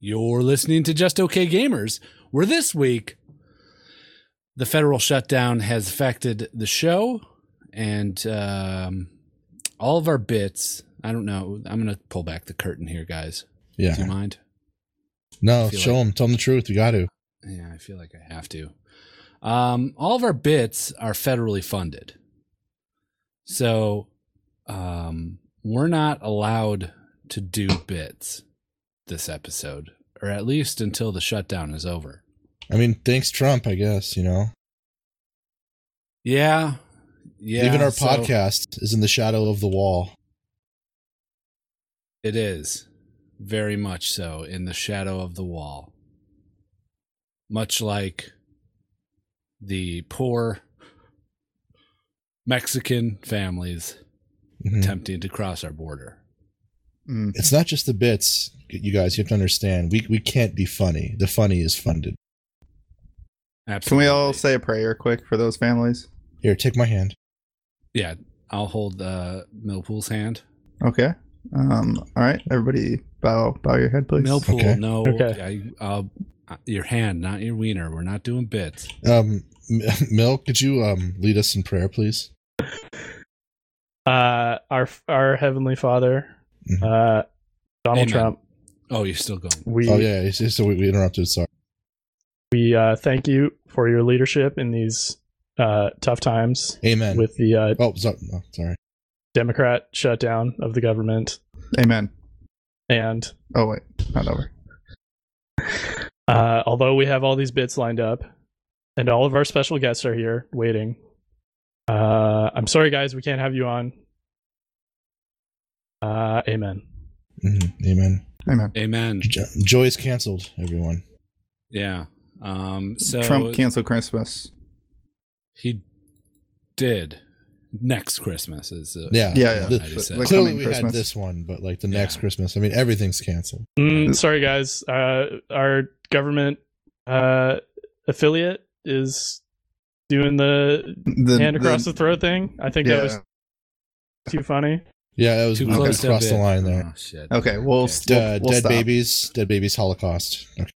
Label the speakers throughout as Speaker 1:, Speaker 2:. Speaker 1: You're listening to Just Okay Gamers, where this week the federal shutdown has affected the show and um, all of our bits. I don't know. I'm going to pull back the curtain here, guys. Do you
Speaker 2: Yeah.
Speaker 1: mind? I
Speaker 2: No,
Speaker 1: feel
Speaker 2: show them. Tell them the truth. You got to.
Speaker 1: Yeah, I feel like I have to. Um, all of our bits are federally funded. So um, we're not allowed to do bits this episode, or at least until the shutdown is over.
Speaker 2: I mean, thanks Trump, I guess, you know.
Speaker 1: Yeah. Yeah.
Speaker 2: Even our
Speaker 1: so
Speaker 2: podcast is in the shadow of the wall.
Speaker 1: It is very much so in the shadow of the wall. Much like the poor Mexican families
Speaker 2: Mhm.
Speaker 1: attempting to cross our border.
Speaker 3: Mm.
Speaker 2: It's not just the bits, you guys. You have to understand. We we can't be funny. The funny is funded.
Speaker 3: Can
Speaker 1: Absolutely.
Speaker 3: we all say a prayer quick for those families?
Speaker 2: Here, take my hand.
Speaker 1: Yeah, I'll hold uh, Millpool's hand.
Speaker 3: Okay. Um, all right, everybody, bow bow your head, please.
Speaker 1: Millpool,
Speaker 2: Okay.
Speaker 1: no,
Speaker 4: Okay.
Speaker 1: I, I'll, uh, your hand, not your wiener. We're not doing bits.
Speaker 2: Um, M- Mel, could you um lead us in prayer, please?
Speaker 4: Uh, our our heavenly Father,
Speaker 2: Mhm.
Speaker 4: uh,
Speaker 1: Amen.
Speaker 4: Donald Trump.
Speaker 1: Oh, you're still going.
Speaker 4: We
Speaker 2: Oh yeah. it's- it's- So we, we interrupted. Sorry.
Speaker 4: we uh, thank you for your leadership in these uh, tough times
Speaker 2: Amen.
Speaker 4: with the uh,
Speaker 2: oh, so, oh, sorry.
Speaker 4: Democrat shutdown of the government
Speaker 3: Amen.
Speaker 4: and
Speaker 3: Oh wait, not over.
Speaker 4: Uh, although we have all these bits lined up, and all of our special guests are here waiting. Uh, I'm sorry, guys, we can't have you on. Uh, amen.
Speaker 2: Mhm. Amen.
Speaker 3: Amen.
Speaker 1: Amen.
Speaker 2: Jo- Joy is canceled. Everyone.
Speaker 1: Yeah. Um, so
Speaker 3: Trump canceled Christmas.
Speaker 1: he did. Next Christmas is uh,
Speaker 2: Yeah.
Speaker 3: Yeah, yeah.
Speaker 2: The-
Speaker 1: I just said.
Speaker 3: Like-
Speaker 2: clearly,
Speaker 3: coming
Speaker 2: we had
Speaker 3: Christmas.
Speaker 2: this one, but like the
Speaker 1: Yeah.
Speaker 2: next Christmas. I mean, everything's canceled.
Speaker 4: Mm, sorry, guys. Uh, our government uh, affiliate is doing the
Speaker 3: The,
Speaker 4: hand across the, throat thing. I think
Speaker 3: yeah.
Speaker 4: that was too funny.
Speaker 2: Yeah, that was
Speaker 1: Too
Speaker 2: we
Speaker 1: close to a
Speaker 2: crossed the
Speaker 1: bit.
Speaker 2: line there.
Speaker 1: Oh, shit.
Speaker 3: Okay, we'll
Speaker 2: D-
Speaker 3: Uh-huh. We'll-
Speaker 2: uh,
Speaker 3: we'll
Speaker 2: dead
Speaker 3: stop.
Speaker 2: babies, dead babies, Holocaust, Okay,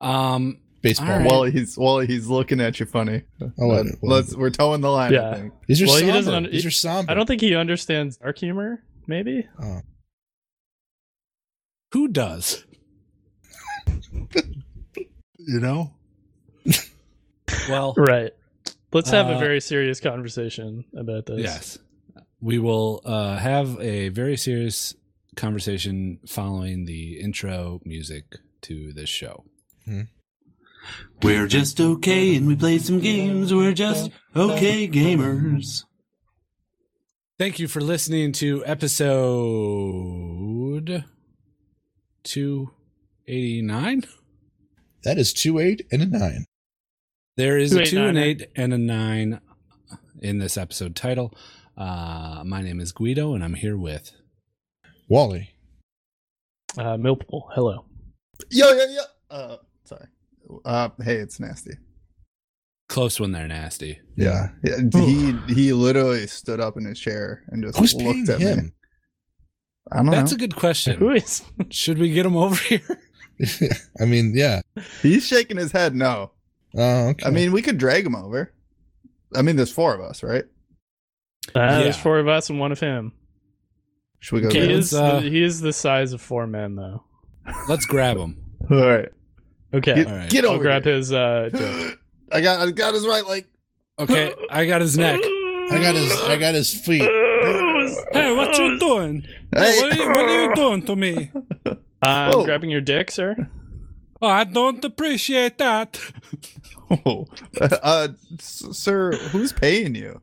Speaker 1: Um,
Speaker 2: baseball.
Speaker 1: All right.
Speaker 3: While he's while he's looking at you funny.
Speaker 2: Oh,
Speaker 3: Uh,
Speaker 2: what-
Speaker 3: let's we're towing the line.
Speaker 4: Yeah.
Speaker 3: I think.
Speaker 2: These are
Speaker 4: Well, he
Speaker 2: somber.
Speaker 4: doesn't under-
Speaker 2: These are somber.
Speaker 4: I don't think he understands dark humor. Maybe
Speaker 2: Oh.
Speaker 1: who does? you know. well,
Speaker 4: right. Let's have
Speaker 1: Uh,
Speaker 4: a very serious conversation about this.
Speaker 1: Yes. We will uh, have a very serious conversation following the intro music to this show.
Speaker 5: We're just okay and we play some games. We're just okay gamers.
Speaker 1: Thank you for listening to episode 289.
Speaker 2: That is two eight and a nine.
Speaker 1: There is a 2
Speaker 4: 289,
Speaker 1: and
Speaker 4: right?
Speaker 1: 8 and a 9 in this episode title. Uh, my name is Guido, and I'm here with.
Speaker 2: Wally.
Speaker 4: Uh, Millpool, hello.
Speaker 3: Yo yo yo. Uh, sorry. Uh, hey, it's nasty.
Speaker 1: Close one there, nasty.
Speaker 3: Yeah. yeah. He he literally stood up in his chair and just
Speaker 2: Who's paying
Speaker 3: looked at me.
Speaker 2: him?
Speaker 3: I don't
Speaker 1: That's
Speaker 3: know.
Speaker 1: a good
Speaker 4: Who
Speaker 1: question.
Speaker 4: is?
Speaker 1: Should we get him over here?
Speaker 2: I mean, yeah.
Speaker 3: He's shaking his head no.
Speaker 2: Oh, okay.
Speaker 3: I mean, we could drag him over. I mean, there's four of us, right?
Speaker 4: Uh, There's
Speaker 1: Yeah.
Speaker 4: four of us and one of him.
Speaker 3: Should we go?
Speaker 4: He
Speaker 3: get him?
Speaker 4: is
Speaker 1: uh,
Speaker 4: he is the size of four men though.
Speaker 1: Let's grab him.
Speaker 3: All right.
Speaker 4: Okay,
Speaker 3: Get,
Speaker 1: All right.
Speaker 3: get
Speaker 4: I'll
Speaker 3: over.
Speaker 4: grab
Speaker 3: here.
Speaker 4: his. Uh, dick.
Speaker 3: I got I got his right leg.
Speaker 1: Okay, I got his neck.
Speaker 2: I got his. I got his feet.
Speaker 1: Hey, what you doing?
Speaker 3: Hey.
Speaker 1: What, are you, what are you doing to me?
Speaker 4: I'm
Speaker 3: Whoa.
Speaker 4: grabbing your dick, sir.
Speaker 1: Oh, I don't appreciate that.
Speaker 3: Oh. uh, s- sir, who's paying you?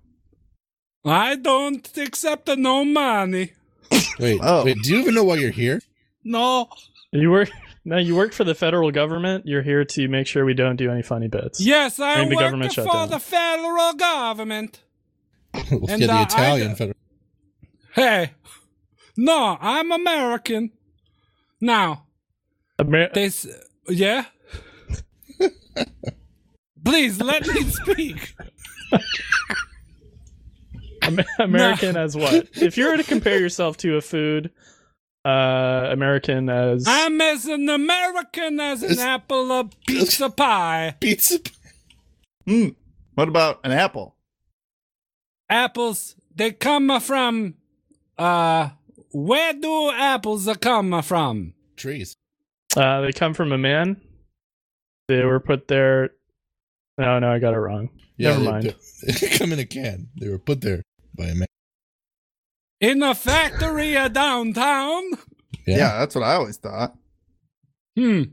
Speaker 1: I don't accept no money.
Speaker 2: Wait,
Speaker 3: Oh.
Speaker 2: wait. Do you even know why you're here?
Speaker 1: No.
Speaker 4: You work. No, you work for the federal government. You're here to make sure we don't do any funny bits.
Speaker 1: Yes, I
Speaker 4: During the
Speaker 1: work
Speaker 4: government
Speaker 1: for
Speaker 4: shutdown.
Speaker 1: the federal government.
Speaker 2: Well,
Speaker 1: And,
Speaker 2: yeah, the
Speaker 1: uh, I-
Speaker 2: Italian federal.
Speaker 1: Hey. No, I'm American. Now,
Speaker 4: Amer-
Speaker 1: they s yeah? Please let me speak.
Speaker 4: Amer- American as what? If you were to compare yourself to a food, uh, American as
Speaker 1: I'm as an American as an
Speaker 2: It's-
Speaker 1: apple of pizza pie.
Speaker 2: Pizza. p-
Speaker 3: Hmm. What about an apple?
Speaker 1: Apples, they come from. Uh, where do apples come from?
Speaker 2: Trees.
Speaker 4: uh, they come from a man. They were put there. No, no, I got it wrong. Never
Speaker 2: they-
Speaker 4: mind.
Speaker 2: They, come in a can. They were put there by a man.
Speaker 1: In a factory uh, downtown?
Speaker 2: Yeah.
Speaker 3: that's what I always thought.
Speaker 1: Hmm.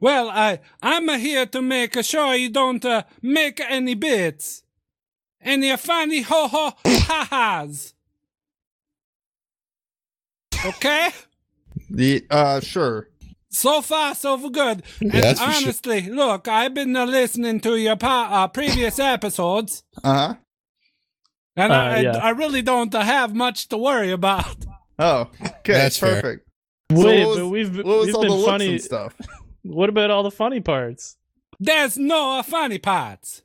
Speaker 1: Well, I I'm here to make sure you don't uh, make any bits, any funny ho ho ha ha's. Okay.
Speaker 3: The uh, sure.
Speaker 1: So far, so good. And
Speaker 2: Yeah, that's for sure.
Speaker 1: honestly, look, I've been uh, listening to your pa- uh, previous episodes,
Speaker 3: Uh huh.
Speaker 1: and
Speaker 4: Uh,
Speaker 1: I,
Speaker 4: yeah.
Speaker 1: I really don't uh, have much to worry about.
Speaker 3: Oh, okay,
Speaker 2: That's fair.
Speaker 3: perfect.
Speaker 4: Wait,
Speaker 3: what was-
Speaker 4: but we've
Speaker 3: What was
Speaker 4: we've
Speaker 3: all the
Speaker 4: been
Speaker 3: looks
Speaker 4: funny.
Speaker 3: and stuff?
Speaker 4: What about all the funny parts?
Speaker 1: There's no uh, funny parts.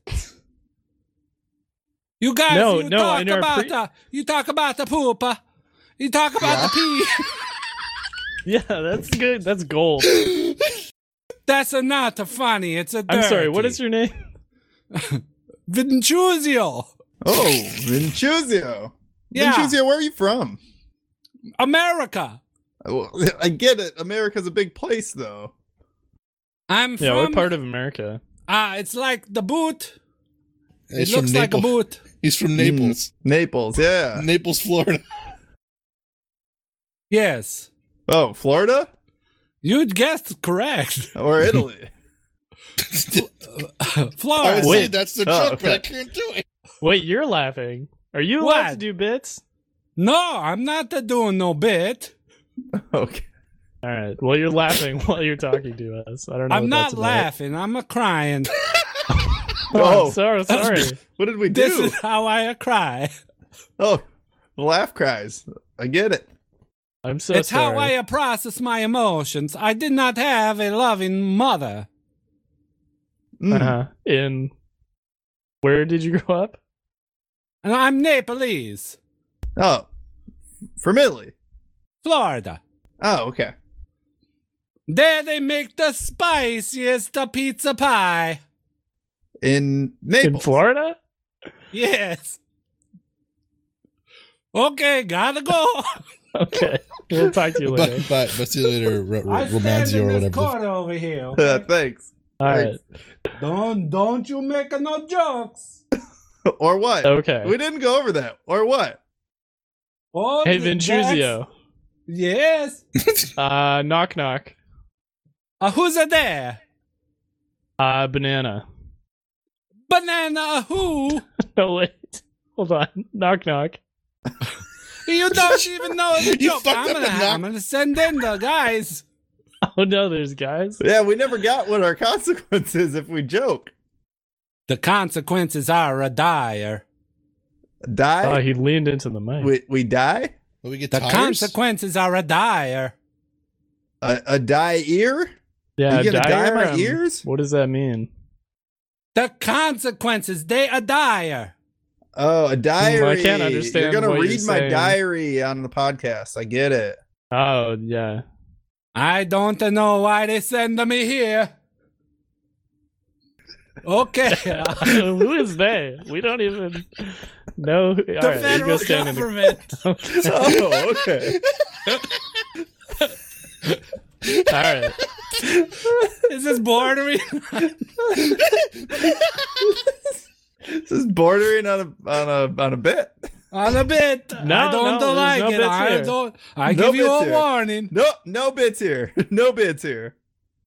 Speaker 1: You guys,
Speaker 4: No,
Speaker 1: you
Speaker 4: no,
Speaker 1: talk
Speaker 4: in our
Speaker 1: about
Speaker 4: pre-
Speaker 1: uh, you talk about the poop, uh, you talk about the pee.
Speaker 4: Yeah, that's good. That's gold.
Speaker 1: That's uh, not uh, funny. It's a. Dirty.
Speaker 4: I'm sorry. What is your name?
Speaker 1: Vincenzo?
Speaker 3: Oh, Vinchuzio.
Speaker 1: Yeah.
Speaker 3: Vinchuzio, where are you from?
Speaker 1: America.
Speaker 3: Well, I get it. America's a big place, though.
Speaker 1: I'm
Speaker 4: Yeah,
Speaker 1: from.
Speaker 4: we're part of America.
Speaker 1: Ah, it's like the boot.
Speaker 2: He's
Speaker 1: it
Speaker 2: from
Speaker 1: looks like a
Speaker 2: Naples.
Speaker 1: boot.
Speaker 2: He's
Speaker 3: Mm.
Speaker 2: from Naples.
Speaker 3: Naples, yeah.
Speaker 2: Naples, Florida.
Speaker 1: Yes,
Speaker 3: Oh, Florida
Speaker 1: you guessed correct.
Speaker 3: or Italy?
Speaker 2: I would
Speaker 1: Florida.
Speaker 2: say that's the
Speaker 3: Oh,
Speaker 2: joke, but I
Speaker 3: okay.
Speaker 2: can't do it.
Speaker 4: Wait, you're laughing. Are you allowed
Speaker 1: What?
Speaker 4: to do bits?
Speaker 1: No, I'm not uh, doing no bit.
Speaker 3: okay.
Speaker 4: All right. Well, you're laughing while you're talking to us. I don't know.
Speaker 1: I'm
Speaker 4: what
Speaker 1: not
Speaker 4: that's about.
Speaker 1: laughing. I'm a crying.
Speaker 4: Oh,
Speaker 3: Oh.
Speaker 4: I'm sorry. Sorry.
Speaker 3: What did we do?
Speaker 1: this is how I uh, cry.
Speaker 3: Oh, the laugh cries. I get it.
Speaker 4: I'm so
Speaker 1: it's
Speaker 4: sorry.
Speaker 1: how I uh, process my emotions. I did not have a loving mother.
Speaker 3: Mm.
Speaker 4: uh-huh. in where did you grow up?
Speaker 1: And I'm Nepalese,
Speaker 3: Oh, from Italy.
Speaker 1: Florida.
Speaker 3: Oh, okay.
Speaker 1: There they make the spiciest uh, pizza pie.
Speaker 3: In Naples.
Speaker 4: In Florida?
Speaker 1: Yes. Okay, gotta go.
Speaker 4: Okay. We'll talk to you
Speaker 2: But,
Speaker 4: later.
Speaker 2: but, but see you later, Ro- Ro-
Speaker 1: I stand
Speaker 2: Romanzio
Speaker 1: in
Speaker 2: or
Speaker 1: this
Speaker 2: whatever.
Speaker 1: corner over here.
Speaker 3: Uh,
Speaker 1: okay?
Speaker 3: thanks.
Speaker 4: All right.
Speaker 1: don't don't you make no jokes.
Speaker 3: Or what? We
Speaker 4: Okay.
Speaker 3: didn't go over that. Or what?
Speaker 1: Oh,
Speaker 4: Hey,
Speaker 1: the- that's-
Speaker 4: Ventruzio.
Speaker 1: Yes.
Speaker 4: Uh, knock knock.
Speaker 1: Uh, who's a there?
Speaker 4: Uh, banana.
Speaker 1: Banana who?
Speaker 4: No, wait. Hold on. Knock knock.
Speaker 1: You don't even know the
Speaker 2: You
Speaker 1: joke.
Speaker 2: fucked
Speaker 1: I'm
Speaker 2: up
Speaker 1: gonna,
Speaker 2: the knock-
Speaker 1: I'm gonna send in the guys.
Speaker 4: Oh no, there's guys.
Speaker 3: Yeah, we never got what our consequence is if we joke.
Speaker 1: The consequences are a dire.
Speaker 4: Oh,
Speaker 3: Die?
Speaker 4: he leaned into the mic.
Speaker 3: we, we die?
Speaker 2: Well, we get
Speaker 1: The
Speaker 2: tires?
Speaker 1: consequences are a dire.
Speaker 3: A, a die ear?
Speaker 4: yeah,
Speaker 3: you gonna dye my
Speaker 4: diaphragm.
Speaker 3: ears?
Speaker 4: What does that mean?
Speaker 1: The consequences they are dire.
Speaker 3: Oh, a diary.
Speaker 4: Hmm, I can't understand
Speaker 3: You're gonna
Speaker 4: what
Speaker 3: read
Speaker 4: you're
Speaker 3: my
Speaker 4: saying.
Speaker 3: diary on the podcast. I get it.
Speaker 4: Oh yeah.
Speaker 1: I don't know why they send me here. Okay.
Speaker 4: who is they? We don't even know. Who...
Speaker 1: the
Speaker 4: All right, you go
Speaker 1: federal
Speaker 4: stand in the
Speaker 1: government.
Speaker 3: oh, okay.
Speaker 4: All right.
Speaker 1: Is this bordering?
Speaker 3: This is bordering on a on a on a bit.
Speaker 1: On a bit.
Speaker 4: No,
Speaker 1: I don't
Speaker 4: no,
Speaker 1: like
Speaker 4: there's no
Speaker 1: it.
Speaker 4: bits
Speaker 1: I
Speaker 4: here.
Speaker 1: don't. I
Speaker 3: No
Speaker 1: give you
Speaker 3: bits
Speaker 1: a
Speaker 3: here.
Speaker 1: warning.
Speaker 3: No, no bits here. No bits here.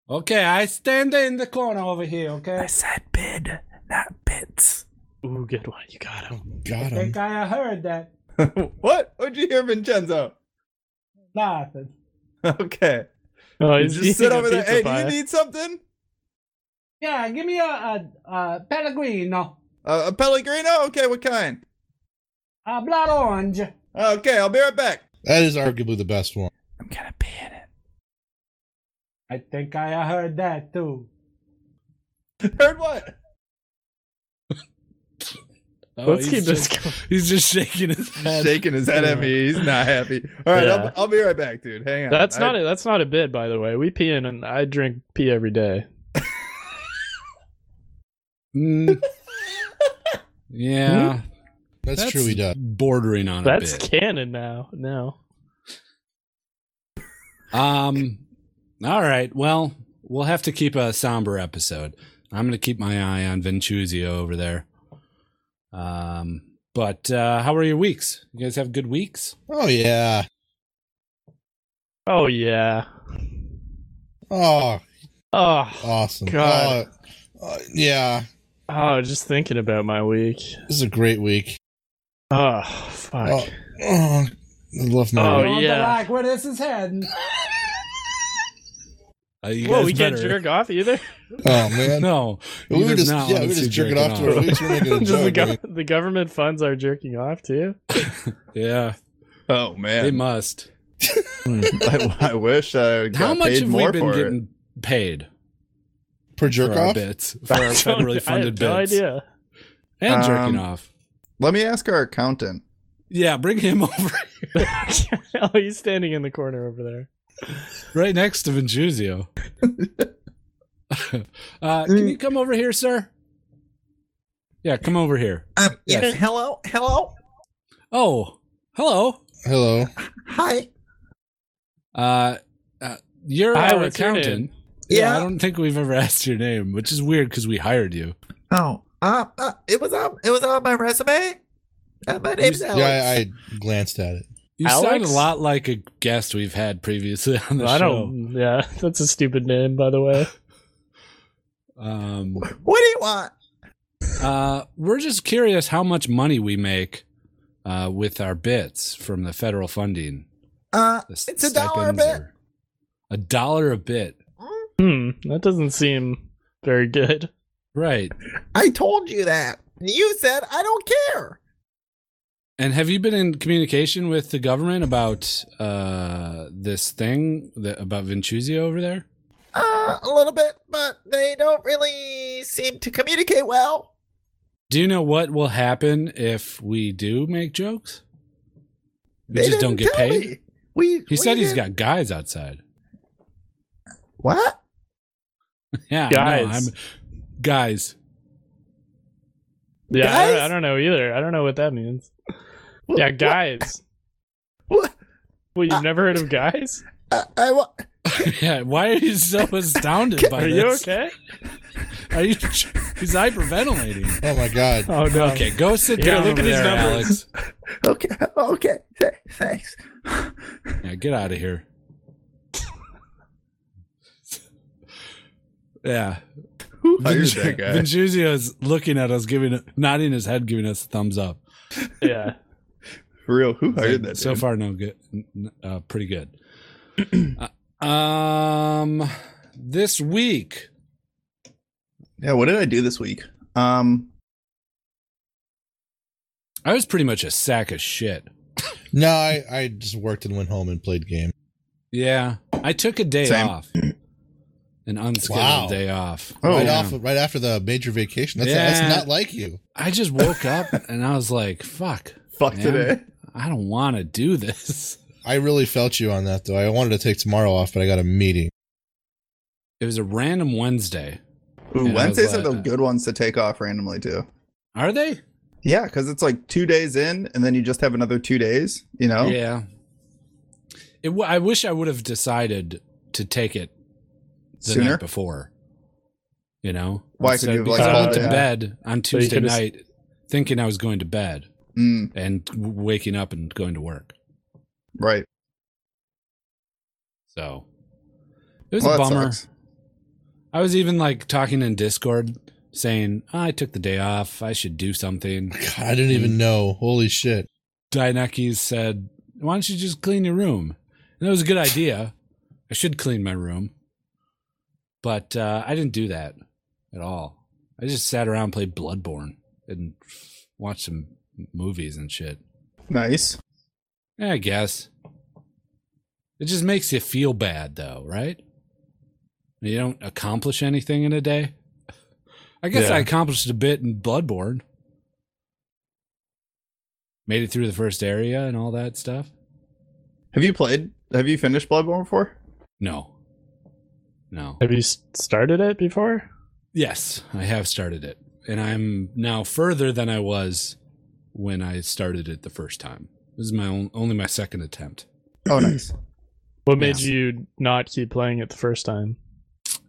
Speaker 1: Okay, I stand in the corner over here, okay?
Speaker 4: said bid, not bits. Ooh, good one. You got
Speaker 2: Oh,
Speaker 4: him.
Speaker 2: Got
Speaker 1: I
Speaker 2: him.
Speaker 1: think I heard that.
Speaker 3: what? What'd you hear, Vincenzo?
Speaker 1: Nothing.
Speaker 3: Okay.
Speaker 4: Oh,
Speaker 3: You
Speaker 4: he's
Speaker 3: just sit
Speaker 4: eating a
Speaker 3: over there.
Speaker 4: pizza
Speaker 3: Hey,
Speaker 4: pie.
Speaker 3: do you need something?
Speaker 1: Yeah, give me a, a, a Pellegrino,
Speaker 3: Uh, a Pellegrino? Okay, what kind?
Speaker 1: a blood orange.
Speaker 3: Okay, I'll be right back.
Speaker 2: That is arguably the best one.
Speaker 3: I'm gonna pee in it.
Speaker 1: I think I heard that too.
Speaker 3: Heard what?
Speaker 1: Oh,
Speaker 4: Let's
Speaker 1: he's
Speaker 4: keep this
Speaker 1: just,
Speaker 4: going.
Speaker 1: He's just shaking his
Speaker 3: He's
Speaker 1: head.
Speaker 3: shaking his head at me. He's not happy. All right,
Speaker 4: Yeah.
Speaker 3: I'll, I'll be right back, dude. Hang on.
Speaker 4: That's
Speaker 3: I-
Speaker 4: not a, that's not a bid, by the way. We pee in, and I drink pee every day.
Speaker 1: Mm. yeah,
Speaker 2: That's, true. He does.
Speaker 1: Bordering on
Speaker 4: Hmm? That's
Speaker 1: a bit.
Speaker 4: canon now. No,
Speaker 1: Um. All right. Well, we'll have to keep a somber episode. I'm going to keep my eye on Vincuzio over there. Um. But uh, how are your weeks? You guys have good weeks?
Speaker 2: Oh yeah.
Speaker 4: Oh yeah.
Speaker 2: Oh,
Speaker 4: Oh,
Speaker 2: awesome.
Speaker 4: God.
Speaker 2: Oh, uh, yeah.
Speaker 4: oh just thinking about my week.
Speaker 2: This is a great week.
Speaker 4: Oh fuck.
Speaker 2: Oh, oh, I love my
Speaker 4: Oh,
Speaker 2: week.
Speaker 4: yeah.
Speaker 1: where this is heading. Uh, you
Speaker 4: Whoa,
Speaker 1: guys
Speaker 4: we
Speaker 1: better.
Speaker 4: can't jerk off either.
Speaker 2: Oh man.
Speaker 1: No,
Speaker 2: we
Speaker 1: you
Speaker 2: were
Speaker 1: does
Speaker 2: just
Speaker 1: not
Speaker 2: yeah,
Speaker 1: want
Speaker 2: we were
Speaker 1: to
Speaker 2: just
Speaker 1: see
Speaker 2: jerking off to our
Speaker 1: jerking
Speaker 2: weeks. We We're making a
Speaker 4: Does the,
Speaker 2: joke.
Speaker 4: gov-
Speaker 2: man.
Speaker 4: the government funds are jerking off too.
Speaker 1: yeah,
Speaker 3: Oh
Speaker 1: they
Speaker 3: man,
Speaker 1: must.
Speaker 3: I, I wish I got
Speaker 1: How much
Speaker 3: paid
Speaker 1: have we
Speaker 3: more
Speaker 1: been
Speaker 3: for it.
Speaker 1: getting paid
Speaker 2: Per jerk
Speaker 1: for our
Speaker 2: off.
Speaker 1: bits for our
Speaker 4: Don't-
Speaker 1: federally
Speaker 4: I have
Speaker 1: funded
Speaker 4: no
Speaker 1: bits
Speaker 4: idea.
Speaker 1: and jerking
Speaker 3: Um,
Speaker 1: off?
Speaker 3: Let me ask our accountant.
Speaker 1: Yeah, bring him over
Speaker 4: oh, he's standing in the corner over there.
Speaker 1: right next to Vinjuzio. uh, can you come over here, sir? Yeah, come over here.
Speaker 6: Um,
Speaker 1: Yes.
Speaker 6: yes. Hello, hello,
Speaker 1: Oh, hello.
Speaker 2: Hello.
Speaker 6: hi.
Speaker 1: Uh, uh, you're
Speaker 4: Hi,
Speaker 1: our
Speaker 4: what's your name?
Speaker 1: accountant.
Speaker 6: Yeah.
Speaker 1: I don't think we've ever asked your name, which is weird because we hired you.
Speaker 6: Oh, uh, uh, it was on, it was on my resume. Uh, my name's
Speaker 2: Yeah,
Speaker 6: Alex.
Speaker 2: I, I glanced at it.
Speaker 1: You sound a
Speaker 4: Alex?
Speaker 1: lot like a guest we've had previously on the
Speaker 4: I
Speaker 1: show.
Speaker 4: don't. Yeah, that's a stupid name, by the way.
Speaker 1: Um,
Speaker 6: What do you want?
Speaker 1: uh, we're just curious how much money we make uh, with our bits from the federal funding.
Speaker 6: Uh,
Speaker 1: The
Speaker 6: It's a dollar a
Speaker 1: stipends
Speaker 6: bit.
Speaker 1: are- A dollar a bit.
Speaker 4: Hmm, that doesn't seem very good.
Speaker 1: Right.
Speaker 6: I told you that. You said I don't care.
Speaker 1: And have you been in communication with the government about uh, this thing that, about Vincuzio over there?
Speaker 6: Uh, a little bit, but they don't really seem to communicate well.
Speaker 1: Do you know what will happen if we do make jokes? We
Speaker 6: They
Speaker 1: just don't
Speaker 6: didn't
Speaker 1: get
Speaker 6: tell
Speaker 1: paid?
Speaker 6: me. We
Speaker 1: He
Speaker 6: we
Speaker 1: said he's
Speaker 6: didn't-
Speaker 1: got guys outside.
Speaker 6: what?
Speaker 1: Yeah, I know,
Speaker 4: Guys.
Speaker 1: I'm, guys.
Speaker 4: Yeah, I don't,
Speaker 6: Guys?
Speaker 4: I don't know either. I don't know what that means. Yeah,
Speaker 6: What-
Speaker 4: guys.
Speaker 6: What?
Speaker 4: Well, you've
Speaker 6: Uh,
Speaker 4: never heard of guys?
Speaker 6: Uh, I wa-
Speaker 1: yeah, why are you so astounded by
Speaker 4: Are you
Speaker 1: this?
Speaker 4: okay?
Speaker 1: Are you? He's hyperventilating.
Speaker 2: Oh my god.
Speaker 4: Oh no.
Speaker 1: Okay, go sit
Speaker 4: Yeah,
Speaker 1: down.
Speaker 4: look
Speaker 1: over
Speaker 4: at his
Speaker 1: there,
Speaker 4: numbers.
Speaker 1: Alex.
Speaker 6: okay, okay, th- thanks.
Speaker 1: Yeah, get out of here. yeah,
Speaker 3: Who hired
Speaker 1: Vin-
Speaker 3: that guy?
Speaker 1: Vincuzio's looking at us, giving nodding his head, giving us a thumbs up.
Speaker 4: Yeah.
Speaker 3: For real, who
Speaker 1: Like,
Speaker 3: hired that?
Speaker 1: so
Speaker 3: dude?
Speaker 1: far, no good. n- n- Uh, pretty good. Uh, um, this week,
Speaker 3: Yeah, what did I do this week? Um,
Speaker 1: I was pretty much a sack of shit.
Speaker 2: No, I, I just worked and went home and played game.
Speaker 1: Yeah, I took a day
Speaker 3: Same.
Speaker 1: off, an unscheduled
Speaker 2: Wow.
Speaker 1: day off.
Speaker 3: Oh,
Speaker 2: right
Speaker 1: yeah.
Speaker 2: off right after the major vacation. That's,
Speaker 1: Yeah.
Speaker 2: that's not like you.
Speaker 1: I just woke up and I was like, "Fuck,
Speaker 3: fuck
Speaker 1: Man.
Speaker 3: today.
Speaker 1: I don't want to do this."
Speaker 2: I really felt you on that though. I wanted to take tomorrow off, but I got a meeting.
Speaker 1: It was a random Wednesday. Yeah,
Speaker 3: Ooh,
Speaker 1: I was
Speaker 3: Wednesdays are
Speaker 1: like,
Speaker 3: the
Speaker 1: uh,
Speaker 3: good ones to take off randomly too.
Speaker 1: Are they?
Speaker 3: Yeah, because it's like two days in, and then you just have another two days. You know?
Speaker 1: Yeah. It. W- I wish I would have decided to take it the
Speaker 3: Sooner?
Speaker 1: night before. You know,
Speaker 3: Why,
Speaker 1: Instead,
Speaker 3: could you have,
Speaker 1: because
Speaker 3: like,
Speaker 1: I
Speaker 4: Oh,
Speaker 1: went to
Speaker 4: yeah.
Speaker 1: bed on
Speaker 4: you
Speaker 1: Tuesday
Speaker 4: could've s-
Speaker 1: night thinking I was going to bed
Speaker 3: Mm,
Speaker 1: and w- waking up and going to work.
Speaker 3: right.
Speaker 1: So it was
Speaker 3: Well,
Speaker 1: a
Speaker 3: that
Speaker 1: bummer.
Speaker 3: sucks.
Speaker 1: I was even like talking in Discord saying, "Oh, I took the day off. I should do something.
Speaker 2: God, I didn't even know. Holy shit.
Speaker 1: Dainekis said, Why don't you just clean your room? And that was a good idea. I should clean my room. But uh, I didn't do that at all. I just sat around, and played Bloodborne, and watched some movies and shit.
Speaker 3: Nice.
Speaker 1: Yeah, Eh, I guess. It just makes you feel bad, though, right? You don't accomplish anything in a day. I guess
Speaker 4: Yeah.
Speaker 1: I accomplished a bit in Bloodborne. Made it through the first area and all that stuff?
Speaker 3: Have you played? Have you finished Bloodborne before?
Speaker 1: No. No.
Speaker 4: Have you s- started it before?
Speaker 1: Yes, I have started it. And I'm now further than I was when I started it the first time. This is my on- only my second attempt.
Speaker 3: Oh, nice.
Speaker 4: What made
Speaker 1: Yeah.
Speaker 4: you not keep playing it the first time?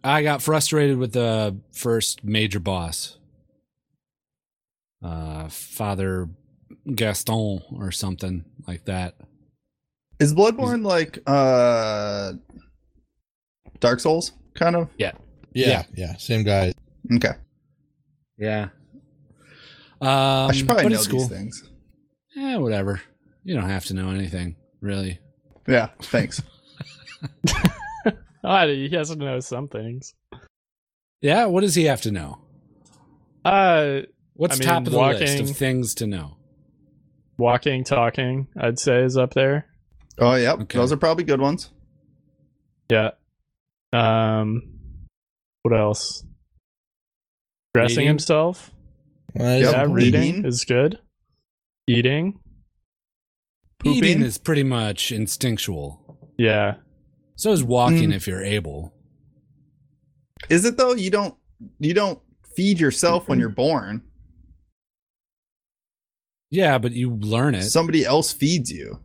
Speaker 1: I got frustrated with the first major boss, uh, Father Gaston or something like that.
Speaker 3: Is Bloodborne like uh Dark Souls kind of?
Speaker 2: Yeah, yeah, same guy.
Speaker 3: Okay,
Speaker 1: Yeah. Um,
Speaker 3: I should probably
Speaker 1: but
Speaker 3: know
Speaker 1: it's
Speaker 3: these
Speaker 1: cool.
Speaker 3: things.
Speaker 1: Yeah, Eh, whatever. You don't have to know anything, really.
Speaker 3: Yeah, thanks.
Speaker 4: Oh, he has to know some things.
Speaker 1: Yeah, what does he have to know?
Speaker 4: Uh,
Speaker 1: What's
Speaker 4: I mean,
Speaker 1: top of the list
Speaker 4: walking-
Speaker 1: of things to know?
Speaker 4: walking, talking, I'd say is up there.
Speaker 3: oh, yep,
Speaker 1: Okay.
Speaker 3: those are probably good ones.
Speaker 4: Yeah. Um, what else? Dressing
Speaker 1: Reading?
Speaker 4: himself.
Speaker 2: Well,
Speaker 3: Yep.
Speaker 4: Yeah,
Speaker 2: it's-
Speaker 4: reading
Speaker 3: Eating.
Speaker 4: is good. Eating.
Speaker 3: Pooping?
Speaker 1: Eating is pretty much instinctual.
Speaker 4: Yeah.
Speaker 1: So is walking
Speaker 3: Mm.
Speaker 1: if you're able.
Speaker 3: Is it though? You don't you don't feed yourself when you're born.
Speaker 1: Yeah, but you learn it.
Speaker 3: Somebody else feeds you.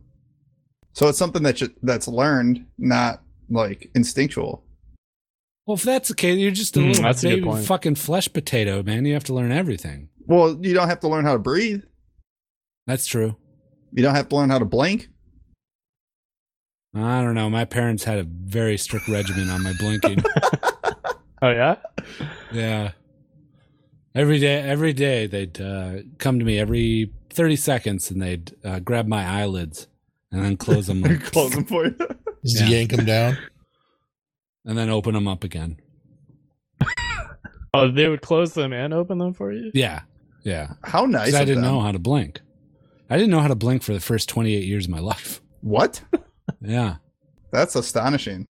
Speaker 3: So it's something that you, that's learned, not like instinctual.
Speaker 1: well, if that's the case, you're just a
Speaker 4: Mm,
Speaker 1: little
Speaker 4: that's a good
Speaker 1: baby
Speaker 4: point.
Speaker 1: fucking flesh potato, man. You have to learn everything.
Speaker 3: Well, you don't have to learn how to breathe.
Speaker 1: That's true.
Speaker 3: You don't have to learn how to blink.
Speaker 1: I don't know. My parents had a very strict regimen on my blinking.
Speaker 4: Oh yeah.
Speaker 1: Yeah. Every day, every day they'd uh, come to me every 30 seconds and they'd uh, grab my eyelids and then close them
Speaker 3: They're
Speaker 1: up
Speaker 3: closing for you.
Speaker 2: Just to
Speaker 1: Yeah.
Speaker 2: yank him down.
Speaker 1: and then open them up again.
Speaker 4: Oh, they would close them and open them for you.
Speaker 1: Yeah. Yeah.
Speaker 3: How
Speaker 1: 'Cause
Speaker 3: nice!
Speaker 1: I
Speaker 3: of
Speaker 1: didn't
Speaker 3: them.
Speaker 1: know how to blink. I didn't know how to blink for the first 28 years of my life.
Speaker 3: What?
Speaker 1: Yeah.
Speaker 3: That's astonishing.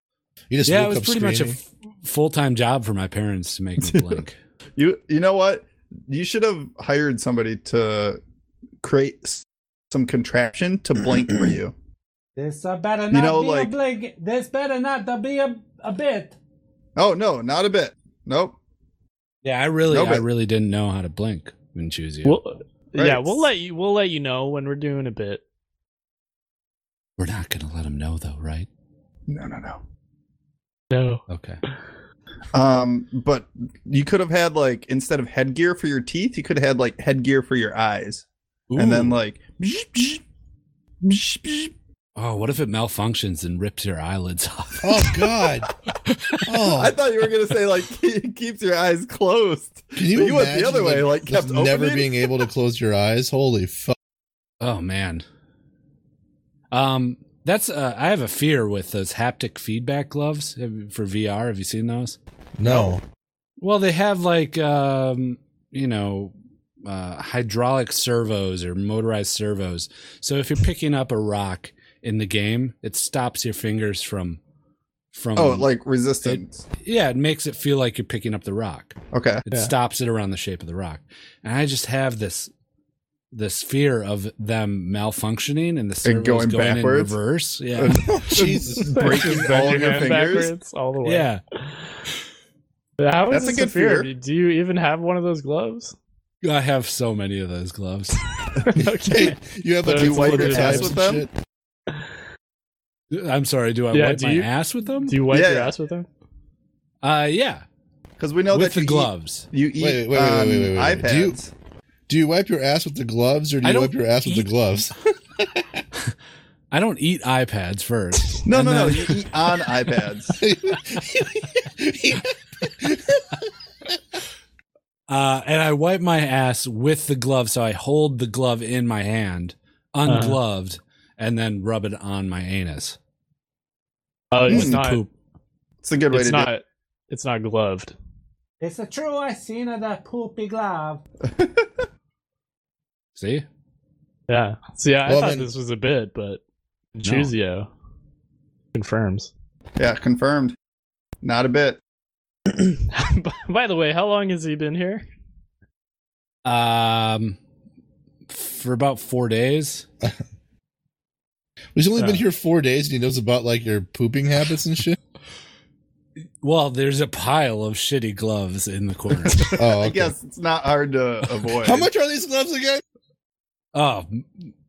Speaker 2: You just
Speaker 1: yeah. It
Speaker 2: woke
Speaker 1: was
Speaker 2: up
Speaker 1: pretty
Speaker 2: screaming.
Speaker 1: much a f- full time job for my parents to make me blink.
Speaker 3: You you know what? You should have hired somebody to create s- some contraption to blink for you.
Speaker 1: This better
Speaker 3: not know, be a like-
Speaker 1: blink. This better not to be a, a bit.
Speaker 3: Oh no, not a bit. Nope.
Speaker 1: Yeah. I really,
Speaker 3: No
Speaker 1: I
Speaker 3: bit.
Speaker 1: really didn't know how to blink when choosing.
Speaker 4: We'll,
Speaker 3: Right.
Speaker 4: Yeah, we'll let you. We'll let you know when we're doing a bit.
Speaker 1: We're not going to let them know though, right?
Speaker 3: No, no, no.
Speaker 4: No.
Speaker 1: Okay.
Speaker 3: Um, but you could have had like instead of headgear for your teeth, you could have had like headgear for your eyes, and then like.
Speaker 1: Oh, what if it malfunctions and rips your eyelids off?
Speaker 2: Oh God!
Speaker 3: I
Speaker 2: Oh,
Speaker 3: thought you were gonna say like it keeps your eyes closed.
Speaker 2: can you,
Speaker 3: But you went the
Speaker 2: imagine,
Speaker 3: other way, like,
Speaker 2: just
Speaker 3: kept
Speaker 2: never
Speaker 3: opening?
Speaker 2: being able to close your eyes. Holy fuck!
Speaker 1: Oh man. Um, that's uh, I have a fear with those haptic feedback gloves have- for VR. Have you seen those?
Speaker 2: No,
Speaker 1: Well, they have like um, you know, uh, hydraulic servos or motorized servos. So if you're picking up a rock in the game, it stops your fingers from
Speaker 2: Mm.
Speaker 1: from
Speaker 3: Oh, like resistance.
Speaker 1: yeah, it makes it feel like you're picking up the rock.
Speaker 3: okay.
Speaker 1: It
Speaker 4: Yeah.
Speaker 1: stops it around the shape of the rock. And I just have this this fear of them malfunctioning and the servos
Speaker 3: going
Speaker 1: going,
Speaker 3: backwards?
Speaker 1: in reverse. Yeah.
Speaker 3: And
Speaker 2: Jesus!
Speaker 3: breaking
Speaker 4: Just bend
Speaker 3: all of your
Speaker 4: hand
Speaker 3: fingers.
Speaker 4: backwards all the way.
Speaker 1: yeah.
Speaker 4: How
Speaker 3: That's
Speaker 4: is
Speaker 3: a
Speaker 4: this
Speaker 3: good
Speaker 4: fear?
Speaker 3: fear.
Speaker 4: Do you even have one of those gloves?
Speaker 1: I have so many of those gloves.
Speaker 4: okay.
Speaker 2: You have
Speaker 4: So
Speaker 2: like
Speaker 4: you
Speaker 2: a
Speaker 4: wipe
Speaker 2: full
Speaker 4: your
Speaker 2: of
Speaker 4: ass
Speaker 2: tabs
Speaker 3: with
Speaker 2: and
Speaker 3: them?
Speaker 2: shit.
Speaker 1: I'm sorry, do I
Speaker 4: Yeah,
Speaker 1: wipe
Speaker 4: do
Speaker 1: my
Speaker 4: you-
Speaker 1: ass with them?
Speaker 4: Do you wipe
Speaker 3: Yeah.
Speaker 4: your ass with them?
Speaker 1: uh yeah.
Speaker 3: Because we know
Speaker 1: with
Speaker 3: that
Speaker 1: the
Speaker 3: you
Speaker 1: gloves.
Speaker 3: Eat, you eat
Speaker 2: Wait, wait, wait, wait, wait, wait,
Speaker 3: um,
Speaker 2: wait. Do you-
Speaker 3: iPads.
Speaker 2: Do you wipe your ass with the gloves, or do
Speaker 1: I
Speaker 2: you
Speaker 1: don't
Speaker 2: wipe your ass with the
Speaker 1: eat-
Speaker 2: gloves?
Speaker 1: I don't eat iPads first.
Speaker 3: No,
Speaker 1: And
Speaker 3: no, no.
Speaker 1: then-
Speaker 3: You eat on iPads.
Speaker 1: Uh, and I wipe my ass with the glove, so I hold the glove in my hand, ungloved, and then rub it on my anus.
Speaker 4: Oh,
Speaker 3: Mm.
Speaker 4: it's
Speaker 1: with the
Speaker 4: not.
Speaker 1: poop.
Speaker 3: It's a good way
Speaker 4: It's
Speaker 3: to
Speaker 4: not.
Speaker 3: do it.
Speaker 4: It's not gloved.
Speaker 1: It's a true I seen of the poopy glove. See?
Speaker 4: Yeah. So yeah, I
Speaker 2: Well,
Speaker 4: thought
Speaker 2: then-
Speaker 4: this was a bit, but Chuzio confirms.
Speaker 3: Yeah, confirmed. Not a bit.
Speaker 4: By the way, how long has he been here?
Speaker 1: Um f- for about four days.
Speaker 2: He's only
Speaker 1: Uh.
Speaker 2: been
Speaker 4: Yeah.
Speaker 2: here four days, and he knows about like your pooping habits and shit.
Speaker 1: Well, there's a pile of shitty gloves in the corner.
Speaker 2: Oh,
Speaker 3: I
Speaker 2: okay.
Speaker 3: guess it's not hard to avoid.
Speaker 2: How much are these gloves again?
Speaker 1: oh,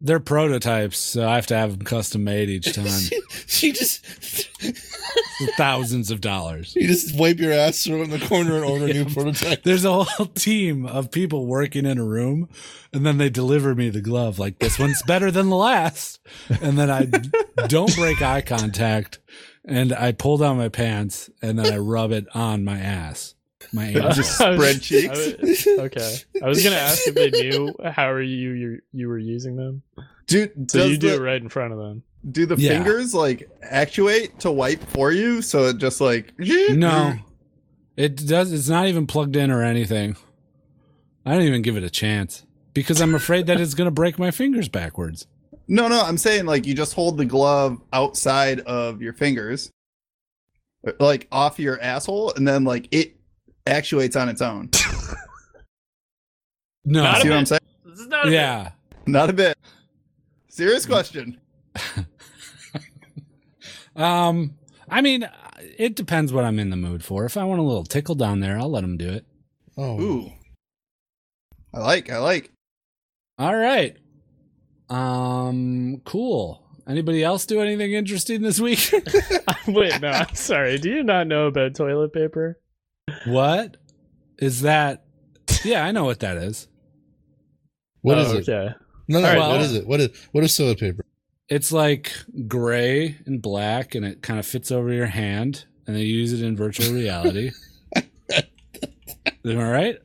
Speaker 1: they're prototypes, so I have to have them custom made each time.
Speaker 2: she, she just,
Speaker 1: For thousands of dollars.
Speaker 2: you just wipe your ass, throw it in the corner, and order a new
Speaker 1: Yeah.
Speaker 2: prototype.
Speaker 1: There's a whole team of people working in a room, and then they deliver me the glove like this one's better than the last. And then I don't break eye contact, and I pull down my pants, and then I rub it on my ass. My ass.
Speaker 3: Just spread cheeks.
Speaker 4: okay, I was gonna ask if they knew how are you you you were using them.
Speaker 3: Do,
Speaker 4: So
Speaker 3: does
Speaker 4: you do
Speaker 3: the-
Speaker 4: it right in front of them.
Speaker 3: Do the
Speaker 1: Yeah.
Speaker 3: fingers like actuate to wipe for you? So it just like
Speaker 1: No, it does. It's not even plugged in or anything. I don't even give it a chance because I'm afraid that it's going to break my fingers backwards.
Speaker 3: no, no. I'm saying like you just hold the glove outside of your fingers, uh, like off your asshole, and then like it actuates on its own.
Speaker 1: No,
Speaker 4: Not
Speaker 3: See
Speaker 4: a
Speaker 3: what I'm saying?
Speaker 4: This is not
Speaker 1: yeah.
Speaker 3: Not a bit. Serious question.
Speaker 1: Um, I mean, it depends what I'm in the mood for. If I want a little tickle down there, I'll let them do it.
Speaker 2: Oh,
Speaker 3: Ooh, I like. I like.
Speaker 1: All right. Um, cool. Anybody else do anything interesting this week?
Speaker 4: Wait, no, I'm sorry. Do you not know about toilet paper?
Speaker 1: what is that? Yeah, I know what that is.
Speaker 2: what
Speaker 4: oh,
Speaker 2: is it?
Speaker 4: Okay.
Speaker 2: No, no.
Speaker 4: All right,
Speaker 2: what
Speaker 1: well-
Speaker 2: is it? What is what is toilet paper?
Speaker 1: It's like gray and black, and it kind of fits over your hand, and they use it in virtual reality. Am I right?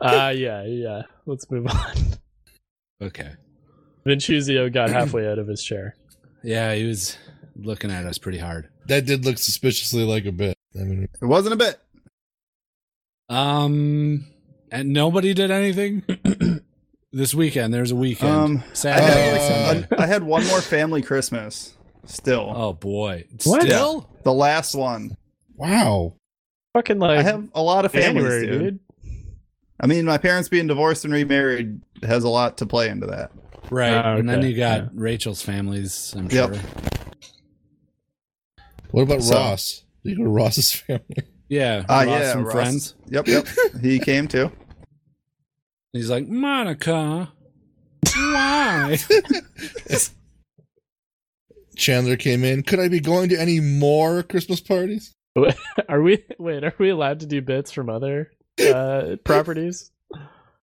Speaker 4: Uh yeah, yeah. Let's move on.
Speaker 1: Okay.
Speaker 4: Vincuzio got halfway out of his chair.
Speaker 1: Yeah, he was looking at us pretty hard.
Speaker 2: That did look suspiciously like a bit. I mean,
Speaker 3: It wasn't a bit.
Speaker 1: Um, and nobody did anything this weekend. There's a weekend.
Speaker 3: Um, I
Speaker 1: Saturday. and
Speaker 3: had,
Speaker 1: Sunday.
Speaker 3: like, an- I had one more family Christmas. Still,
Speaker 1: oh boy.
Speaker 4: What?
Speaker 1: Still?
Speaker 3: the last one.
Speaker 2: wow.
Speaker 4: Fucking like
Speaker 3: I have a lot of families,
Speaker 4: January,
Speaker 3: dude.
Speaker 4: dude.
Speaker 3: I mean, my parents being divorced and remarried has a lot to play into that.
Speaker 1: Right.
Speaker 4: Oh,
Speaker 1: And then
Speaker 4: okay.
Speaker 1: you got
Speaker 4: Yeah.
Speaker 1: Rachel's families, I'm
Speaker 3: Yep.
Speaker 1: sure.
Speaker 2: What about
Speaker 3: So-
Speaker 2: Ross? Did you go to Ross's family?
Speaker 1: Yeah.
Speaker 3: Ah,
Speaker 1: Ross
Speaker 3: yeah,
Speaker 1: and
Speaker 3: Ross.
Speaker 1: friends.
Speaker 3: Yep, yep. he came too.
Speaker 1: He's like, Monica. Why?
Speaker 2: Chandler came in. Could I be going to any more Christmas parties?
Speaker 4: Are we wait, are we allowed to do bits from other uh properties?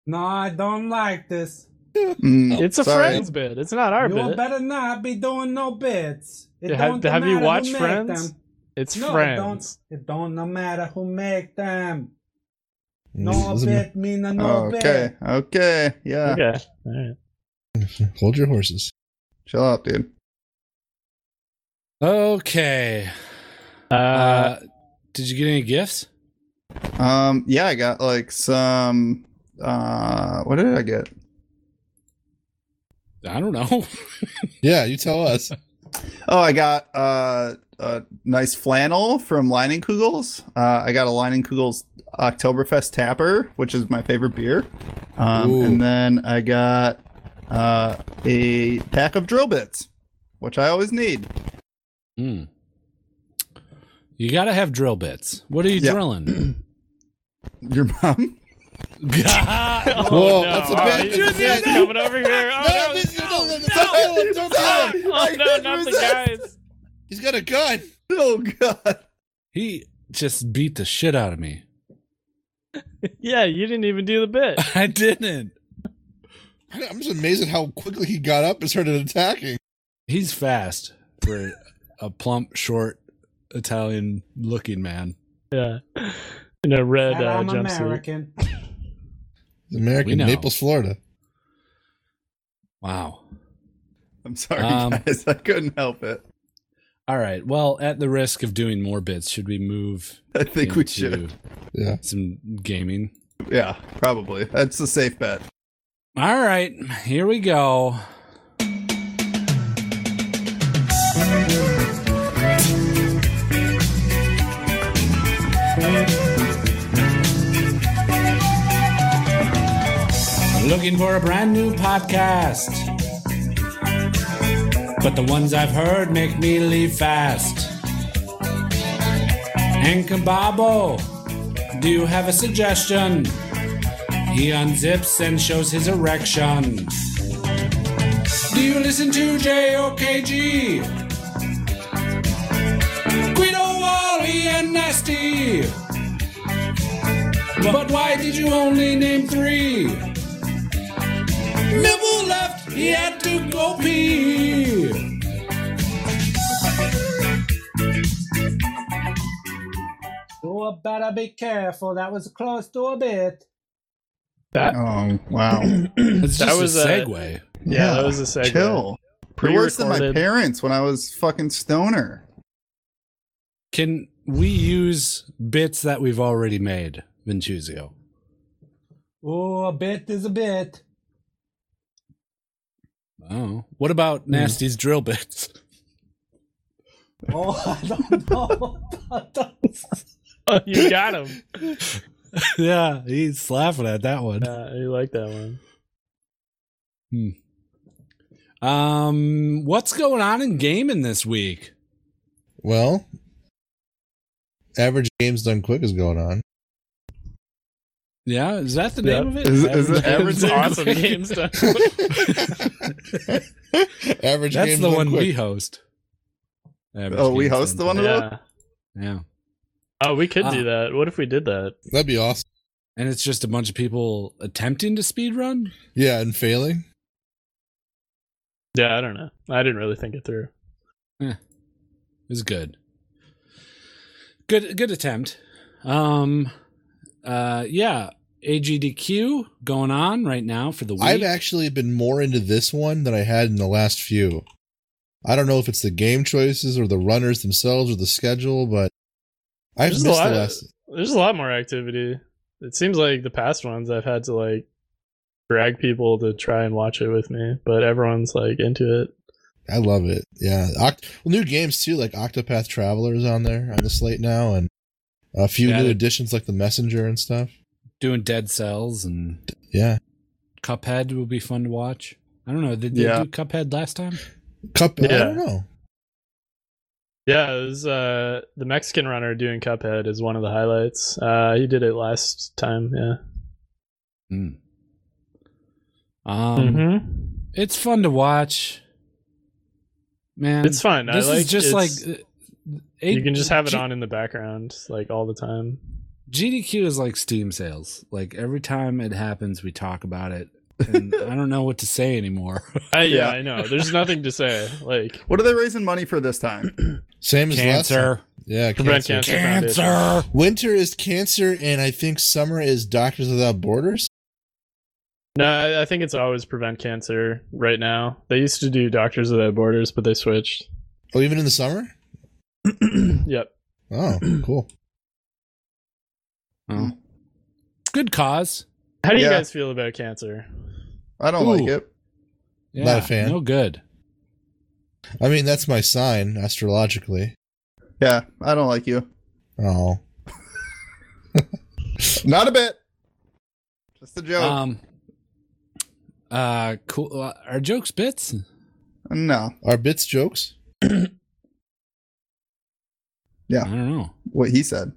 Speaker 1: no, I don't like this.
Speaker 3: Mm,
Speaker 4: It's a
Speaker 3: sorry.
Speaker 4: friends bit. It's not our bit.
Speaker 1: better not be doing no bits.
Speaker 4: It Have- don't have you matter who watched make Friends? them. It's
Speaker 1: No, I don't.
Speaker 4: friends.
Speaker 1: It don't matter who make them.
Speaker 2: Doesn't matter.
Speaker 1: mean a
Speaker 3: Mm-hmm. Okay, okay, yeah.
Speaker 4: Okay.
Speaker 3: Uh,
Speaker 4: All right.
Speaker 2: Hold your horses.
Speaker 3: Chill out, dude.
Speaker 1: Okay.
Speaker 4: Uh,
Speaker 1: Uh, did you get any gifts?
Speaker 3: Um, yeah, I got like some. Uh, what did I get?
Speaker 1: I don't know.
Speaker 2: Yeah, you tell us.
Speaker 3: Oh, I got uh, a nice flannel from Leinenkugels. Uh, I got a Leinenkugels Oktoberfest Tapper, which is my favorite beer. Um,
Speaker 2: Ooh.
Speaker 3: and then I got uh, a pack of drill bits, which I always need.
Speaker 1: Hmm. You gotta have drill bits. What are you
Speaker 3: Yeah.
Speaker 1: drilling?
Speaker 3: Your mom?
Speaker 4: oh,
Speaker 2: Whoa,
Speaker 4: no.
Speaker 2: that's a
Speaker 4: All
Speaker 2: bad-
Speaker 4: right,
Speaker 2: that's a bad-
Speaker 4: coming over here.
Speaker 2: no,
Speaker 4: Oh, no,
Speaker 2: don't do it.
Speaker 4: Oh
Speaker 3: I
Speaker 4: no,
Speaker 3: couldn't
Speaker 4: not the
Speaker 3: resist.
Speaker 4: guys.
Speaker 2: He's got a gun.
Speaker 3: Oh god.
Speaker 1: he just beat the shit out of me.
Speaker 4: Yeah, you didn't even do the bit.
Speaker 1: I didn't.
Speaker 2: I'm just amazed at how quickly he got up and started attacking.
Speaker 1: He's fast for a plump, short, Italian looking man.
Speaker 4: Yeah. In a red uh, jumpsuit.
Speaker 2: He's
Speaker 1: We
Speaker 2: American
Speaker 1: know.
Speaker 2: Naples, Florida.
Speaker 1: Wow.
Speaker 3: I'm sorry,
Speaker 1: Um,
Speaker 3: guys. I couldn't help it.
Speaker 1: All right. Well, at the risk of doing more bits, should we move
Speaker 3: I think we should.
Speaker 2: Yeah.
Speaker 1: some gaming?
Speaker 3: Yeah, probably. That's a safe bet.
Speaker 1: All right, here we go. looking for a brand new podcast. But the ones I've heard make me leave fast. And Kababo, do you have a suggestion? He unzips and shows his erection. Do you listen to JOKG? Guido Wally and Nasty. But why did you only name three? Nibble left, he had to go pee. You better be careful. That was close to a bit.
Speaker 4: That
Speaker 3: Oh wow. Yeah,
Speaker 1: That's
Speaker 4: That
Speaker 1: just
Speaker 4: was uh,
Speaker 1: a
Speaker 4: a-
Speaker 1: segue.
Speaker 4: yeah, that was a segue.
Speaker 3: Chill. You're worse than my
Speaker 4: Pre-recorded.
Speaker 3: parents when I was fucking stoner.
Speaker 1: Can we use bits that we've already made, Vincuzio? Oh, a bit is a bit. Oh, what about Nasty's drill bits? Oh, I don't know about those.
Speaker 4: Oh, you got him.
Speaker 1: yeah, he's laughing at that one.
Speaker 4: Uh, you like that one?
Speaker 1: Um, what's going on in gaming this week?
Speaker 2: Well, average games done quick is going on.
Speaker 1: Yeah, is that the
Speaker 4: Yeah.
Speaker 1: name of it?
Speaker 3: Is- is it
Speaker 1: Average-
Speaker 3: average-
Speaker 4: awesome games done.
Speaker 2: average
Speaker 1: That's
Speaker 2: games
Speaker 1: the
Speaker 2: done
Speaker 1: one
Speaker 2: quick.
Speaker 1: we host. Average
Speaker 3: Oh, we
Speaker 1: Games
Speaker 3: host
Speaker 1: Done
Speaker 3: the one of those?
Speaker 4: yeah.
Speaker 1: Yeah.
Speaker 4: Oh, we could
Speaker 1: Ah.
Speaker 4: do that. What if we did that?
Speaker 2: That'd be awesome.
Speaker 1: And it's just a bunch of people attempting to speed run.
Speaker 2: Yeah, and failing.
Speaker 4: Yeah, I don't know. I didn't really think it through.
Speaker 1: is good. Good good attempt. Um uh yeah, AGDQ going on right now for the week.
Speaker 2: I've actually been more into this one than I had in the last few. I don't know if it's the game choices or the runners themselves or the schedule, but I've
Speaker 4: There's
Speaker 2: missed
Speaker 4: a
Speaker 2: the
Speaker 4: lot of-
Speaker 2: last.
Speaker 4: There's a lot more activity. It seems like the past ones I've had to like drag people to try and watch it with me, but everyone's like into it.
Speaker 2: I love it. Yeah, Oct- well, new games too, like Octopath Traveler is on there on the slate now, and a few
Speaker 1: Yeah,
Speaker 2: new
Speaker 1: they-
Speaker 2: additions like the Messenger and stuff.
Speaker 1: doing Dead Cells and
Speaker 2: Yeah,
Speaker 1: Cuphead will be fun to watch. I don't know, did they
Speaker 3: Yeah.
Speaker 1: do Cuphead last time?
Speaker 2: Cup. I
Speaker 4: Yeah.
Speaker 2: don't know.
Speaker 4: Yeah, it was, uh, the Mexican runner doing Cuphead is one of the highlights. Uh, he did it last time. Yeah.
Speaker 1: Hmm. Um
Speaker 2: Mm-hmm.
Speaker 4: Mm-hmm.
Speaker 1: it's fun to watch. Man,
Speaker 4: It's fun.
Speaker 1: This
Speaker 4: I like
Speaker 1: is just like
Speaker 4: it's-
Speaker 1: uh,
Speaker 4: you can just have it
Speaker 1: G-
Speaker 4: on in the background like all the time.
Speaker 1: GDQ is like Steam sales. Like every time it happens, we talk about it, and I don't know what to say anymore.
Speaker 4: I, yeah,
Speaker 3: Yeah.
Speaker 4: I know. There's nothing to say. Like
Speaker 3: What are they raising money for this time?
Speaker 2: Same as last.
Speaker 1: Cancer,
Speaker 2: time. Yeah,
Speaker 4: prevent
Speaker 2: cancer.
Speaker 4: cancer.
Speaker 1: cancer.
Speaker 2: Winter is cancer, and I think summer is Doctors Without Borders.
Speaker 4: No, I, I think it's always prevent cancer right now. They used to do Doctors Without Borders, but they switched.
Speaker 2: Oh, even in the summer.
Speaker 4: Yep.
Speaker 2: Oh, cool. Hmm.
Speaker 1: Oh. Good cause.
Speaker 4: How do you
Speaker 3: Yeah.
Speaker 4: guys feel about cancer?
Speaker 3: I don't like
Speaker 1: Ooh.
Speaker 3: it.
Speaker 1: Yeah,
Speaker 2: Not a fan.
Speaker 1: No good.
Speaker 2: I mean, that's my sign astrologically.
Speaker 3: Yeah, I don't like you.
Speaker 2: Oh,
Speaker 3: Not a bit. Just a joke.
Speaker 1: Um. Uh, cool. uh, Are jokes bits?
Speaker 3: no.
Speaker 2: are bits jokes?
Speaker 1: I don't know.
Speaker 3: What he said.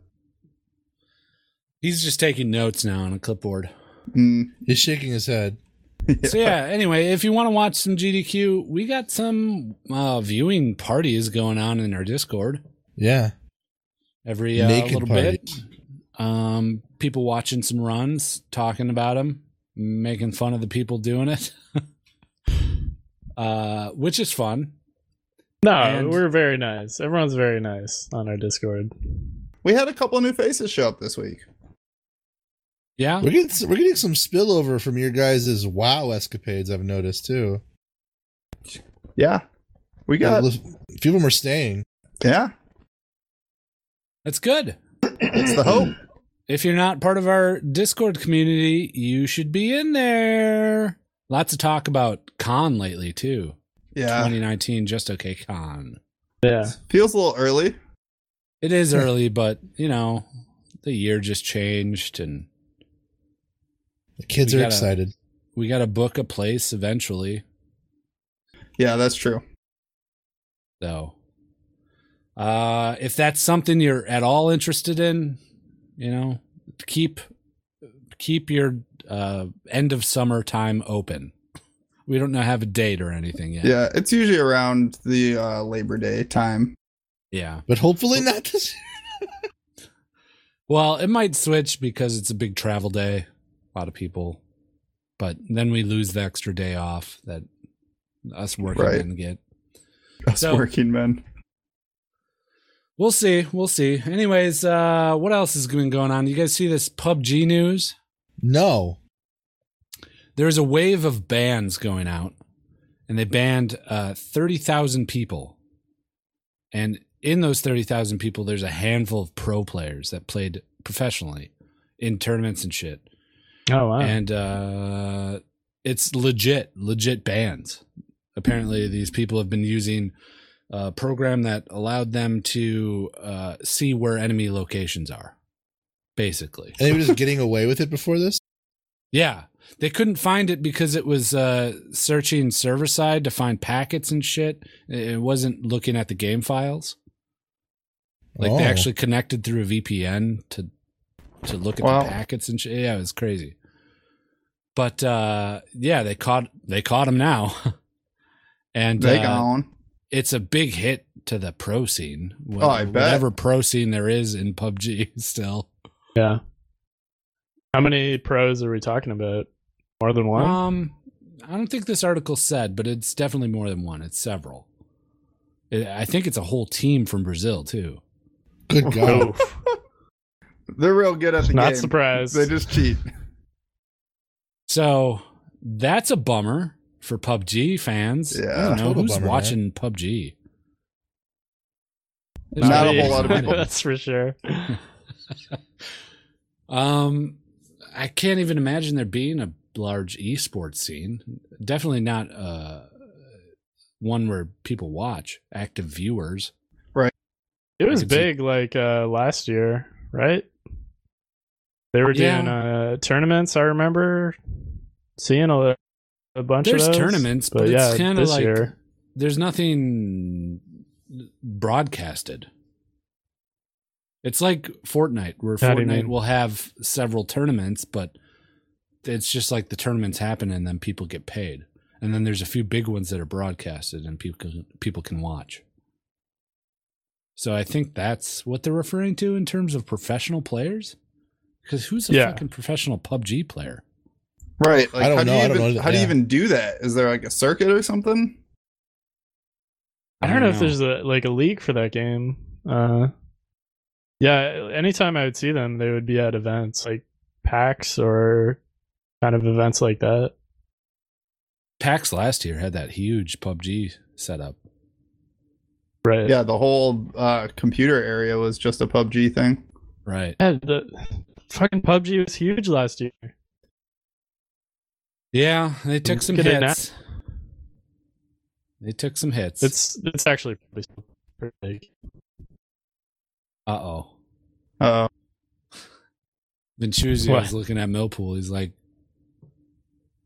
Speaker 1: He's just taking notes now on a clipboard.
Speaker 3: Mm.
Speaker 2: He's shaking his head.
Speaker 1: So yeah. Anyway, if you want to watch some GDQ, we got some uh, viewing parties going on in our Discord.
Speaker 2: Yeah,
Speaker 1: every uh,
Speaker 2: Naked
Speaker 1: little
Speaker 2: party.
Speaker 1: bit. Um, people watching some runs, talking about them, making fun of the people doing it, uh, which is fun.
Speaker 4: No,
Speaker 1: And-
Speaker 4: we're very nice. Everyone's very nice on our Discord.
Speaker 3: We had a couple of new faces show up this week.
Speaker 1: Yeah,
Speaker 2: we're getting we're getting some spillover from your guys' wow escapades. I've noticed too.
Speaker 3: Yeah. We got
Speaker 2: A few of them are staying.
Speaker 3: yeah,
Speaker 1: that's good.
Speaker 3: it's the hope.
Speaker 1: If you're not part of our Discord community, you should be in there. Lots of talk about con lately too.
Speaker 3: Yeah.
Speaker 1: 2019, just okay con.
Speaker 4: Yeah.
Speaker 3: Feels a little early.
Speaker 1: It is early, but you know, the year just changed and
Speaker 2: The kids
Speaker 1: We
Speaker 2: are
Speaker 1: gotta-
Speaker 2: excited.
Speaker 1: we got to book a place eventually.
Speaker 3: Yeah, that's true.
Speaker 1: So, uh, if that's something you're at all interested in, you know, keep keep your uh, end of summer time open. We don't know have a date or anything yet.
Speaker 3: Yeah, it's usually around the uh, Labor Day time.
Speaker 1: Yeah.
Speaker 2: But hopefully not this.
Speaker 1: Well, it might switch because it's a big travel day, a lot of people. But then we lose the extra day off that us working
Speaker 3: Right.
Speaker 1: men get.
Speaker 3: Us
Speaker 1: So-
Speaker 3: working men.
Speaker 1: We'll see. We'll see. Anyways, uh, what else is going going on? You guys see this PUBG news?
Speaker 2: No.
Speaker 1: There's a wave of bans going out, and they banned uh, thirty thousand people. And in those thirty thousand people, there's a handful of pro players that played professionally in tournaments and shit.
Speaker 4: Oh wow.
Speaker 1: and uh, it's legit, legit bans. Apparently, these people have been using a program that allowed them to uh, see where enemy locations are. Basically,
Speaker 2: And they were just getting away with it before this?
Speaker 1: yeah, they couldn't find it because it was uh, searching server side to find packets and shit. It it wasn't looking at the game files. Like
Speaker 2: Oh.
Speaker 1: they actually connected through a VPN to to look at
Speaker 3: Wow.
Speaker 1: the packets and shit. Yeah, it was crazy. But uh yeah, they caught they caught him now. and
Speaker 3: They
Speaker 1: uh,
Speaker 3: gone.
Speaker 1: it's a big hit to the pro scene. Wh-
Speaker 3: Oh, I bet.
Speaker 1: Whatever pro scene there is in PUBG still.
Speaker 4: yeah. How many pros are we talking about? More than one?
Speaker 1: Um I don't think this article said, but it's definitely more than one. It's several. It, I think it's a whole team from Brazil too.
Speaker 2: Good God.
Speaker 4: Oof.
Speaker 3: They're real good at the
Speaker 4: Not
Speaker 3: game.
Speaker 4: surprised.
Speaker 3: They just cheat.
Speaker 1: So that's a bummer for PUBG fans.
Speaker 3: Yeah.
Speaker 1: I don't know
Speaker 2: Total
Speaker 1: who's
Speaker 2: bummer, man.
Speaker 1: watching PUBG.
Speaker 3: There's Not a whole lot of people.
Speaker 4: That's for sure.
Speaker 1: Um, I can't even imagine there being a large esports scene. Definitely not uh one where people watch active viewers.
Speaker 4: It was
Speaker 1: can see-
Speaker 4: big like uh last year, right? They were doing uh tournaments, I remember seeing a, a bunch
Speaker 1: There's
Speaker 4: of those,
Speaker 1: tournaments, but,
Speaker 4: yeah,
Speaker 1: it's kind of
Speaker 4: this
Speaker 1: like
Speaker 4: year.
Speaker 1: there's nothing broadcasted. It's like Fortnite, where
Speaker 4: How do you
Speaker 1: Fortnite
Speaker 4: mean?
Speaker 1: will have several tournaments, but it's just like the tournaments happen and then people get paid. And then there's a few big ones that are broadcasted and people can, people can watch. So I think that's what they're referring to in terms of professional players. Because who's a
Speaker 4: Yeah.
Speaker 1: fucking professional PUBG player?
Speaker 3: Right. Like,
Speaker 2: I don't
Speaker 3: how
Speaker 2: know,
Speaker 3: Do you
Speaker 2: I don't
Speaker 3: even,
Speaker 2: know.
Speaker 3: How do you
Speaker 2: Yeah.
Speaker 3: even do that? Is there like a circuit or something?
Speaker 4: I don't know if there's a like a league for that game. Uh yeah, anytime I would see them, they would be at events like PAX or kind of events like that.
Speaker 1: PAX last year had that huge PUBG setup.
Speaker 4: Right.
Speaker 3: Yeah, the whole uh, computer area was just a PUBG thing.
Speaker 1: Right.
Speaker 4: Yeah, the fucking PUBG was huge last year.
Speaker 1: Yeah, they took some
Speaker 4: Look at it
Speaker 1: hits. They took some hits.
Speaker 4: It's it's actually probably still pretty big.
Speaker 1: uh oh.
Speaker 3: Uh,
Speaker 1: Vinchuzzi
Speaker 4: What?
Speaker 1: was looking at Millpool. He's like,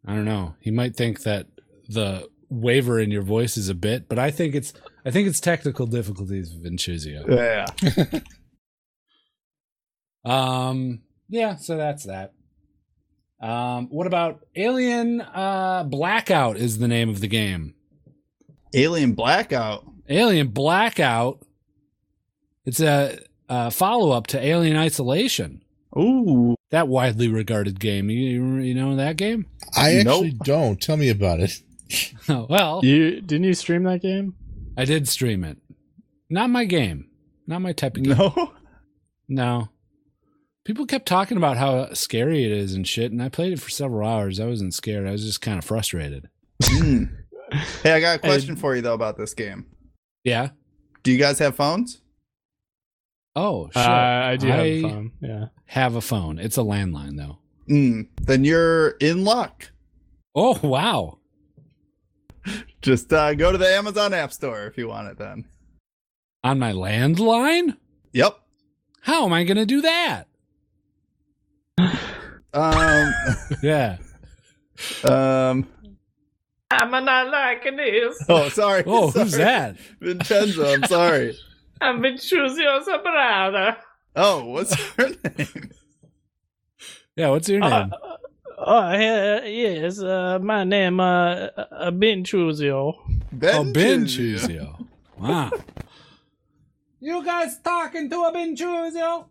Speaker 1: I don't know. He might think that the waver in your voice is a bit, but I think it's I think it's technical difficulties, Vinchuzio.
Speaker 3: yeah.
Speaker 1: Um, yeah. So that's that. Um, what about Alien uh, Blackout? Is the name of the game?
Speaker 3: Alien Blackout.
Speaker 1: Alien Blackout. It's a, a follow up to Alien Isolation.
Speaker 3: Ooh.
Speaker 1: that widely regarded game. You, you, you know that game?
Speaker 2: I actually
Speaker 3: Nope.
Speaker 2: don't. Tell me about it.
Speaker 1: Oh, well,
Speaker 4: You didn't you stream that game?
Speaker 1: I did stream it. Not my game. Not my type of game.
Speaker 3: No.
Speaker 1: No. People kept talking about how scary it is and shit, and I played it for several hours. I wasn't scared. I was just kind of frustrated.
Speaker 3: Hmm. Hey, I got a
Speaker 4: Hey.
Speaker 3: question for you though about this game.
Speaker 1: Yeah.
Speaker 3: Do you guys have phones?
Speaker 1: Oh, shit.
Speaker 4: Uh, I do have
Speaker 1: I-
Speaker 4: a phone. Yeah.
Speaker 1: Have a phone. It's a landline, though.
Speaker 3: Mm, then you're in luck.
Speaker 1: Oh, wow.
Speaker 3: Just uh, go to the Amazon App Store if you want it. Then.
Speaker 1: On my landline?
Speaker 3: Yep.
Speaker 1: How am I going to do that?
Speaker 3: Um,
Speaker 1: Yeah.
Speaker 3: Um.
Speaker 6: I'm not liking this.
Speaker 3: Oh, sorry.
Speaker 1: Oh, who's
Speaker 3: sorry.
Speaker 1: that?
Speaker 3: Vincenzo. I'm sorry.
Speaker 6: I'm been choosing as a brother.
Speaker 3: Oh, what's her name?
Speaker 1: Yeah, what's your
Speaker 4: Uh,
Speaker 1: name?
Speaker 4: oh, yeah, yes. Uh, my name, uh, uh, Ben Truzio.
Speaker 3: Ben.
Speaker 1: oh, Ben
Speaker 3: Chuzio.
Speaker 1: Chuzio. Wow. You guys talking to a Ben Chuzio?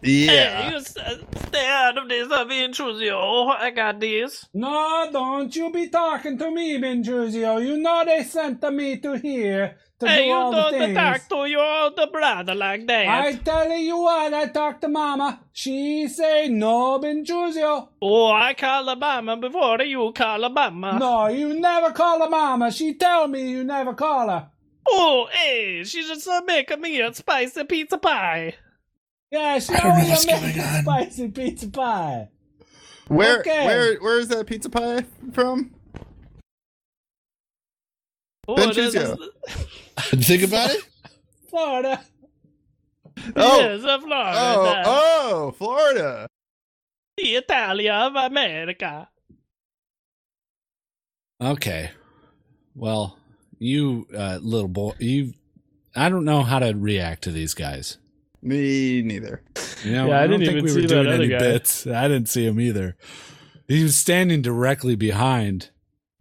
Speaker 3: Yeah.
Speaker 4: you stay out of this. I'm Ben Truzio. Oh, I got this.
Speaker 1: No, don't you be talking to me, Ben Chuzio. You know they sent me to here to
Speaker 4: hey, you don't talk to your older brother like that.
Speaker 1: I tell you what, I talked to Mama. She say no, Benjuzio.
Speaker 4: Oh, I call Obama before you call Obama.
Speaker 1: No, you never call her Mama. She tell me you never call her.
Speaker 4: Oh, hey, she just uh, make me a spicy pizza pie.
Speaker 1: Yeah, she
Speaker 2: I don't know
Speaker 1: always
Speaker 2: what's
Speaker 1: making
Speaker 2: going on.
Speaker 1: spicy pizza pie.
Speaker 3: Where?
Speaker 1: Okay.
Speaker 3: Where? Where is that pizza pie from?
Speaker 4: Oh,
Speaker 3: Ben
Speaker 4: this is-
Speaker 2: And think about it.
Speaker 1: Florida.
Speaker 3: Oh.
Speaker 4: Yes, uh, Florida.
Speaker 3: Oh, oh, Florida.
Speaker 4: The Italia of America.
Speaker 1: Okay. Well, you uh, little boy, you. I don't know how to react to these guys.
Speaker 3: Me neither.
Speaker 1: You know,
Speaker 4: Yeah, I
Speaker 1: I, don't
Speaker 4: didn't
Speaker 1: think
Speaker 4: even
Speaker 1: we were
Speaker 4: see that
Speaker 1: doing
Speaker 4: other
Speaker 1: any
Speaker 4: guy.
Speaker 1: bits. I didn't see him either. He was standing directly behind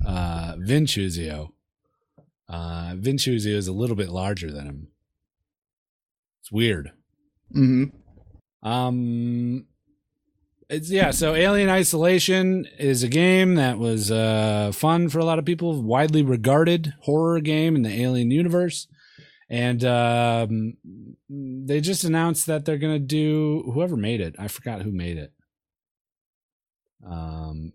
Speaker 1: uh, Vincuzio. Uh, Vincuzio is a little bit larger than him. It's weird.
Speaker 3: hmm
Speaker 1: Um, it's yeah. So Alien Isolation is a game that was uh, fun for a lot of people, widely regarded horror game in the Alien universe, and um, they just announced that they're gonna do whoever made it. I forgot who made it. Um,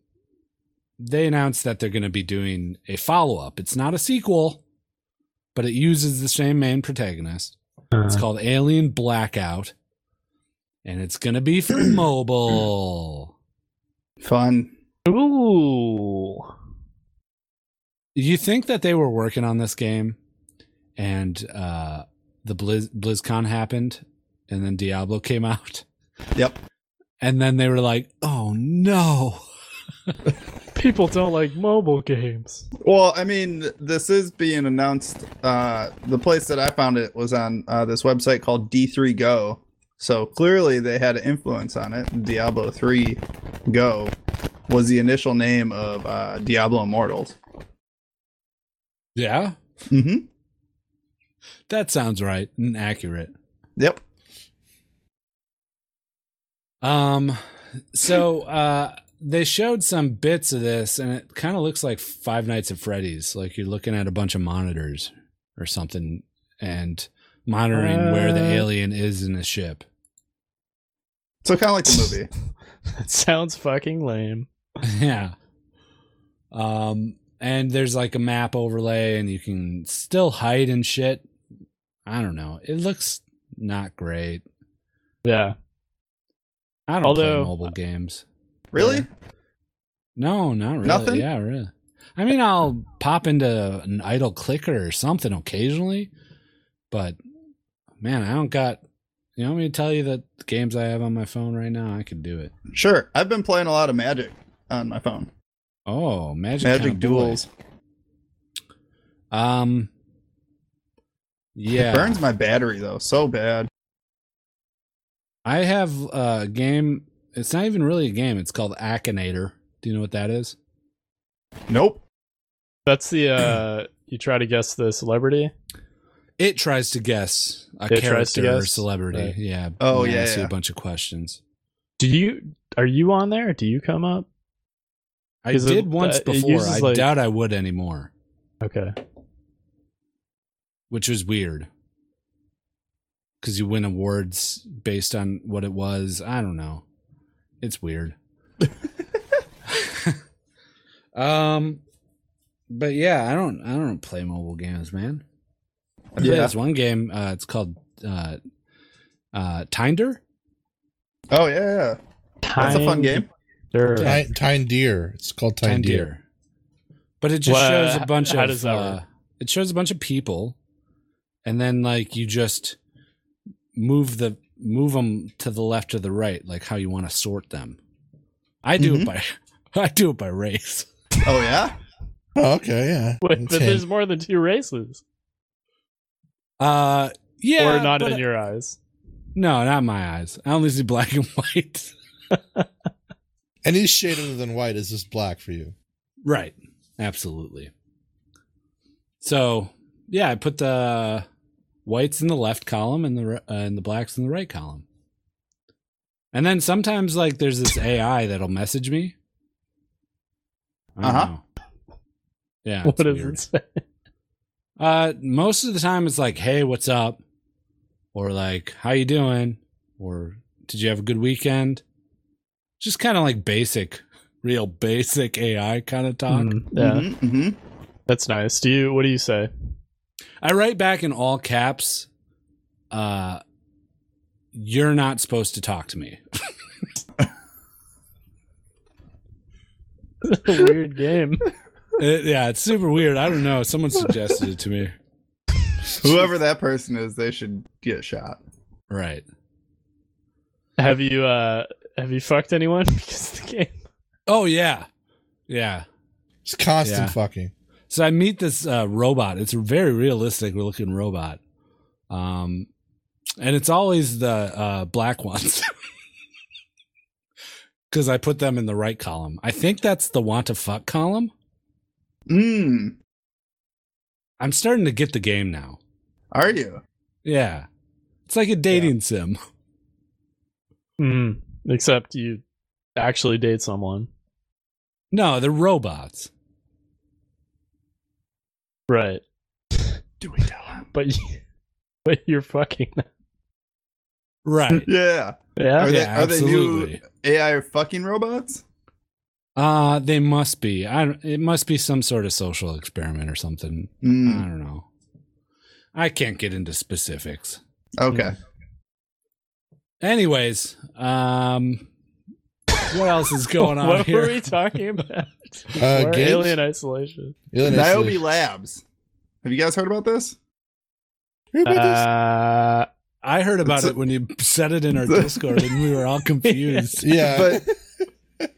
Speaker 1: they announced that they're gonna be doing a follow up. It's not a sequel, but it uses the same main protagonist.
Speaker 4: Uh-huh.
Speaker 1: It's called Alien Blackout, and it's gonna be for mobile.
Speaker 3: Fun.
Speaker 4: Ooh.
Speaker 1: You think that they were working on this game, and uh, the Blizz- BlizzCon happened, and then Diablo came out,
Speaker 3: Yep.
Speaker 1: and then they were like, "Oh no!"
Speaker 4: People don't like mobile games.
Speaker 3: Well, I mean, this is being announced. Uh, the place that I found it was on uh, this website called D3 Go. So clearly they had an influence on it. Diablo 3 Go was the initial name of uh, Diablo Immortals.
Speaker 1: Yeah,
Speaker 3: Mm-hmm.
Speaker 1: that sounds right and accurate.
Speaker 3: Yep.
Speaker 1: Um, so uh, they showed some bits of this, and it kind of looks like Five Nights at Freddy's. Like you're looking at a bunch of monitors or something, and monitoring where the
Speaker 4: Uh.
Speaker 1: alien is in the ship.
Speaker 3: So kind of like the movie.
Speaker 4: That sounds fucking lame.
Speaker 1: yeah. Um, and there's like a map overlay, and you can still hide and shit. I don't know. It looks not great.
Speaker 4: Yeah.
Speaker 1: I don't
Speaker 4: Although- uh,
Speaker 1: play mobile games.
Speaker 3: Really?
Speaker 1: No, not really.
Speaker 3: Nothing?
Speaker 1: Yeah, really. I mean, I'll pop into an idle clicker or something occasionally, but man, I don't got. You want me to tell you that the games I have on my phone right now, I could do it.
Speaker 3: Sure. I've been playing a lot of Magic on my phone.
Speaker 1: Oh, magic,
Speaker 3: Magic
Speaker 1: Kinda Boy.
Speaker 3: Duels.
Speaker 1: Um, yeah,
Speaker 3: It burns my battery though, so bad.
Speaker 1: I have a game. It's not even really a game. It's called Akinator. Do you know what that is?
Speaker 3: Nope.
Speaker 4: That's the, uh, you try to guess the celebrity?
Speaker 1: It tries to guess a
Speaker 4: It tries
Speaker 1: character
Speaker 4: to
Speaker 1: or
Speaker 4: guess?
Speaker 1: celebrity.
Speaker 4: Right.
Speaker 1: Yeah.
Speaker 3: Oh,
Speaker 1: and
Speaker 3: yeah,
Speaker 1: Asks you
Speaker 3: yeah.
Speaker 1: a bunch of questions.
Speaker 4: Do you, are you on there? Do you come up?
Speaker 1: I
Speaker 4: 'Cause it-
Speaker 1: did once
Speaker 4: that- it
Speaker 1: before.
Speaker 4: uses,
Speaker 1: I
Speaker 4: like-
Speaker 1: doubt I would anymore,
Speaker 4: Okay.
Speaker 1: which was weird. Because you win awards based on what it was. I don't know. It's weird. um, but yeah, I don't. I don't play mobile games, man. I play
Speaker 3: Yeah.
Speaker 1: this one game. Uh, it's called uh, uh, Tinder.
Speaker 3: Oh yeah, yeah. That's a fun game.
Speaker 4: Sure.
Speaker 1: Yeah.
Speaker 2: Tine, Tine deer. It's called Tine,
Speaker 1: Time
Speaker 2: deer.
Speaker 1: Deer. But it just
Speaker 4: Wha-
Speaker 1: shows a bunch
Speaker 4: how
Speaker 1: of
Speaker 4: does that
Speaker 1: uh,
Speaker 4: work?
Speaker 1: it shows a bunch of people, and then like you just move the move them to the left or the right, like how you want to sort them. I do it by I do it by race.
Speaker 3: Oh yeah.
Speaker 2: Oh, okay, yeah.
Speaker 4: Wait,
Speaker 2: That's
Speaker 4: but
Speaker 2: him.
Speaker 4: there's more than two races.
Speaker 1: Uh, yeah,
Speaker 4: or not
Speaker 1: but-
Speaker 4: in your eyes.
Speaker 1: no, not my eyes. I only see black and white.
Speaker 2: Any shade other than white is just black for you.
Speaker 1: Right. Absolutely. So yeah, I put the whites in the left column and the re- uh, and the blacks in the right column. And then sometimes like there's this AI that'll message me. I don't
Speaker 3: Uh-huh.
Speaker 1: know. Yeah.
Speaker 4: What
Speaker 1: it's
Speaker 4: does
Speaker 1: weird.
Speaker 4: it say?
Speaker 1: Uh, most of the time it's like, "Hey, what's up?" or like, "How you doing?" or "Did you have a good weekend?" Just kind of like basic, real basic AI kind of talk.
Speaker 4: Mm, yeah,
Speaker 3: Mm-hmm, mm-hmm.
Speaker 4: that's nice. Do you? What do you say?
Speaker 1: I write back in all caps. Uh, you're not supposed to talk to me.
Speaker 4: Weird game.
Speaker 1: It- yeah, it's super weird. I don't know. Someone suggested it to me.
Speaker 3: Whoever that person is, they should get shot.
Speaker 1: Right.
Speaker 4: Have you uh have you fucked anyone? Because the game.
Speaker 1: Oh yeah, yeah.
Speaker 2: It's constant
Speaker 1: Yeah.
Speaker 2: fucking.
Speaker 1: So I meet this uh, robot. It's a very realistic looking robot. Um, and it's always the uh, black ones because I put them in the right column. I think that's the want to fuck column.
Speaker 3: Mm.
Speaker 1: I'm starting to get the game now.
Speaker 3: Are you?
Speaker 1: Yeah, it's like a dating sim.
Speaker 4: Mm, except you actually date someone,
Speaker 1: No, they're robots.
Speaker 4: right?
Speaker 3: Do we tell him?
Speaker 4: But you, but you're fucking. Them.
Speaker 1: Right.
Speaker 3: Yeah.
Speaker 4: Yeah.
Speaker 3: Are they
Speaker 1: Yeah,
Speaker 3: are they new
Speaker 1: absolutely.
Speaker 3: AI fucking robots?
Speaker 1: Uh they must be. I don't- it must be some sort of social experiment or something. I
Speaker 3: Mm.
Speaker 1: don't know. I can't get into specifics.
Speaker 3: Okay.
Speaker 1: Anyways, um what else is going on
Speaker 4: what
Speaker 1: here?
Speaker 4: were we talking about?
Speaker 2: Uh,
Speaker 4: Or
Speaker 2: games?
Speaker 4: alien isolation.
Speaker 2: Alien
Speaker 3: Niobe
Speaker 2: Isolation.
Speaker 3: Labs. Have you guys heard about this?
Speaker 2: Hear about this?
Speaker 4: Uh,
Speaker 1: I heard about
Speaker 3: It's a-
Speaker 1: it when you said it in our Discord and we were all confused.
Speaker 2: Yeah.
Speaker 3: But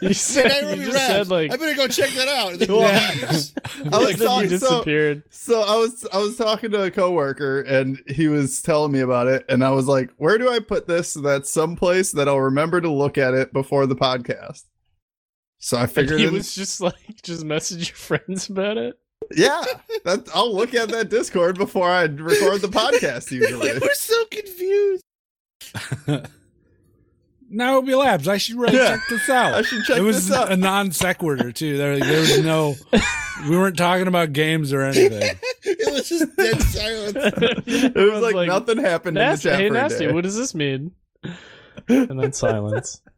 Speaker 4: you said,
Speaker 2: Nairobi
Speaker 4: you just
Speaker 2: Rats.
Speaker 4: said like
Speaker 2: I better go check that out.
Speaker 4: Yeah.
Speaker 3: I was
Speaker 4: and then you
Speaker 3: talking, so,
Speaker 4: disappeared.
Speaker 3: so I was I was talking to a coworker and he was telling me about it and I was like, where do I put this so that's someplace that I'll remember to look at it before the podcast? So I
Speaker 4: And
Speaker 3: figured
Speaker 4: he
Speaker 3: in-
Speaker 4: was just like just message your friends about it.
Speaker 3: Yeah. That I'll look at that Discord before I record the podcast usually.
Speaker 2: we were so confused.
Speaker 1: Nairobi Labs, I should really
Speaker 3: Yeah.
Speaker 1: check this
Speaker 3: I
Speaker 1: out.
Speaker 3: should check
Speaker 1: it was
Speaker 3: this out.
Speaker 1: a non sequitur too. There, there was no we weren't talking about games or anything.
Speaker 2: It was just dead silence.
Speaker 3: it was like, nothing happened in the
Speaker 4: Nasty,
Speaker 3: chat
Speaker 4: hey,
Speaker 3: for a
Speaker 4: nasty.
Speaker 3: day.
Speaker 4: What does this mean? And then silence.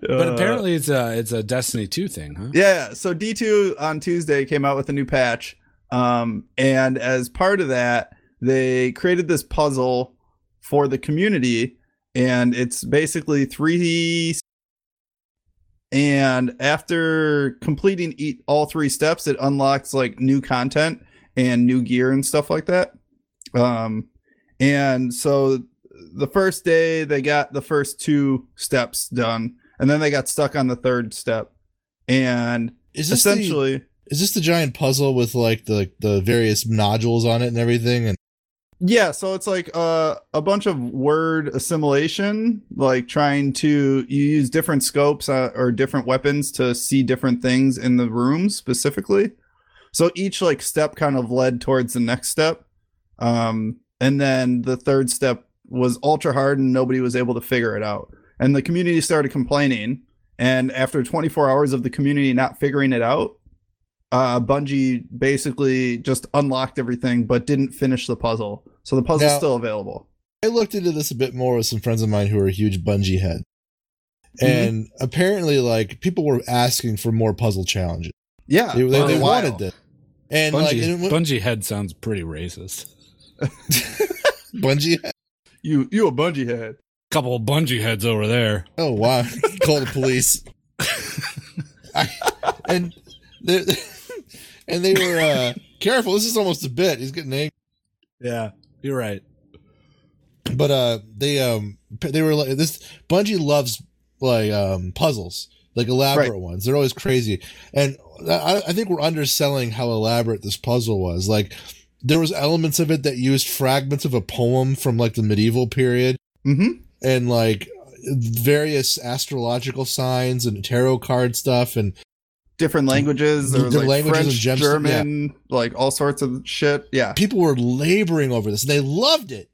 Speaker 1: But
Speaker 3: Uh,
Speaker 1: apparently it's a it's a Destiny 2 thing, huh?
Speaker 3: Yeah, so D2 on Tuesday came out with a new patch. Um, and as part of that, they created this puzzle for the community, and it's basically three. And after completing eat all three steps, it unlocks like new content and new gear and stuff like that. Um, and so the first day they got the first two steps done, and then they got stuck on the third step. And
Speaker 2: Is this the,
Speaker 3: essentially,
Speaker 2: is this the giant puzzle with like the the various nodules on it and everything? And
Speaker 3: yeah. So it's like uh, a bunch of word assimilation, like trying to you use different scopes uh, or different weapons to see different things in the room specifically. So each like step kind of led towards the next step, um, and then the third step was ultra hard, and nobody was able to figure it out. And the community started complaining. And after 24 hours of the community not figuring it out, uh, Bungie basically just unlocked everything but didn't finish the puzzle. So the puzzle's
Speaker 2: Now-
Speaker 3: still available.
Speaker 2: I looked into this a bit more with some friends of mine who are huge bungee heads.
Speaker 3: Mm-hmm.
Speaker 2: And apparently, like people were asking for more puzzle challenges.
Speaker 3: Yeah.
Speaker 2: They, they,
Speaker 3: Ah, for a
Speaker 2: they
Speaker 3: while.
Speaker 2: wanted this, and
Speaker 1: Bungie,
Speaker 2: like and it went-
Speaker 1: Bungie head sounds pretty racist.
Speaker 2: bungee.
Speaker 3: You you a Bungie head.
Speaker 1: Couple of Bungie heads over there.
Speaker 2: Oh wow! Call the police. I, and they and they were uh, careful. This is almost a bit. He's getting angry.
Speaker 1: Yeah, you're right.
Speaker 2: But uh, they um, they were like this. Bungie loves like um, puzzles, like elaborate
Speaker 3: Right.
Speaker 2: ones. They're always crazy, and I, I think we're underselling how elaborate this puzzle was. Like there was elements of it that used fragments of a poem from like the medieval period,
Speaker 3: Mm-hmm.
Speaker 2: and like various astrological signs and tarot card stuff and
Speaker 3: Different languages, there was
Speaker 2: Different
Speaker 3: like
Speaker 2: languages and
Speaker 3: French,
Speaker 2: gems-
Speaker 3: German, like all sorts of shit. Yeah,
Speaker 2: people were laboring over this and they loved it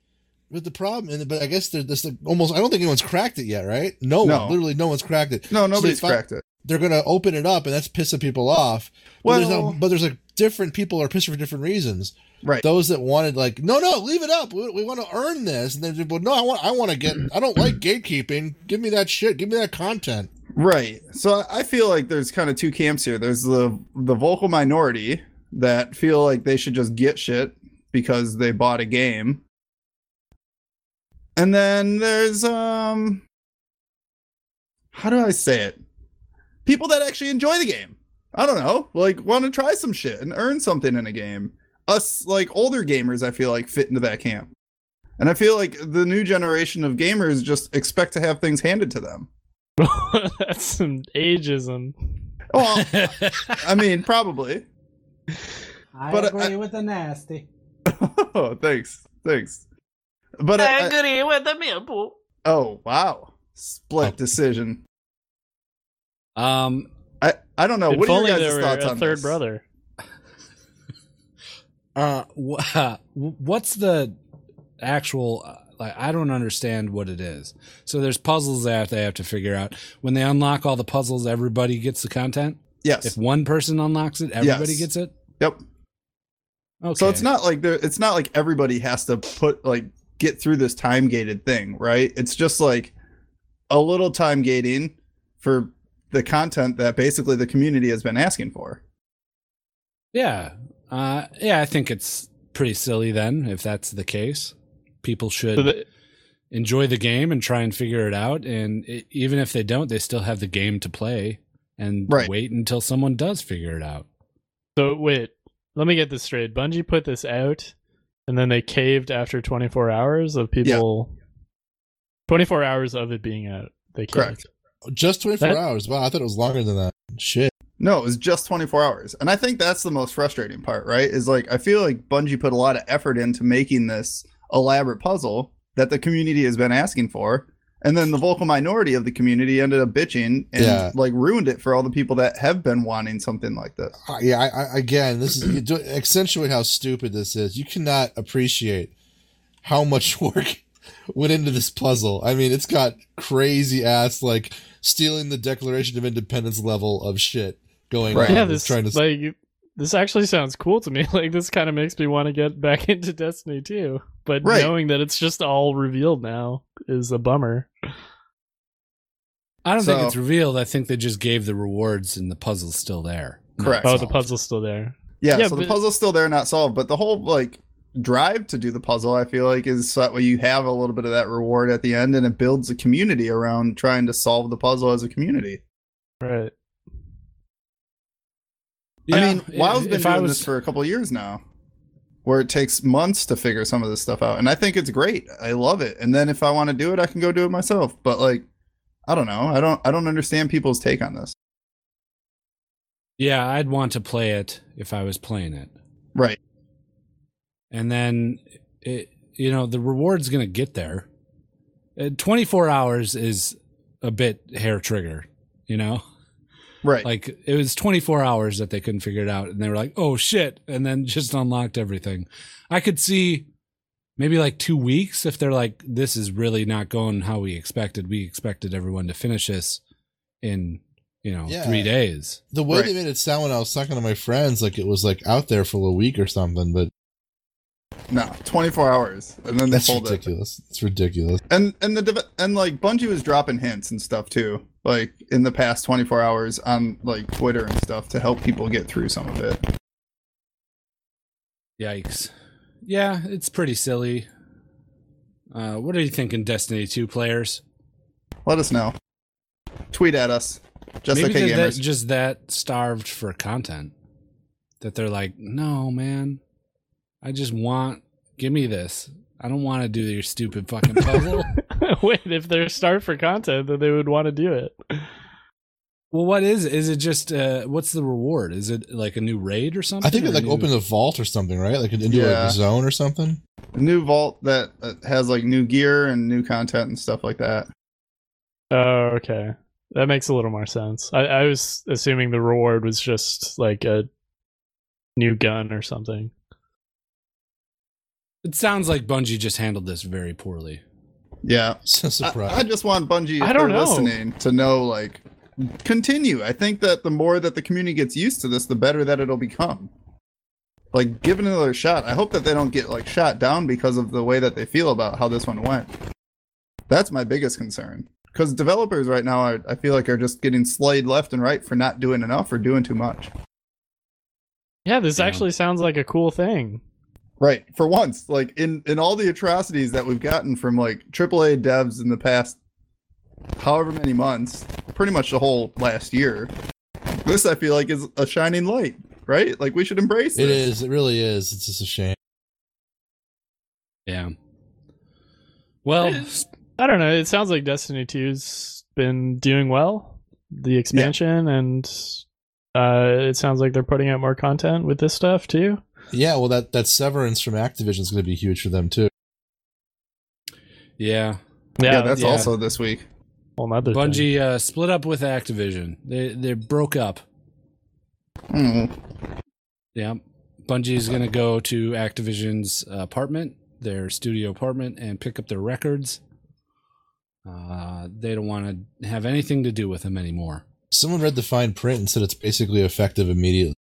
Speaker 2: but the problem and but i guess they're this like, almost i don't think anyone's cracked it yet right no,
Speaker 3: No.
Speaker 2: one literally no one's cracked it
Speaker 3: no, nobody's
Speaker 2: fi-
Speaker 3: cracked it.
Speaker 2: they're gonna open it up and that's pissing people off but there's,
Speaker 3: Well-
Speaker 2: no, but there's like different people are pissed for different reasons
Speaker 3: Right.
Speaker 2: those that wanted like no no leave it up we, we want to earn this and they're well no i want i want to get i don't like gatekeeping give me that shit give me that content
Speaker 3: Right. So I feel like there's kind of two camps here. There's the the vocal minority that feel like they should just get shit because they bought a game. And then there's um how do I say it? People that actually enjoy the game. I don't know, like want to try some shit and earn something in a game. Us like older gamers I feel like fit into that camp. And I feel like the new generation of gamers just expect to have things handed to them.
Speaker 4: That's some ageism.
Speaker 3: Well, I mean, probably.
Speaker 7: I
Speaker 3: But, uh,
Speaker 7: agree
Speaker 3: I-
Speaker 7: with the nasty.
Speaker 3: Oh, thanks, thanks. But
Speaker 6: Uh,
Speaker 3: I, I-
Speaker 6: agree with the Millpool.
Speaker 3: oh wow,
Speaker 4: Oh.
Speaker 3: split decision.
Speaker 1: Um,
Speaker 3: I I don't know.
Speaker 4: if
Speaker 3: what are
Speaker 4: only
Speaker 3: your
Speaker 4: there
Speaker 3: guys'
Speaker 4: were
Speaker 3: thoughts
Speaker 4: a
Speaker 3: on
Speaker 4: third
Speaker 3: this?
Speaker 4: brother.
Speaker 1: uh, wh- what's the actual? uh, Like, I don't understand what it is. So there's puzzles that they have to figure out. When they unlock all the puzzles, everybody gets the content.
Speaker 3: Yes.
Speaker 1: If one person unlocks it, everybody
Speaker 3: Yes.
Speaker 1: gets it.
Speaker 3: Yep.
Speaker 1: Okay.
Speaker 3: So it's not like there. It's not like everybody has to put like get through this time gated thing, right? It's just like a little time gating for the content that basically the community has been asking for.
Speaker 1: Yeah. Uh, yeah, I think it's pretty silly then if that's the case. People should
Speaker 4: So the-
Speaker 1: enjoy the game and try and figure it out. And i even if they don't, they still have the game to play and
Speaker 3: Right.
Speaker 1: wait until someone does figure it out.
Speaker 4: So wait, let me get this straight. Bungie put this out, and then they caved after 24 hours of people. 24 hours of it being out. They caved.
Speaker 3: Correct.
Speaker 2: just 24
Speaker 4: That-
Speaker 2: hours wow i thought it was longer than that shit
Speaker 3: No, it was just 24 hours. And I think that's the most frustrating part, right? Is like, I feel like Bungie put a lot of effort into making this elaborate puzzle that the community has been asking for. And then the vocal minority of the community ended up bitching and
Speaker 2: Yeah.
Speaker 3: like ruined it for all the people that have been wanting something like this.
Speaker 2: I- yeah, I, I, again, this is you do, accentuate how stupid this is. You cannot appreciate how much work went into this puzzle. I mean, it's got crazy ass like stealing the Declaration of Independence level of shit going
Speaker 3: Right.
Speaker 2: on.
Speaker 4: Yeah,
Speaker 2: It's
Speaker 4: this
Speaker 2: trying to
Speaker 4: like this actually sounds cool to me. Like this kind of makes me want to get back into Destiny too. But
Speaker 3: Right.
Speaker 4: knowing that it's just all revealed now is a bummer.
Speaker 1: I don't think
Speaker 3: So-
Speaker 1: it's revealed. I think they just gave the rewards and the puzzle's still there.
Speaker 3: Correct.
Speaker 4: Oh,
Speaker 1: Not
Speaker 4: the
Speaker 1: solved.
Speaker 4: puzzle's still there.
Speaker 3: Yeah,
Speaker 4: Yeah,
Speaker 3: so the
Speaker 4: but-
Speaker 3: puzzle's still there, not solved. But the whole like drive to do the puzzle, I feel like, is so that way you have a little bit of that reward at the end and it builds a community around trying to solve the puzzle as a community.
Speaker 4: Right.
Speaker 1: Yeah,
Speaker 3: I mean, WoW's been
Speaker 1: if I
Speaker 3: doing
Speaker 1: was-
Speaker 3: this for a couple of years now, where it takes months to figure some of this stuff out, and I think it's great. I love it. And then if I want to do it, I can go do it myself. But like, I don't know. I don't. I don't understand people's take on this.
Speaker 1: Yeah, I'd want to play it if I was playing it.
Speaker 3: Right.
Speaker 1: And then, it, you know, the reward's going to get there. Uh, 24 hours is a bit hair trigger, you know?
Speaker 3: Right.
Speaker 1: Like, it was 24 hours that they couldn't figure it out. And they were like, oh shit. And then just unlocked everything. I could see maybe like two weeks if they're like, this is really not going how we expected. We expected everyone to finish this in, you know,
Speaker 2: Yeah.
Speaker 1: three days.
Speaker 2: the way
Speaker 3: Right.
Speaker 2: they made it sound when I was talking to my friends, like it was like out there for a week or something. But
Speaker 3: no, 24 hours, and then they
Speaker 2: that's
Speaker 3: fold it.
Speaker 2: ridiculous. It's ridiculous.
Speaker 3: And and the dev- and like Bungie was dropping hints and stuff too, like in the past 24 hours on like Twitter and stuff to help people get through some of it.
Speaker 1: Yikes. Yeah, it's pretty silly. Uh, what are you thinking, Destiny 2 players?
Speaker 3: Let us know. Tweet at us. Just
Speaker 1: Maybe
Speaker 3: okay,
Speaker 1: they're that-
Speaker 3: gamers.
Speaker 1: just that starved for content that they're like, no, man, I just want, give me this. I don't want to do your stupid fucking puzzle.
Speaker 4: Wait, if they're starved for content, then they would want to do it.
Speaker 1: Well, what is it? Is it just uh, what's the reward? Is it like a new raid or something?
Speaker 2: I think
Speaker 1: or
Speaker 2: it like
Speaker 1: new-
Speaker 2: opened a vault or something, right? Like into
Speaker 3: Yeah.
Speaker 2: a zone or something.
Speaker 3: A new vault that uh, has like new gear and new content and stuff like that.
Speaker 4: Oh, okay. That makes a little more sense. I, I was assuming the reward was just like a new gun or something.
Speaker 1: It sounds like Bungie just handled this very poorly.
Speaker 3: Yeah.
Speaker 2: So
Speaker 3: I-
Speaker 2: surprised.
Speaker 3: I, just want Bungie, if
Speaker 4: I don't
Speaker 3: they're
Speaker 4: know.
Speaker 3: listening, to know like continue. I think that the more that the community gets used to this, the better that it'll become. Like, give it another shot. I hope that they don't get like shot down because of the way that they feel about how this one went. That's my biggest concern. Because developers right now, are, I feel like, are just getting slayed left and right for not doing enough or doing too much.
Speaker 4: Yeah, this
Speaker 1: Yeah.
Speaker 4: actually sounds like a cool thing.
Speaker 3: Right. For once, like in in all the atrocities that we've gotten from like AAA devs in the past however many months, pretty much the whole last year. This I feel like is a shining light, right? Like we should embrace
Speaker 2: It
Speaker 3: this.
Speaker 2: is. It really is. It's just a shame.
Speaker 1: Yeah. Well,
Speaker 4: It's- I don't know. It sounds like Destiny 2's been doing well, the expansion, and uh, it sounds like they're putting out more content with this stuff too.
Speaker 2: Yeah. Well, that that severance from Activision is going to be huge for them too.
Speaker 1: yeah.
Speaker 3: Yeah, that's
Speaker 1: yeah.
Speaker 3: also this week.
Speaker 4: whole nother thing.
Speaker 1: Bungie uh, split up with Activision. They they broke up.
Speaker 3: Hmm.
Speaker 1: Yeah. Bungie's going to go to Activision's uh, apartment, their studio apartment, and pick up their records. Uh, they don't want to have anything to do with them anymore.
Speaker 2: Someone read the fine print and said it's basically effective immediately.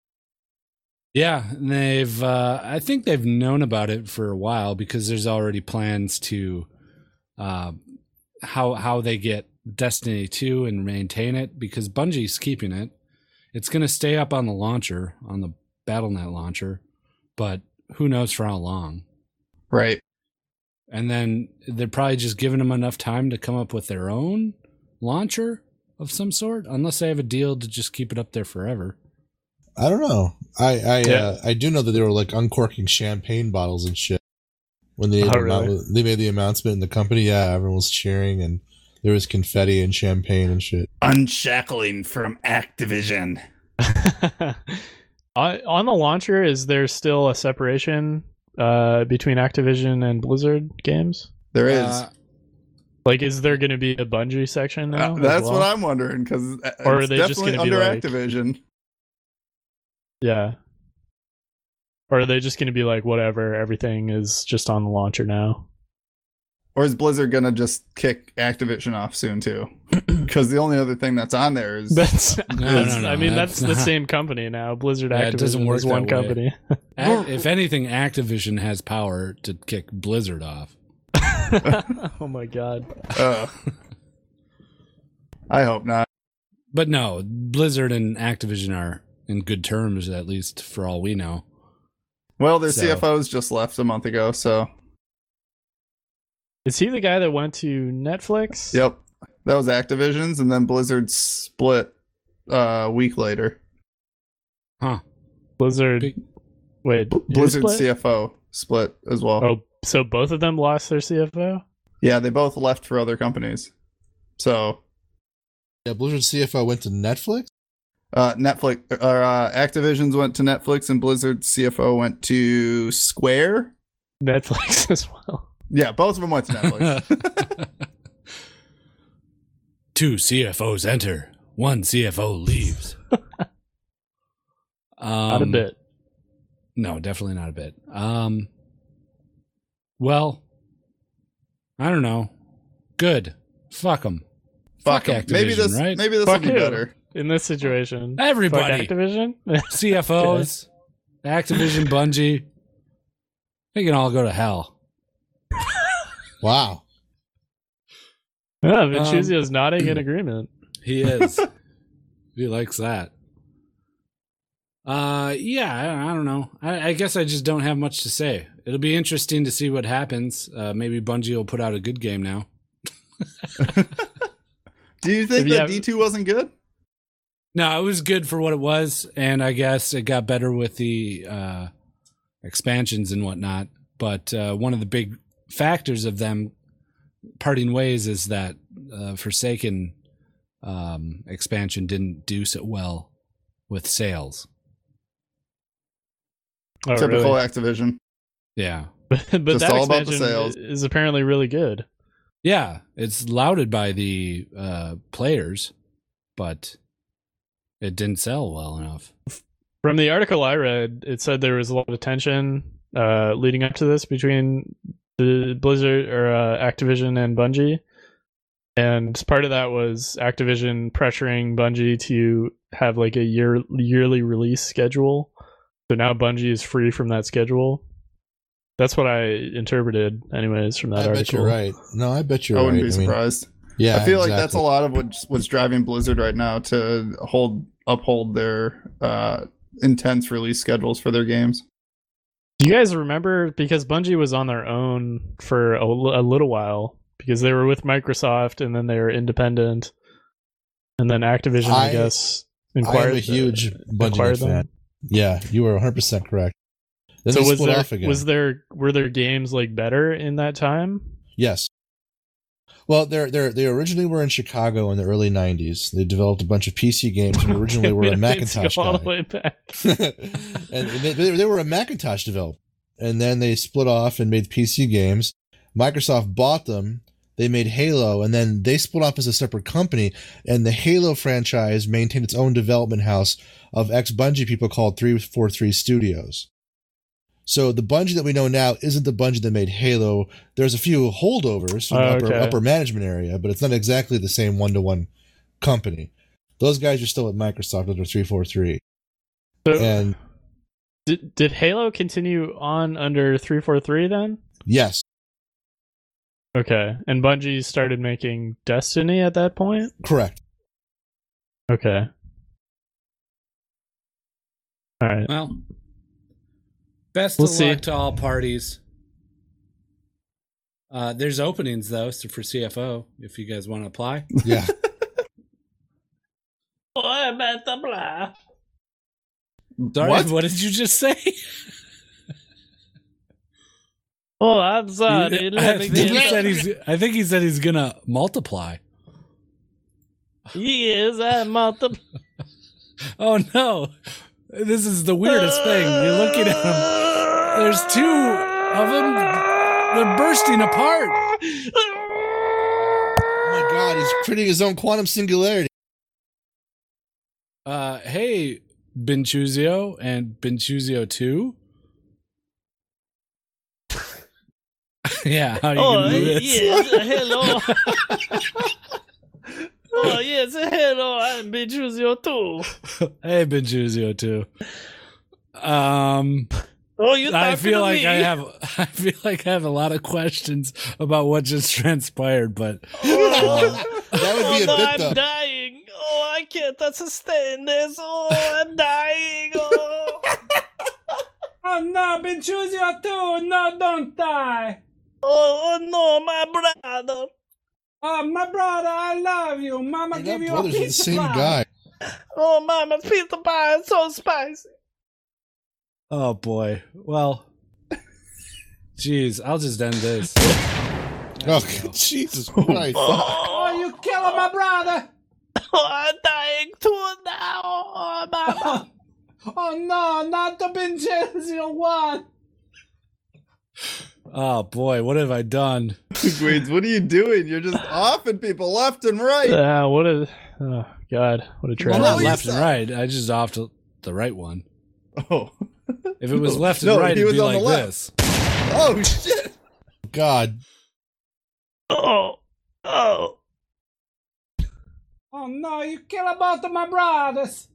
Speaker 1: Yeah, and they've. Uh, I think they've known about it for a while because there's already plans to uh, how how they get Destiny two and maintain it because Bungie's keeping it. It's going to stay up on the launcher on the BattleNet launcher, but who knows for how long?
Speaker 3: Right.
Speaker 1: And then they're probably just giving them enough time to come up with their own launcher of some sort, unless they have a deal to just keep it up there forever.
Speaker 2: I don't know. I I
Speaker 4: Yeah.
Speaker 2: uh, I do know that they were like uncorking champagne bottles and shit when they
Speaker 4: Oh,
Speaker 2: announced-
Speaker 4: really?
Speaker 2: they made the announcement in the company. Yeah, everyone was cheering and there was confetti and champagne and shit.
Speaker 5: Unshackling from Activision.
Speaker 4: on, on the launcher, is there still a separation uh, between Activision and Blizzard games?
Speaker 3: There is.
Speaker 1: Uh,
Speaker 4: Like, is there going to be a Bungie section now?
Speaker 3: Uh,
Speaker 4: as
Speaker 3: that's what
Speaker 4: well?
Speaker 3: I'm wondering because
Speaker 4: Or are
Speaker 3: it's
Speaker 4: they just
Speaker 3: definitely
Speaker 4: gonna be
Speaker 3: under
Speaker 4: like-
Speaker 3: Activision.
Speaker 4: Yeah. Or are they just going to be like, whatever, everything is just on the launcher now?
Speaker 3: Or is Blizzard gonna just kick Activision off soon too? Because the only other thing that's on there is
Speaker 4: That's,
Speaker 1: no, no,
Speaker 4: I mean,
Speaker 1: that's
Speaker 4: that's, the
Speaker 1: not-
Speaker 4: same company now. Blizzard
Speaker 1: Yeah,
Speaker 4: Activision
Speaker 1: it doesn't work
Speaker 4: is one
Speaker 1: that way.
Speaker 4: company.
Speaker 1: Ac- if anything, Activision has power to kick Blizzard off.
Speaker 4: oh my god.
Speaker 3: uh, I hope not.
Speaker 1: But no, Blizzard and Activision are in good terms, at least for all we know.
Speaker 3: Well, their
Speaker 1: So-
Speaker 3: CFOs just left a month ago, so
Speaker 4: Is he the guy that went to Netflix?
Speaker 3: yep, that was Activision's, and then Blizzard split uh, a week later.
Speaker 1: Huh.
Speaker 4: Blizzard.
Speaker 1: Big-
Speaker 4: Wait,
Speaker 3: B-
Speaker 4: who
Speaker 3: Blizzard
Speaker 4: split?
Speaker 3: CFO split as well.
Speaker 4: Oh, so both of them lost their CFO?
Speaker 3: Yeah, they both left for other companies. So
Speaker 2: Yeah, Blizzard CFO went to Netflix.
Speaker 3: uh, Netflix or uh, Activision's went to Netflix, and Blizzard's CFO went to Square.
Speaker 4: Netflix as well.
Speaker 3: Yeah, both of them went to Netflix.
Speaker 1: Two CFOs enter, one CFO leaves. um,
Speaker 4: Not a bit.
Speaker 1: No, definitely not a bit. Um, well, I don't know. Good. Fuck them. Fuck,
Speaker 3: 'em.
Speaker 1: Activision,
Speaker 3: Maybe this
Speaker 1: right?
Speaker 3: maybe this
Speaker 4: Fuck
Speaker 3: will be
Speaker 4: you.
Speaker 3: better.
Speaker 4: In this situation. Fuck
Speaker 1: Everybody.
Speaker 4: Activision?
Speaker 1: CFOs, Activision, Bungie. They can all go to hell.
Speaker 2: Wow.
Speaker 4: yeah, Vincenzo's
Speaker 1: Um,
Speaker 4: nodding in agreement.
Speaker 1: He is. he likes that. Uh, yeah, I, I don't know. I, I guess I just don't have much to say. It'll be interesting to see what happens. Uh, maybe Bungie will put out a good game now.
Speaker 3: Do you think
Speaker 4: If you
Speaker 3: that
Speaker 4: have-
Speaker 3: D two wasn't good?
Speaker 1: No, it was good for what it was, and I guess it got better with the uh, expansions and whatnot. But uh, one of the big factors of them parting ways is that uh, Forsaken um, expansion didn't do so well with sales.
Speaker 4: Oh,
Speaker 3: Typical
Speaker 4: really?
Speaker 3: Activision.
Speaker 1: Yeah,
Speaker 4: but but
Speaker 3: Just
Speaker 4: that
Speaker 3: all about the
Speaker 4: expansion
Speaker 3: sales.
Speaker 4: is apparently really good.
Speaker 1: yeah, it's lauded by the uh, players, but it didn't sell well enough.
Speaker 4: From the article I read, it said there was a lot of tension uh, leading up to this between the Blizzard or uh, Activision and Bungie, and part of that was Activision pressuring Bungie to have like a year yearly release schedule. So now Bungie is free from that schedule. That's what I interpreted, anyways, from that
Speaker 2: I bet
Speaker 4: article.
Speaker 2: you're right. No, I bet you're
Speaker 3: I
Speaker 2: right.
Speaker 3: wouldn't be
Speaker 2: I mean,
Speaker 3: surprised.
Speaker 2: yeah,
Speaker 3: I feel like that's a
Speaker 2: exactly.
Speaker 3: lot of what's what's driving Blizzard right now to hold uphold their uh, intense release schedules for their games.
Speaker 4: Do you guys remember because Bungie was on their own for a, l- a little while because they were with Microsoft and then they were independent, and then Activision, I,
Speaker 2: I-
Speaker 4: guess,
Speaker 2: I
Speaker 4: inquired.
Speaker 2: am a huge
Speaker 4: acquired
Speaker 2: Bungie
Speaker 4: them.
Speaker 2: fan. Yeah, you were 100 percent correct. Then
Speaker 4: so
Speaker 2: they
Speaker 4: was
Speaker 2: split
Speaker 4: there
Speaker 2: off again.
Speaker 4: was there were their games like better in that time?
Speaker 2: Yes. Well, they are they are they originally were in Chicago in the early '90s. They developed a bunch of PC games and originally were
Speaker 4: We
Speaker 2: a
Speaker 4: don't need to
Speaker 2: Macintosh
Speaker 4: go all
Speaker 2: guy.
Speaker 4: the way back.
Speaker 2: and they, they they were a Macintosh developer, and then they split off and made PC games. Microsoft bought them. They made Halo, and then they split off as a separate company. And the Halo franchise maintained its own development house of ex Bungie people called 343 Studios. So the Bungie that we know now isn't the Bungie that made Halo. There's a few holdovers from
Speaker 4: Oh,
Speaker 2: the upper,
Speaker 4: okay.
Speaker 2: upper management area, but it's not exactly the same one to one company. Those guys are still at Microsoft under 343.
Speaker 4: So
Speaker 2: And
Speaker 4: did, did Halo continue on under three four three then?
Speaker 2: Yes,
Speaker 4: Okay, and Bungie started making Destiny at that point.
Speaker 2: correct.
Speaker 4: Okay. All right.
Speaker 1: Well, best
Speaker 4: We'll
Speaker 1: of
Speaker 4: see.
Speaker 1: luck to all parties. Uh, there's openings though so for CFO if you guys want to apply.
Speaker 2: Yeah.
Speaker 1: Sorry,
Speaker 3: What?
Speaker 1: what, did you just say?
Speaker 4: Oh, I'm
Speaker 1: I, think he said he's, I think he said he's gonna multiply.
Speaker 4: Yes, I multiply.
Speaker 1: Oh no. This is the weirdest thing. You're looking at them. There's two of them. They're bursting apart.
Speaker 2: oh my God, he's creating his own quantum singularity.
Speaker 1: Uh, hey, Benchuzio and Benchuzio 2. yeah, how are you
Speaker 4: Oh,
Speaker 1: gonna do this?
Speaker 4: yes, hello. oh, yes, hello. I'm Bijuzio too.
Speaker 1: Hey, Benchuzio 2. Um,
Speaker 4: Oh, you
Speaker 1: I
Speaker 4: talking
Speaker 1: feel
Speaker 4: to
Speaker 1: like
Speaker 4: me?
Speaker 1: I have I feel like I have a lot of questions about what just transpired, but
Speaker 2: Oh, that would be
Speaker 4: oh,
Speaker 2: a
Speaker 4: no,
Speaker 2: bit
Speaker 4: I'm
Speaker 2: though.
Speaker 4: dying. Oh, I can't sustain this. Oh, I'm dying. Oh,
Speaker 7: Oh no,
Speaker 1: oh,
Speaker 7: Benchuzio too! No, don't die!
Speaker 4: oh, oh no, my brother.
Speaker 7: Oh, my brother, I love you! Mama,
Speaker 2: And
Speaker 7: give
Speaker 2: that
Speaker 7: you a
Speaker 2: brother's the
Speaker 7: piece
Speaker 2: same
Speaker 7: of pie.
Speaker 2: guy.
Speaker 4: Oh, mama, pizza pie is so spicy.
Speaker 1: Oh boy. Well, jeez, I'll just end this.
Speaker 2: Oh, Jesus Christ.
Speaker 7: Oh, you killing my brother!
Speaker 4: Oh, I'm dying too now. Oh, mama.
Speaker 7: Oh, oh, no, not the Benchuzio one!
Speaker 1: Oh boy, what have I done?
Speaker 3: Weeds, what are you doing? You're just offing people left and right.
Speaker 4: Ah, what a oh god, what a
Speaker 1: Well, not
Speaker 3: Blow
Speaker 4: tragedy!
Speaker 1: left and right. I just off to the right one.
Speaker 3: Oh,
Speaker 1: If it was
Speaker 3: No,
Speaker 1: left and
Speaker 3: no,
Speaker 1: right,
Speaker 3: he
Speaker 1: it'd
Speaker 3: was
Speaker 1: be
Speaker 3: on the
Speaker 1: like
Speaker 3: left.
Speaker 1: this.
Speaker 3: oh shit!
Speaker 2: God.
Speaker 4: Oh, oh,
Speaker 7: Oh no, you killing both of my brothers!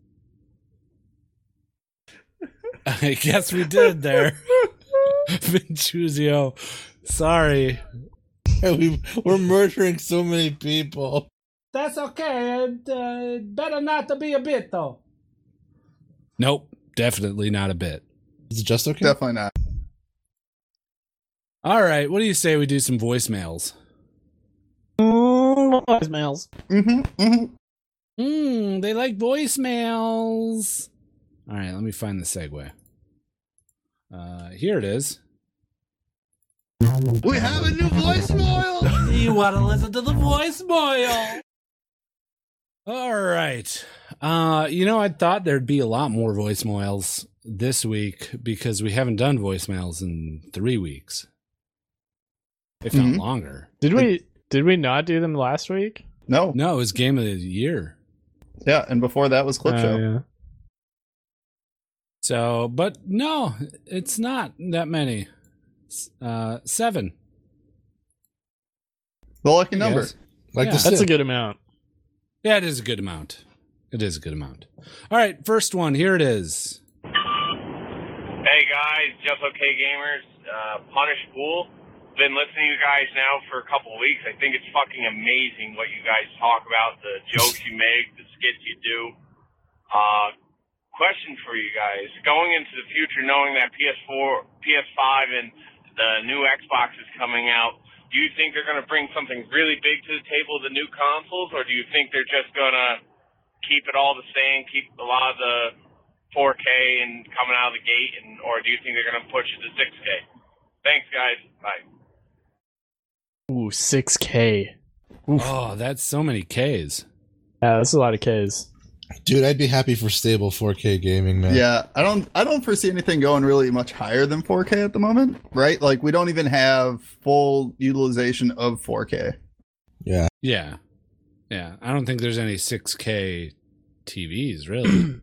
Speaker 1: I guess we did there. Vinchuzio. Sorry.
Speaker 2: We, we're murdering so many people.
Speaker 7: That's okay, it, uh, better not to be a bit though.
Speaker 1: Nope. Definitely not a bit.
Speaker 2: Is it just okay?
Speaker 3: Definitely not.
Speaker 1: All right. What do you say we do some voicemails?
Speaker 4: Mm, voicemails.
Speaker 3: hmm hmm
Speaker 1: Mmm, they like voicemails. All right, let me find the segue. Uh, here it is.
Speaker 2: We have a new voicemail.
Speaker 5: You want to listen to the voicemail?
Speaker 1: All right. Uh, you know, I thought there'd be a lot more voicemails this week because we haven't done voicemails in three weeks, if
Speaker 3: Mhm.
Speaker 2: Mm-hmm.
Speaker 1: not longer.
Speaker 4: Did we did we not do them last week?
Speaker 3: No.
Speaker 1: No, it was game of the year.
Speaker 3: Yeah, and before that was clip
Speaker 4: Oh,
Speaker 3: show.
Speaker 4: yeah.
Speaker 1: So, but no, it's not that many. S- Uh, seven.
Speaker 3: The lucky number.
Speaker 1: Yes.
Speaker 2: Like
Speaker 1: Yeah,
Speaker 2: the
Speaker 4: That's a
Speaker 2: Sith.
Speaker 4: good amount.
Speaker 1: Yeah, it is a good amount. It is a good amount. All right, first one. Here it is.
Speaker 8: Hey guys, just okay gamers, uh, punish pool. Been listening to you guys now for a couple of weeks. I think it's fucking amazing what you guys talk about, the jokes you make, the skits you do. Uh, question for you guys: Going into the future, knowing that PS4, PS5, and the new Xbox is coming out, do you think they're going to bring something really big to the table, the new consoles, or do you think they're just going to keep it all the same, keep a lot of the 4K and coming out of the gate, and or do you think they're going to push it to 6K? Thanks, guys. Bye.
Speaker 4: Ooh, six K.
Speaker 1: Oh, that's so many K's.
Speaker 4: Yeah, that's a lot of Ks.
Speaker 2: Dude, I'd be happy for stable 4K gaming, man.
Speaker 3: Yeah, I don't I don't foresee anything going really much higher than 4K at the moment, right? Like we don't even have full utilization of 4K.
Speaker 2: Yeah.
Speaker 1: Yeah. Yeah. I don't think there's any 6K TVs, really.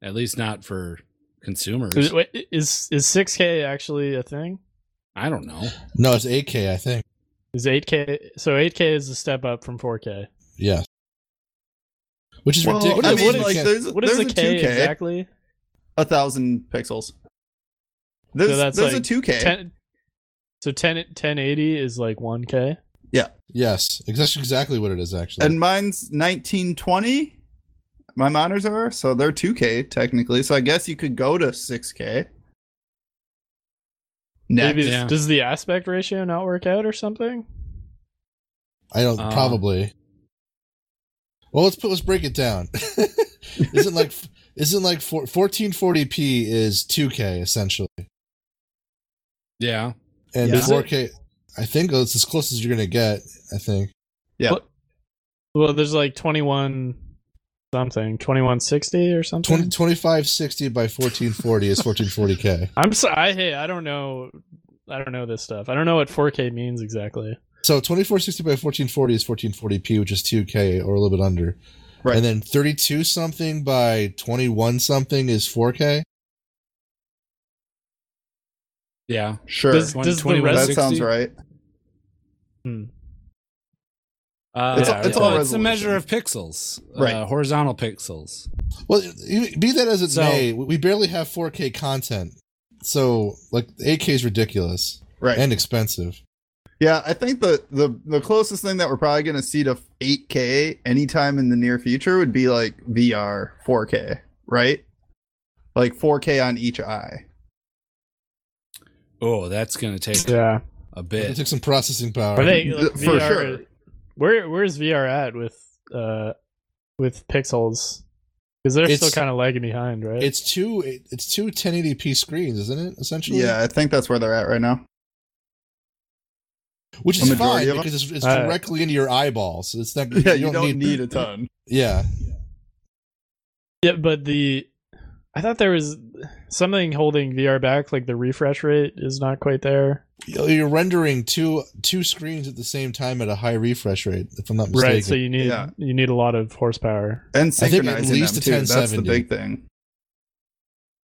Speaker 1: At least not for consumers.
Speaker 4: Is wait, is is six K actually a thing?
Speaker 1: I don't know.
Speaker 2: No, it's 8K, I think.
Speaker 4: Is eight K so eight K is a step up from four K.
Speaker 2: Yeah. Which is
Speaker 3: Well,
Speaker 2: ridiculous.
Speaker 3: I mean,
Speaker 4: What is-
Speaker 3: like, there's,
Speaker 4: What is
Speaker 3: there's
Speaker 4: a K
Speaker 3: a 2K,
Speaker 4: exactly?
Speaker 3: a thousand pixels. There's,
Speaker 4: that's
Speaker 3: there's
Speaker 4: like
Speaker 3: a 2K.
Speaker 4: Ten, so 10, 1080 is like one K.
Speaker 2: yes, ex- that's exactly what it is, actually.
Speaker 3: and mine's 1920 my monitors are so they're 2k technically so i guess you could go to 6k
Speaker 4: Maybe
Speaker 3: Next.
Speaker 4: it's-
Speaker 1: Yeah.
Speaker 4: does the aspect ratio not work out or something?
Speaker 2: I don't
Speaker 1: Uh,
Speaker 2: probably. Well, let's put let's break it down. isn't like isn't like four, 1440p is 2K essentially,
Speaker 1: Yeah.
Speaker 2: and
Speaker 3: Yeah. Is it?
Speaker 2: 4K. I think it's as close as you're gonna get. I think.
Speaker 3: yeah
Speaker 4: What- Well, there's like twenty one something, twenty one sixty or something.
Speaker 2: 20, 2560 by 1440 is 1440k.
Speaker 4: I'm so I hey, I don't know I don't know this stuff. I don't know what 4K means exactly.
Speaker 2: So 2460 by 1440 is 1440p, which is 2k or a little bit under.
Speaker 3: Right.
Speaker 2: And then 32 something by 21 something is 4k.
Speaker 1: Yeah.
Speaker 3: sure
Speaker 4: Does-
Speaker 1: One-
Speaker 4: the
Speaker 1: 21
Speaker 3: that
Speaker 1: 60?
Speaker 3: sounds right
Speaker 4: Hmm.
Speaker 1: Uh,
Speaker 3: It's-
Speaker 1: yeah,
Speaker 3: it's
Speaker 1: well,
Speaker 3: all
Speaker 1: it's a
Speaker 3: resolution.
Speaker 1: measure of pixels,
Speaker 3: Right.
Speaker 1: Uh, horizontal pixels.
Speaker 2: Well, e- be that as it
Speaker 1: So-
Speaker 2: may, we barely have 4k content. So like 8k is ridiculous
Speaker 3: right
Speaker 2: and expensive.
Speaker 3: yeah i think the, the the closest thing that we're probably going to see to 8k anytime in the near future would be like vr 4k right like 4k on each eye
Speaker 1: Oh, that's going to take
Speaker 4: Yeah.
Speaker 1: a
Speaker 2: It
Speaker 1: bit.
Speaker 2: took some processing power.
Speaker 4: Are they
Speaker 3: Th-
Speaker 4: like,
Speaker 3: for
Speaker 4: VR,
Speaker 3: sure.
Speaker 4: Where where's VR at with uh with pixels? Because they're
Speaker 2: It's-
Speaker 4: still kind of lagging behind, right?
Speaker 2: It's two it- it's two 1080p screens, isn't it? Essentially.
Speaker 3: yeah i think that's where they're at right now
Speaker 2: Which
Speaker 3: A
Speaker 2: is
Speaker 3: majority
Speaker 2: fine
Speaker 3: of 'em?
Speaker 2: because it's, it's
Speaker 4: Uh,
Speaker 2: directly into your eyeball, so it's not.
Speaker 3: yeah you, don't, need a ton
Speaker 2: Yeah.
Speaker 4: yeah, but the I thought there was something holding VR back, like the refresh rate is not quite there.
Speaker 2: you're rendering two two screens at the same time at a high refresh rate if i'm not mistaken
Speaker 4: Right, so you need
Speaker 3: Yeah.
Speaker 4: you need a lot of horsepower.
Speaker 3: and
Speaker 2: I think at
Speaker 3: synchronizing
Speaker 2: least
Speaker 3: them
Speaker 2: a
Speaker 3: too. That's the
Speaker 2: 1070.
Speaker 3: big thing.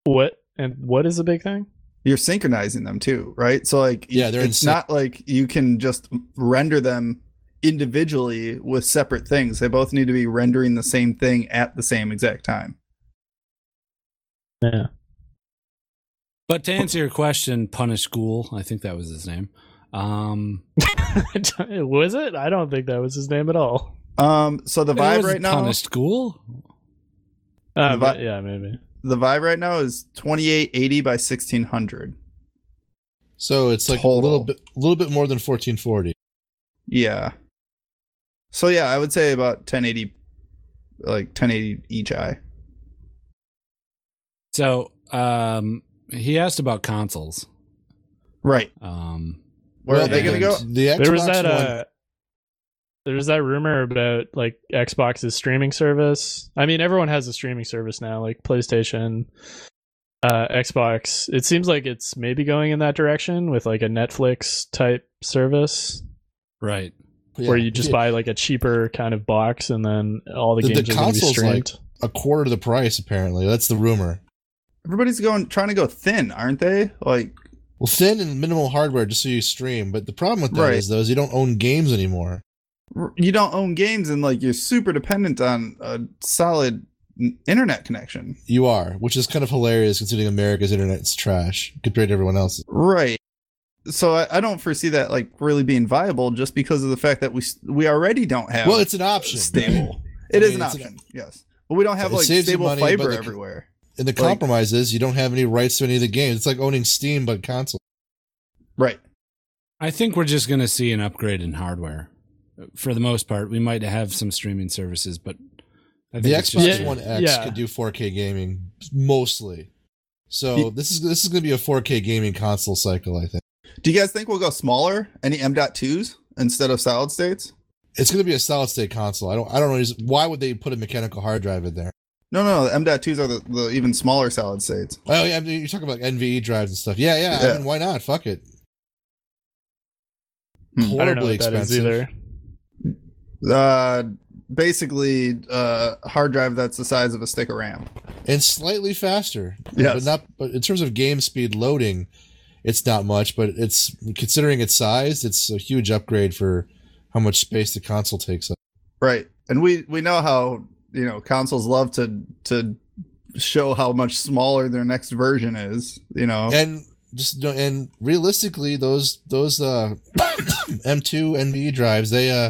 Speaker 4: What and what is the big thing?
Speaker 3: You're synchronizing them too, right? So like,
Speaker 2: Yeah, they're in
Speaker 3: it's
Speaker 2: syn-
Speaker 3: not like you can just render them individually with separate things. They both need to be rendering the same thing at the same exact time.
Speaker 4: Yeah.
Speaker 1: But to answer your question, Punish Ghoul, I think that was his name. Um,
Speaker 4: was it? I don't think that was his name at all.
Speaker 3: Um, so the
Speaker 1: it
Speaker 3: vibe
Speaker 1: was
Speaker 3: right now,
Speaker 1: Punished Ghoul?
Speaker 4: Uh,
Speaker 3: The vi-
Speaker 4: but- yeah, maybe.
Speaker 3: the vibe right now is 2880 by 1600.
Speaker 2: so it's like
Speaker 3: Total.
Speaker 2: a little bit a little bit more than 1440
Speaker 3: Yeah. So yeah, I would say about 1080, like 1080 each eye.
Speaker 1: So um, he asked about consoles.
Speaker 3: Right.
Speaker 1: Um,
Speaker 3: Where
Speaker 2: Well,
Speaker 3: are they gonna
Speaker 2: the-
Speaker 3: go?
Speaker 2: The Xbox
Speaker 4: there was that
Speaker 2: One.
Speaker 4: uh there was that rumor about like xbox's streaming service i mean everyone has a streaming service now like playstation uh xbox it seems like it's maybe going in that direction with like a netflix type service
Speaker 1: Right.
Speaker 2: yeah,
Speaker 4: uh, where you just
Speaker 2: yeah,
Speaker 4: buy like a cheaper kind of box and then all the,
Speaker 2: The- the
Speaker 4: games are going to be
Speaker 2: console's, like-
Speaker 4: streamed
Speaker 2: a quarter of the price. Apparently, that's the rumor.
Speaker 3: Everybody's going trying to go thin, aren't they? Like
Speaker 2: Well, thin and minimal hardware just so you stream. But the problem with that is
Speaker 3: Right.
Speaker 2: though, is you don't own games anymore.
Speaker 3: r- you don't own games and like you're super dependent on a solid n- internet connection.
Speaker 2: You are, which is kind of hilarious considering America's internet's trash compared to everyone else's.
Speaker 3: Right. So I, I don't foresee that like really being viable just because of the fact that we s- we already don't have
Speaker 2: Well, it's an option.
Speaker 3: stable.
Speaker 2: I
Speaker 3: It is
Speaker 2: mean,
Speaker 3: an
Speaker 2: it's an-
Speaker 3: option, yes. But we don't have
Speaker 2: It
Speaker 3: like
Speaker 2: saves you
Speaker 3: stable
Speaker 2: money, but
Speaker 3: fiber
Speaker 2: the-
Speaker 3: everywhere.
Speaker 2: And the
Speaker 3: Like-
Speaker 2: compromise is you don't have any rights to any of the games. It's like owning Steam but console.
Speaker 3: Right.
Speaker 1: I think we're just going to see an upgrade in hardware. For the most part, we might have some streaming services, but I
Speaker 2: The
Speaker 1: think it's just
Speaker 2: Xbox
Speaker 1: a-
Speaker 2: One X
Speaker 4: yeah.
Speaker 2: could do 4K gaming mostly. So this is this is going to be a 4K gaming console cycle, I think.
Speaker 3: Do you guys think we'll go smaller? Any M.2s instead of solid states?
Speaker 2: It's going to be a solid state console. I don't I don't know why would they put a mechanical hard drive in there.
Speaker 3: No, no, the M.2s are the, the even smaller solid states.
Speaker 2: Oh yeah, I mean, you're talking about NVE E drives and stuff. Yeah, yeah. I
Speaker 3: Yeah.
Speaker 2: mean, why not? Fuck it.
Speaker 3: Hmm. I
Speaker 4: i don't know what that is either
Speaker 3: Uh, basically, uh, hard drive that's the size of a stick of RAM.
Speaker 2: and slightly faster.
Speaker 3: Yes.
Speaker 2: but not. But in terms of game speed loading, it's not much. But it's considering its size, it's a huge upgrade for how much space the console takes up.
Speaker 3: Right. And we we know how you know consoles love to to show how much smaller their next version is. You
Speaker 4: Oh.
Speaker 3: know.
Speaker 2: And just no- and realistically, those those uh, M2 NVE drives they uh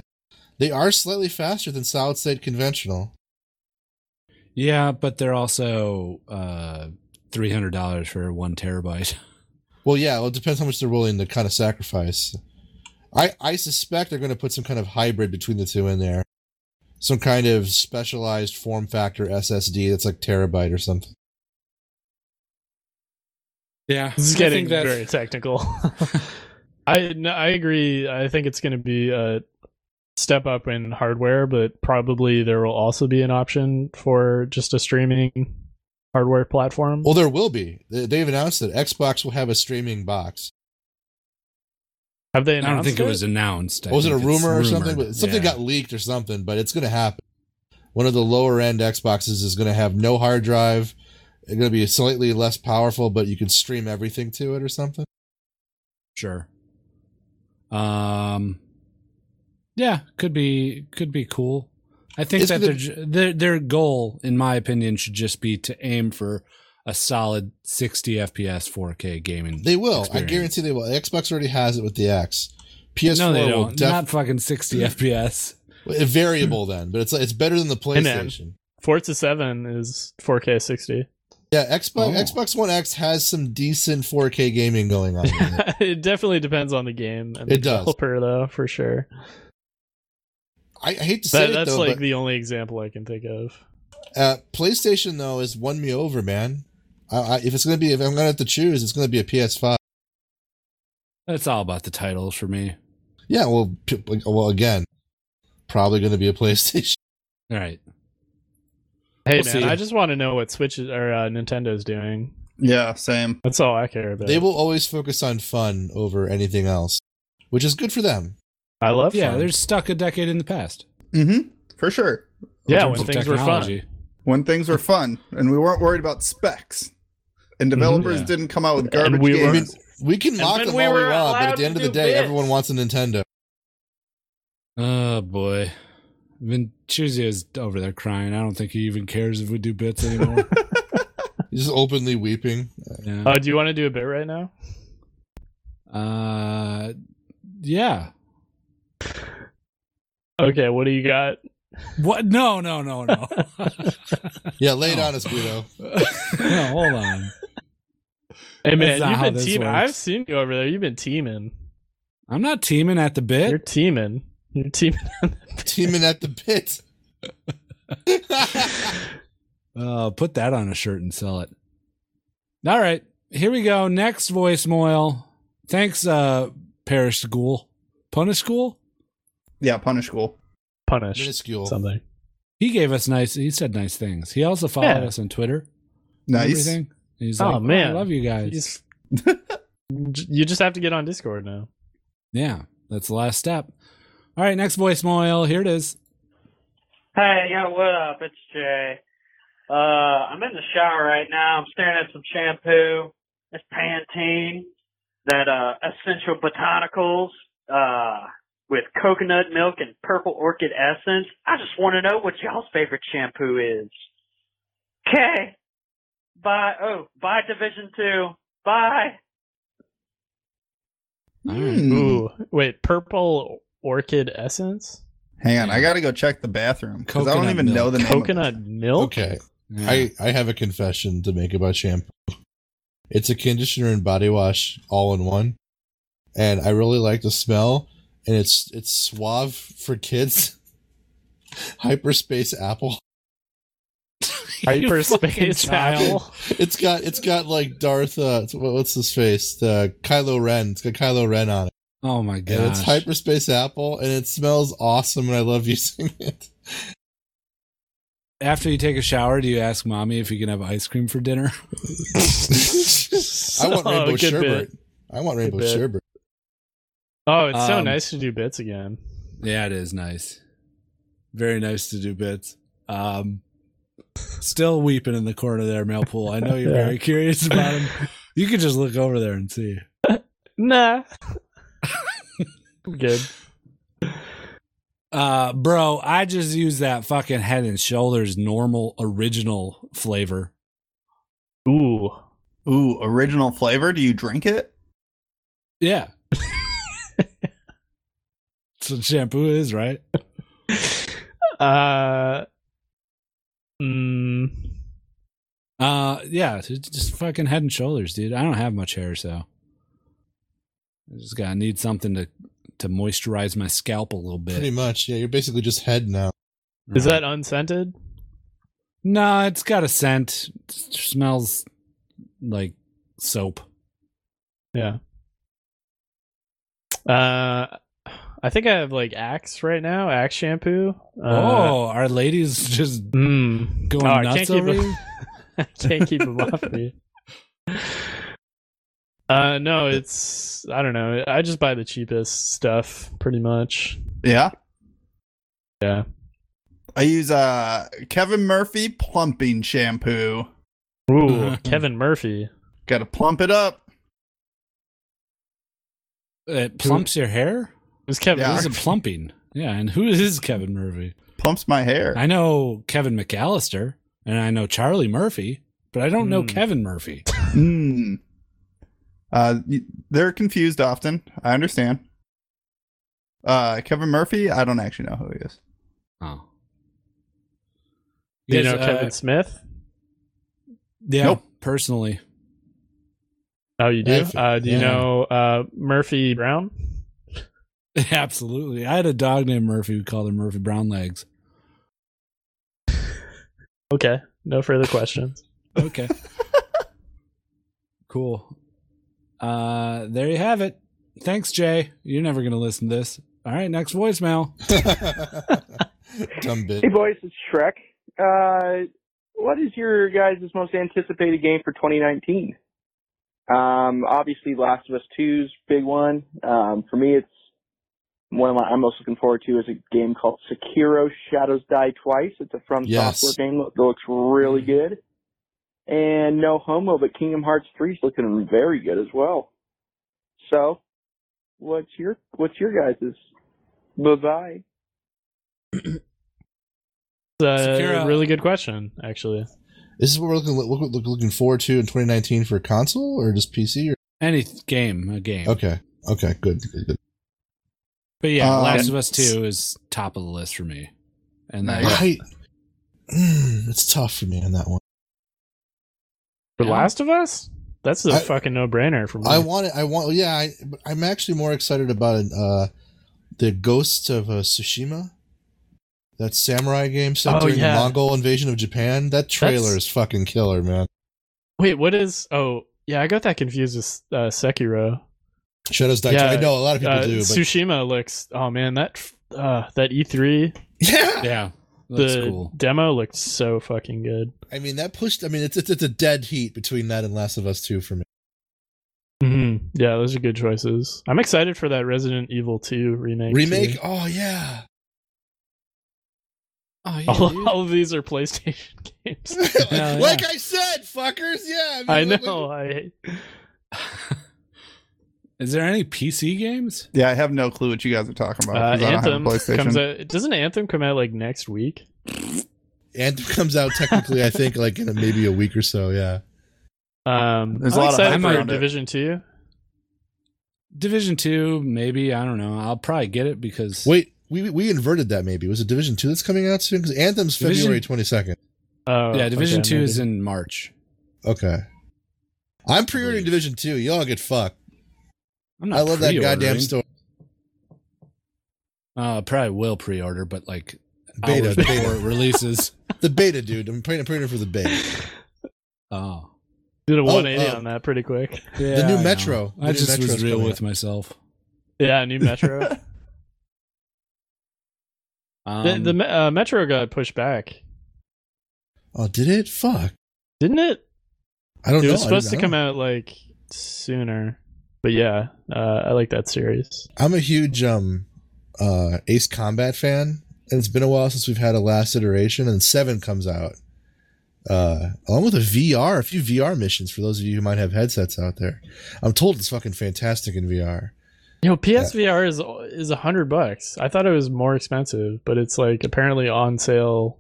Speaker 2: they are slightly faster than solid state conventional.
Speaker 1: Yeah, but they're also uh, three hundred dollars for one terabyte.
Speaker 2: Well, yeah, well, it depends how much they're willing to kind of sacrifice. I I suspect they're going to put some kind of hybrid between the two in there, some kind of specialized form factor SSD that's like terabyte or something.
Speaker 1: Yeah,
Speaker 4: This is getting very technical. I no, I agree. I think it's going to be a step up in hardware, but probably there will also be an option for just a streaming hardware platform.
Speaker 2: Well, there will be. They- They've announced that Xbox will have a streaming box.
Speaker 4: Have they
Speaker 1: I
Speaker 4: announced?
Speaker 1: don't think it was announced. I
Speaker 2: was it a
Speaker 1: think it's
Speaker 2: rumor or
Speaker 1: rumored.
Speaker 2: something? But something
Speaker 1: Yeah.
Speaker 2: got leaked or something. But it's going to happen. One of the lower end Xboxes is going to have no hard drive. It's going to be slightly less powerful, but you can stream everything to it or something.
Speaker 1: sure. Um, yeah, could be could be cool. I think
Speaker 2: It's
Speaker 1: that
Speaker 2: gonna-
Speaker 1: their j- their their goal, in my opinion, should just be to aim for a solid sixty FPS, four K gaming.
Speaker 2: They will.
Speaker 1: experience.
Speaker 2: I guarantee they will. Xbox already has it with the X. PS4
Speaker 1: No, they
Speaker 2: will
Speaker 1: don't. Not
Speaker 2: definitely
Speaker 1: fucking sixty FPS.
Speaker 2: variable then, but it's it's better than the
Speaker 4: Hey, man.
Speaker 2: PlayStation.
Speaker 4: Forza Seven is 4K 60.
Speaker 2: Yeah,
Speaker 4: Oh.
Speaker 2: Xbox Xbox One X has some decent 4K gaming going on. with it.
Speaker 1: Mm-hmm.
Speaker 4: it definitely depends on the game and the
Speaker 2: It does.
Speaker 4: developer, though, for sure.
Speaker 2: I, I hate to say
Speaker 4: That,
Speaker 2: it
Speaker 4: that's
Speaker 2: though,
Speaker 4: like
Speaker 2: but
Speaker 4: the only example I can think of.
Speaker 2: uh, PlayStation though has won me over, man. I, I, if it's gonna be, if I'm gonna have to choose, it's gonna be a PS5.
Speaker 1: That's all about the titles for me.
Speaker 2: Yeah, well, p- well, again, probably gonna be a PlayStation.
Speaker 1: All right.
Speaker 4: Hey
Speaker 1: We'll
Speaker 4: man,
Speaker 1: see.
Speaker 4: I just want to know what Switch is- or uh, Nintendo's doing.
Speaker 3: yeah. Same.
Speaker 4: That's all I care about.
Speaker 2: They will always focus on fun over anything else, which is good for them.
Speaker 4: I love.
Speaker 1: Yeah,
Speaker 4: fun.
Speaker 1: they're stuck a decade in the past.
Speaker 3: Mm-hmm. For sure.
Speaker 4: yeah
Speaker 1: in
Speaker 4: when
Speaker 1: terms of
Speaker 4: things were fun.
Speaker 1: technology.
Speaker 3: When things were fun and we weren't worried about specs, and
Speaker 1: Mm-hmm.
Speaker 3: developers
Speaker 1: Yeah.
Speaker 3: didn't come out with garbage
Speaker 4: we were-
Speaker 3: games.
Speaker 2: We can
Speaker 7: And
Speaker 2: mock
Speaker 7: when
Speaker 2: them
Speaker 7: we
Speaker 2: all we
Speaker 7: were
Speaker 2: want, but
Speaker 7: allowed
Speaker 2: at the end
Speaker 7: to
Speaker 2: of the
Speaker 7: do
Speaker 2: day,
Speaker 7: bits.
Speaker 2: everyone wants a Nintendo.
Speaker 1: Oh boy. Ventuzio's over there crying. I don't think he even cares if we do bits anymore.
Speaker 2: He's just openly weeping.
Speaker 1: yeah.
Speaker 4: Oh, do you want to do a bit right now?
Speaker 1: Uh, yeah.
Speaker 4: Okay, what do you got?
Speaker 1: What? No, no, no, no.
Speaker 2: Yeah, lay it on us, Guido.
Speaker 1: no, hold on.
Speaker 4: Hey man,
Speaker 1: not
Speaker 4: you've
Speaker 1: how
Speaker 4: been
Speaker 1: this
Speaker 4: teaming.
Speaker 1: works.
Speaker 4: I've seen you over there. You've been teaming.
Speaker 1: I'm not teaming at the
Speaker 4: You're
Speaker 1: bit.
Speaker 4: teaming. You're teaming.
Speaker 2: Teaming at the pit.
Speaker 1: Uh, put that on a shirt and sell it. All right. Here we go. Next voicemail. Thanks, uh, Parish School. Punish School?
Speaker 3: Yeah, Punish School.
Speaker 4: Punished
Speaker 2: Minuscule.
Speaker 4: something.
Speaker 1: He gave us nice he said nice things. He also followed
Speaker 4: Yeah.
Speaker 1: us on Twitter. and
Speaker 3: Nice.
Speaker 1: Everything. And he's
Speaker 4: Oh,
Speaker 1: like, man.
Speaker 4: man.
Speaker 1: I love you guys.
Speaker 4: He's- you just have to get on Discord now.
Speaker 1: yeah, that's the last step. All right, next voicemail. Here it is.
Speaker 9: Hey, yo, what up? It's Jay. Uh, I'm in the shower right now. I'm staring at some shampoo. It's Pantene, that uh, essential botanicals uh, with coconut milk and purple orchid essence. I just want to know what y'all's favorite shampoo is. Okay. Bye. Oh, bye, Division Two. Bye.
Speaker 1: All right.
Speaker 3: Hmm.
Speaker 4: Ooh, wait, purple orchid essence,
Speaker 3: Hang on, I gotta go check the bathroom because I don't
Speaker 1: Coconut
Speaker 3: even
Speaker 1: milk.
Speaker 3: know the name. of it.
Speaker 4: coconut milk.
Speaker 2: Okay.
Speaker 1: Yeah.
Speaker 2: I, I have a confession to make about shampoo. It's a conditioner and body wash all in one. And I really like the smell. And it's it's suave for kids. Hyperspace apple.
Speaker 1: fucking
Speaker 4: Hyperspace
Speaker 1: child.
Speaker 4: owl.
Speaker 2: It's got it's got like Darth uh it's- what- what's his face? The Kylo Ren. It's got Kylo Ren on it.
Speaker 1: Oh my god.
Speaker 2: And it's hyperspace apple and it smells awesome and I love using it.
Speaker 1: After you take a shower, do you ask mommy if you can have ice cream for dinner?
Speaker 2: I want
Speaker 4: Oh,
Speaker 2: rainbow
Speaker 4: good
Speaker 2: sherbet.
Speaker 4: bit.
Speaker 2: I want rainbow
Speaker 4: bit.
Speaker 2: sherbet.
Speaker 4: Oh, it's so
Speaker 1: Um,
Speaker 4: nice to do bits again.
Speaker 1: yeah, it is nice. Very nice to do bits. Um, still weeping in the corner there, Mel Pool. I know you're
Speaker 4: Yeah.
Speaker 1: very curious about him. You could just look over there and see.
Speaker 4: Nah. I'm good.
Speaker 1: Uh, bro, I just use that fucking Head and Shoulders normal original flavor.
Speaker 4: Ooh.
Speaker 3: Ooh, original flavor. Do you drink it?
Speaker 1: Yeah. That's what shampoo is, right?
Speaker 4: Uh. Mm,
Speaker 1: Uh, yeah, j- just fucking head and shoulders, dude. I don't have much hair, so I just gotta need something to to moisturize my scalp a little
Speaker 2: Pretty
Speaker 1: bit.
Speaker 2: much. Yeah, you're basically just head now.
Speaker 4: is that unscented?
Speaker 1: No, it's got a scent. It smells like
Speaker 4: Uh,
Speaker 1: soap.
Speaker 4: Yeah. Uh, I think I have like Axe right now. Axe shampoo. Uh,
Speaker 1: oh, our ladies just
Speaker 4: mm.
Speaker 1: going
Speaker 4: Oh, I
Speaker 1: nuts
Speaker 4: can't
Speaker 1: over
Speaker 4: keep
Speaker 1: you?
Speaker 4: I can't keep them off me. Uh, no, it's I don't know. I just buy the cheapest stuff, pretty much.
Speaker 3: Yeah.
Speaker 4: Yeah.
Speaker 3: I use uh Kevin Murphy plumping shampoo.
Speaker 4: Ooh, Kevin Murphy.
Speaker 3: Got to plump it up.
Speaker 1: It plumps your hair.
Speaker 4: Who's Kevin?
Speaker 3: Yeah.
Speaker 1: This is a plumping. Yeah, and who is Kevin Murphy?
Speaker 3: Plumps my hair.
Speaker 1: I know Kevin McAllister and I know Charlie Murphy, but I don't know
Speaker 4: Hmm.
Speaker 1: Kevin Murphy.
Speaker 3: Mm. Uh, y- they're confused often. I understand. Uh, Kevin Murphy. I don't actually know who he is.
Speaker 1: Oh.
Speaker 4: Do you
Speaker 1: Yes,
Speaker 4: know
Speaker 1: uh,
Speaker 4: Kevin Smith?
Speaker 1: Yeah,
Speaker 3: Nope.
Speaker 1: personally.
Speaker 4: Oh, you do.
Speaker 2: I've-
Speaker 4: Uh, do you
Speaker 2: yeah.
Speaker 4: know uh, Murphy Brown?
Speaker 1: Absolutely. I had a dog named Murphy. We called him Murphy Brownlegs.
Speaker 4: Okay. No further questions.
Speaker 1: Okay. cool. Uh there you have it. Thanks, Jay. You're never gonna listen to this. All right, next voicemail.
Speaker 2: Dumb bit.
Speaker 10: Hey boys, it's Shrek. Uh, what is your guys' most anticipated game for 2019? Um, obviously, Last of Us 2's big one. Um, for me, it's one of my, I'm most looking forward to is a game called Sekiro: Shadows Die Twice. It's a From
Speaker 2: Yes. Mm-hmm.
Speaker 10: Software game that looks really good. And no homo, but Kingdom Hearts 3 is looking very good as well. So, what's your what's your guys' bye bye?
Speaker 4: It's a
Speaker 1: Sakura.
Speaker 4: really good question, actually.
Speaker 2: This is what we're looking look, look- looking forward to in 2019 for console or just PC? Or,
Speaker 1: Any th- game, a game.
Speaker 2: okay, okay, good, good, good.
Speaker 1: But yeah,
Speaker 3: Um,
Speaker 1: Last of Us Two is top of the list for me. And then
Speaker 3: Nice.
Speaker 2: I, Mm, it's tough for me on that one.
Speaker 4: For
Speaker 1: Yeah.
Speaker 4: Last of Us, that's a
Speaker 2: I-
Speaker 4: fucking no-brainer for me.
Speaker 2: I want it. I want. Yeah, I, but I'm actually more excited about uh, the Ghost of uh, Tsushima, that samurai game set
Speaker 4: Oh,
Speaker 2: during
Speaker 4: yeah.
Speaker 2: the Mongol invasion of Japan. That trailer
Speaker 4: That's-
Speaker 2: is fucking killer, man.
Speaker 4: Wait, what is? Oh, yeah, I got that confused with uh, Sekiro.
Speaker 2: Shadows Die. Twice. I know a lot of people
Speaker 4: uh,
Speaker 2: do, but
Speaker 4: Tsushima looks. Oh man, that uh, that E3.
Speaker 2: Yeah,
Speaker 1: yeah.
Speaker 2: Looks
Speaker 4: The
Speaker 2: cool.
Speaker 4: demo looked so fucking good.
Speaker 2: I mean that pushed. I mean it's, it's it's a dead heat between that and Last of Us Two for me.
Speaker 4: Mm-hmm. Yeah, those are good choices. I'm excited for that Resident Evil 2 remake.
Speaker 2: Remake.
Speaker 4: too.
Speaker 2: Oh yeah.
Speaker 1: Oh yeah.
Speaker 4: All,
Speaker 1: dude.
Speaker 4: all of these are PlayStation games.
Speaker 1: Hell
Speaker 2: Like
Speaker 1: yeah.
Speaker 2: I said, fuckers. Yeah.
Speaker 4: I
Speaker 2: mean,
Speaker 4: know. I
Speaker 1: Is there any PC games?
Speaker 3: Yeah, I have no clue what you guys are talking
Speaker 4: uh,
Speaker 3: about. 'cause I don't have a
Speaker 4: Anthem
Speaker 3: PlayStation.
Speaker 4: comes out. Doesn't Anthem come out like next week?
Speaker 2: Anthem comes out technically, I think, like in a, maybe a week or so. Yeah.
Speaker 4: Um,
Speaker 3: There's
Speaker 4: I'm
Speaker 3: a lot of
Speaker 4: excited
Speaker 1: hype
Speaker 4: for
Speaker 3: around it.
Speaker 4: Division Two.
Speaker 1: Division two, maybe. I don't know. I'll probably get it because
Speaker 2: Wait, we we inverted that. Maybe was it Division Two that's coming out soon? Because Anthem's
Speaker 1: Division-
Speaker 2: February twenty second.
Speaker 4: Oh,
Speaker 1: yeah, Division
Speaker 4: okay,
Speaker 1: two is
Speaker 4: maybe.
Speaker 1: in March.
Speaker 2: Okay. I'm pre-ordering Division Two. Y'all get fucked.
Speaker 1: I'm not.
Speaker 2: I love that goddamn
Speaker 1: pre-ordering.
Speaker 2: story.
Speaker 1: Uh, probably will pre-order, but like
Speaker 2: Beta,
Speaker 1: hours
Speaker 2: the beta.
Speaker 1: before it releases.
Speaker 2: The beta, dude. I'm pre- I'm pre-ordering for the beta.
Speaker 1: Oh,
Speaker 4: did a 180
Speaker 2: uh,
Speaker 4: on that pretty quick.
Speaker 1: yeah,
Speaker 2: new
Speaker 1: I know.
Speaker 2: Metro. The
Speaker 1: I
Speaker 2: new
Speaker 1: just was
Speaker 2: Metro's
Speaker 1: real
Speaker 2: coming
Speaker 1: with myself.
Speaker 4: Yeah, new Metro.
Speaker 1: Um,
Speaker 4: the the Me- uh, Metro got pushed back,
Speaker 2: Oh, did it? Fuck.
Speaker 4: didn't it?
Speaker 2: I don't
Speaker 4: It
Speaker 2: know.
Speaker 4: was
Speaker 2: I
Speaker 4: supposed to
Speaker 2: don't
Speaker 4: come
Speaker 2: know.
Speaker 4: out like sooner, but yeah, uh, I like that series.
Speaker 2: I'm a huge um uh Ace Combat fan, and it's been a while since we've had a last iteration, and seven comes out. Uh along with a VR, a few VR missions for those of you who might have headsets out there. I'm told it's fucking fantastic in VR.
Speaker 4: Yo, PSVR is is a hundred bucks. I thought it was more expensive, but it's like apparently on sale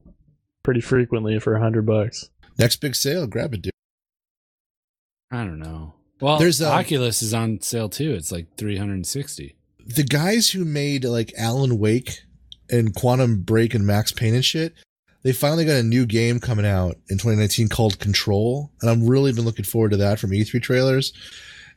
Speaker 4: pretty frequently for a hundred bucks.
Speaker 2: Next big sale, grab it, dude.
Speaker 1: I don't know. Well,
Speaker 2: There's,
Speaker 1: there's
Speaker 2: um,
Speaker 1: Oculus is on sale too. It's like 360.
Speaker 2: the guys who made like Alan Wake and Quantum Break and Max Payne and shit, they finally got a new game coming out in 2019 called Control, and I'm really been looking forward to that from E3 trailers.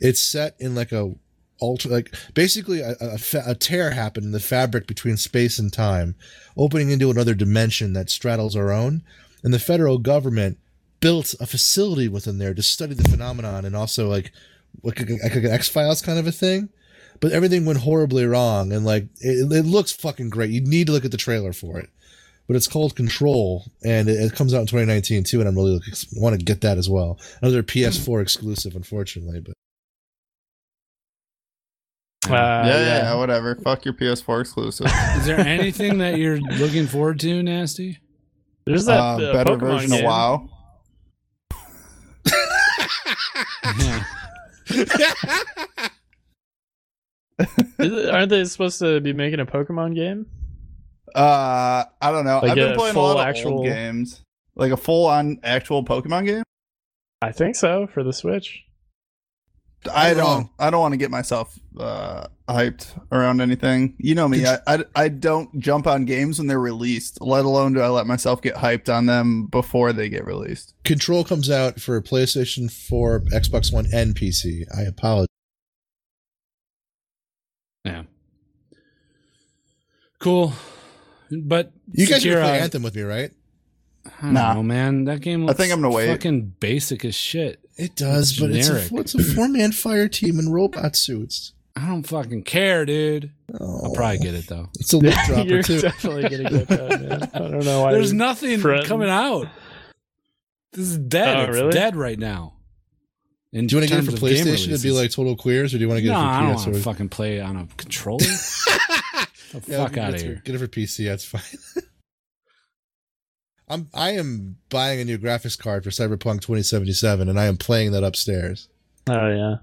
Speaker 2: It's set in like a alter, like basically a, a, fa- a tear happened in the fabric between space and time, opening into another dimension that straddles our own, and the federal government built a facility within there to study the phenomenon and also like like, a- like an X Files kind of a thing but everything went horribly wrong and like it, it looks fucking great you need to look at the trailer for it but it's called control and it, it comes out in 2019 too and i'm really looking, want to get that as well another ps4 exclusive unfortunately but
Speaker 4: Uh, yeah,
Speaker 3: yeah, yeah, yeah, whatever. Fuck your PS4 exclusive.
Speaker 1: Is there anything that you're looking forward to, Nasty?
Speaker 4: There's that
Speaker 2: Um,
Speaker 3: uh,
Speaker 4: uh,
Speaker 3: better
Speaker 4: Pokemon
Speaker 3: version
Speaker 4: game.
Speaker 3: of WoW.
Speaker 1: Yeah.
Speaker 4: Is it- Aren't they supposed to be making a Pokemon game?
Speaker 3: Uh, I don't know.
Speaker 4: Like
Speaker 3: I've been
Speaker 4: a
Speaker 3: playing a
Speaker 4: full
Speaker 3: lot of
Speaker 4: actual-
Speaker 3: old games, like a full-on actual Pokemon game.
Speaker 4: I think so for the Switch.
Speaker 3: I
Speaker 2: You're
Speaker 3: don't.
Speaker 2: wrong.
Speaker 3: I don't want to get myself uh, hyped around anything. You know me. I, I I don't jump on games when they're released. Let alone do I let myself get hyped on them before they get released.
Speaker 2: control comes out for playstation 4 xbox one and pc i apologize
Speaker 1: yeah. Cool. But
Speaker 2: you guys are
Speaker 1: Sekiro,
Speaker 2: gonna play anthem with me right
Speaker 1: I don't
Speaker 3: Nah.
Speaker 1: know, man. That game
Speaker 3: I
Speaker 1: looks
Speaker 3: think I'm gonna wait.
Speaker 1: fucking basic as shit.
Speaker 2: it does
Speaker 1: It's
Speaker 2: but it's a,
Speaker 1: generic.
Speaker 2: four- it's a four-man fire team in robot suits
Speaker 1: I don't fucking care, dude.
Speaker 2: oh,
Speaker 1: I'll probably get it though.
Speaker 2: it's a lip dropper
Speaker 4: You're
Speaker 2: too
Speaker 4: definitely gonna get that. Man. I don't know why.
Speaker 1: There's
Speaker 4: you-
Speaker 1: nothing
Speaker 4: Fred-
Speaker 1: coming out. This is dead.
Speaker 4: Oh,
Speaker 1: it's
Speaker 4: really?
Speaker 1: dead right now. And
Speaker 2: do you want to get it for playstation it'd be like total queers or do you want to get
Speaker 1: no, I don't
Speaker 2: it
Speaker 1: want
Speaker 2: for
Speaker 1: to
Speaker 2: ps or
Speaker 1: fucking play on a controller. the
Speaker 2: Yeah,
Speaker 1: fuck
Speaker 2: get
Speaker 1: out
Speaker 2: it
Speaker 1: of
Speaker 2: for-
Speaker 1: here.
Speaker 2: Get it for PC. That's fine. I'm I am buying a new graphics card for Cyberpunk 2077, and I am playing that upstairs.
Speaker 4: Oh yeah.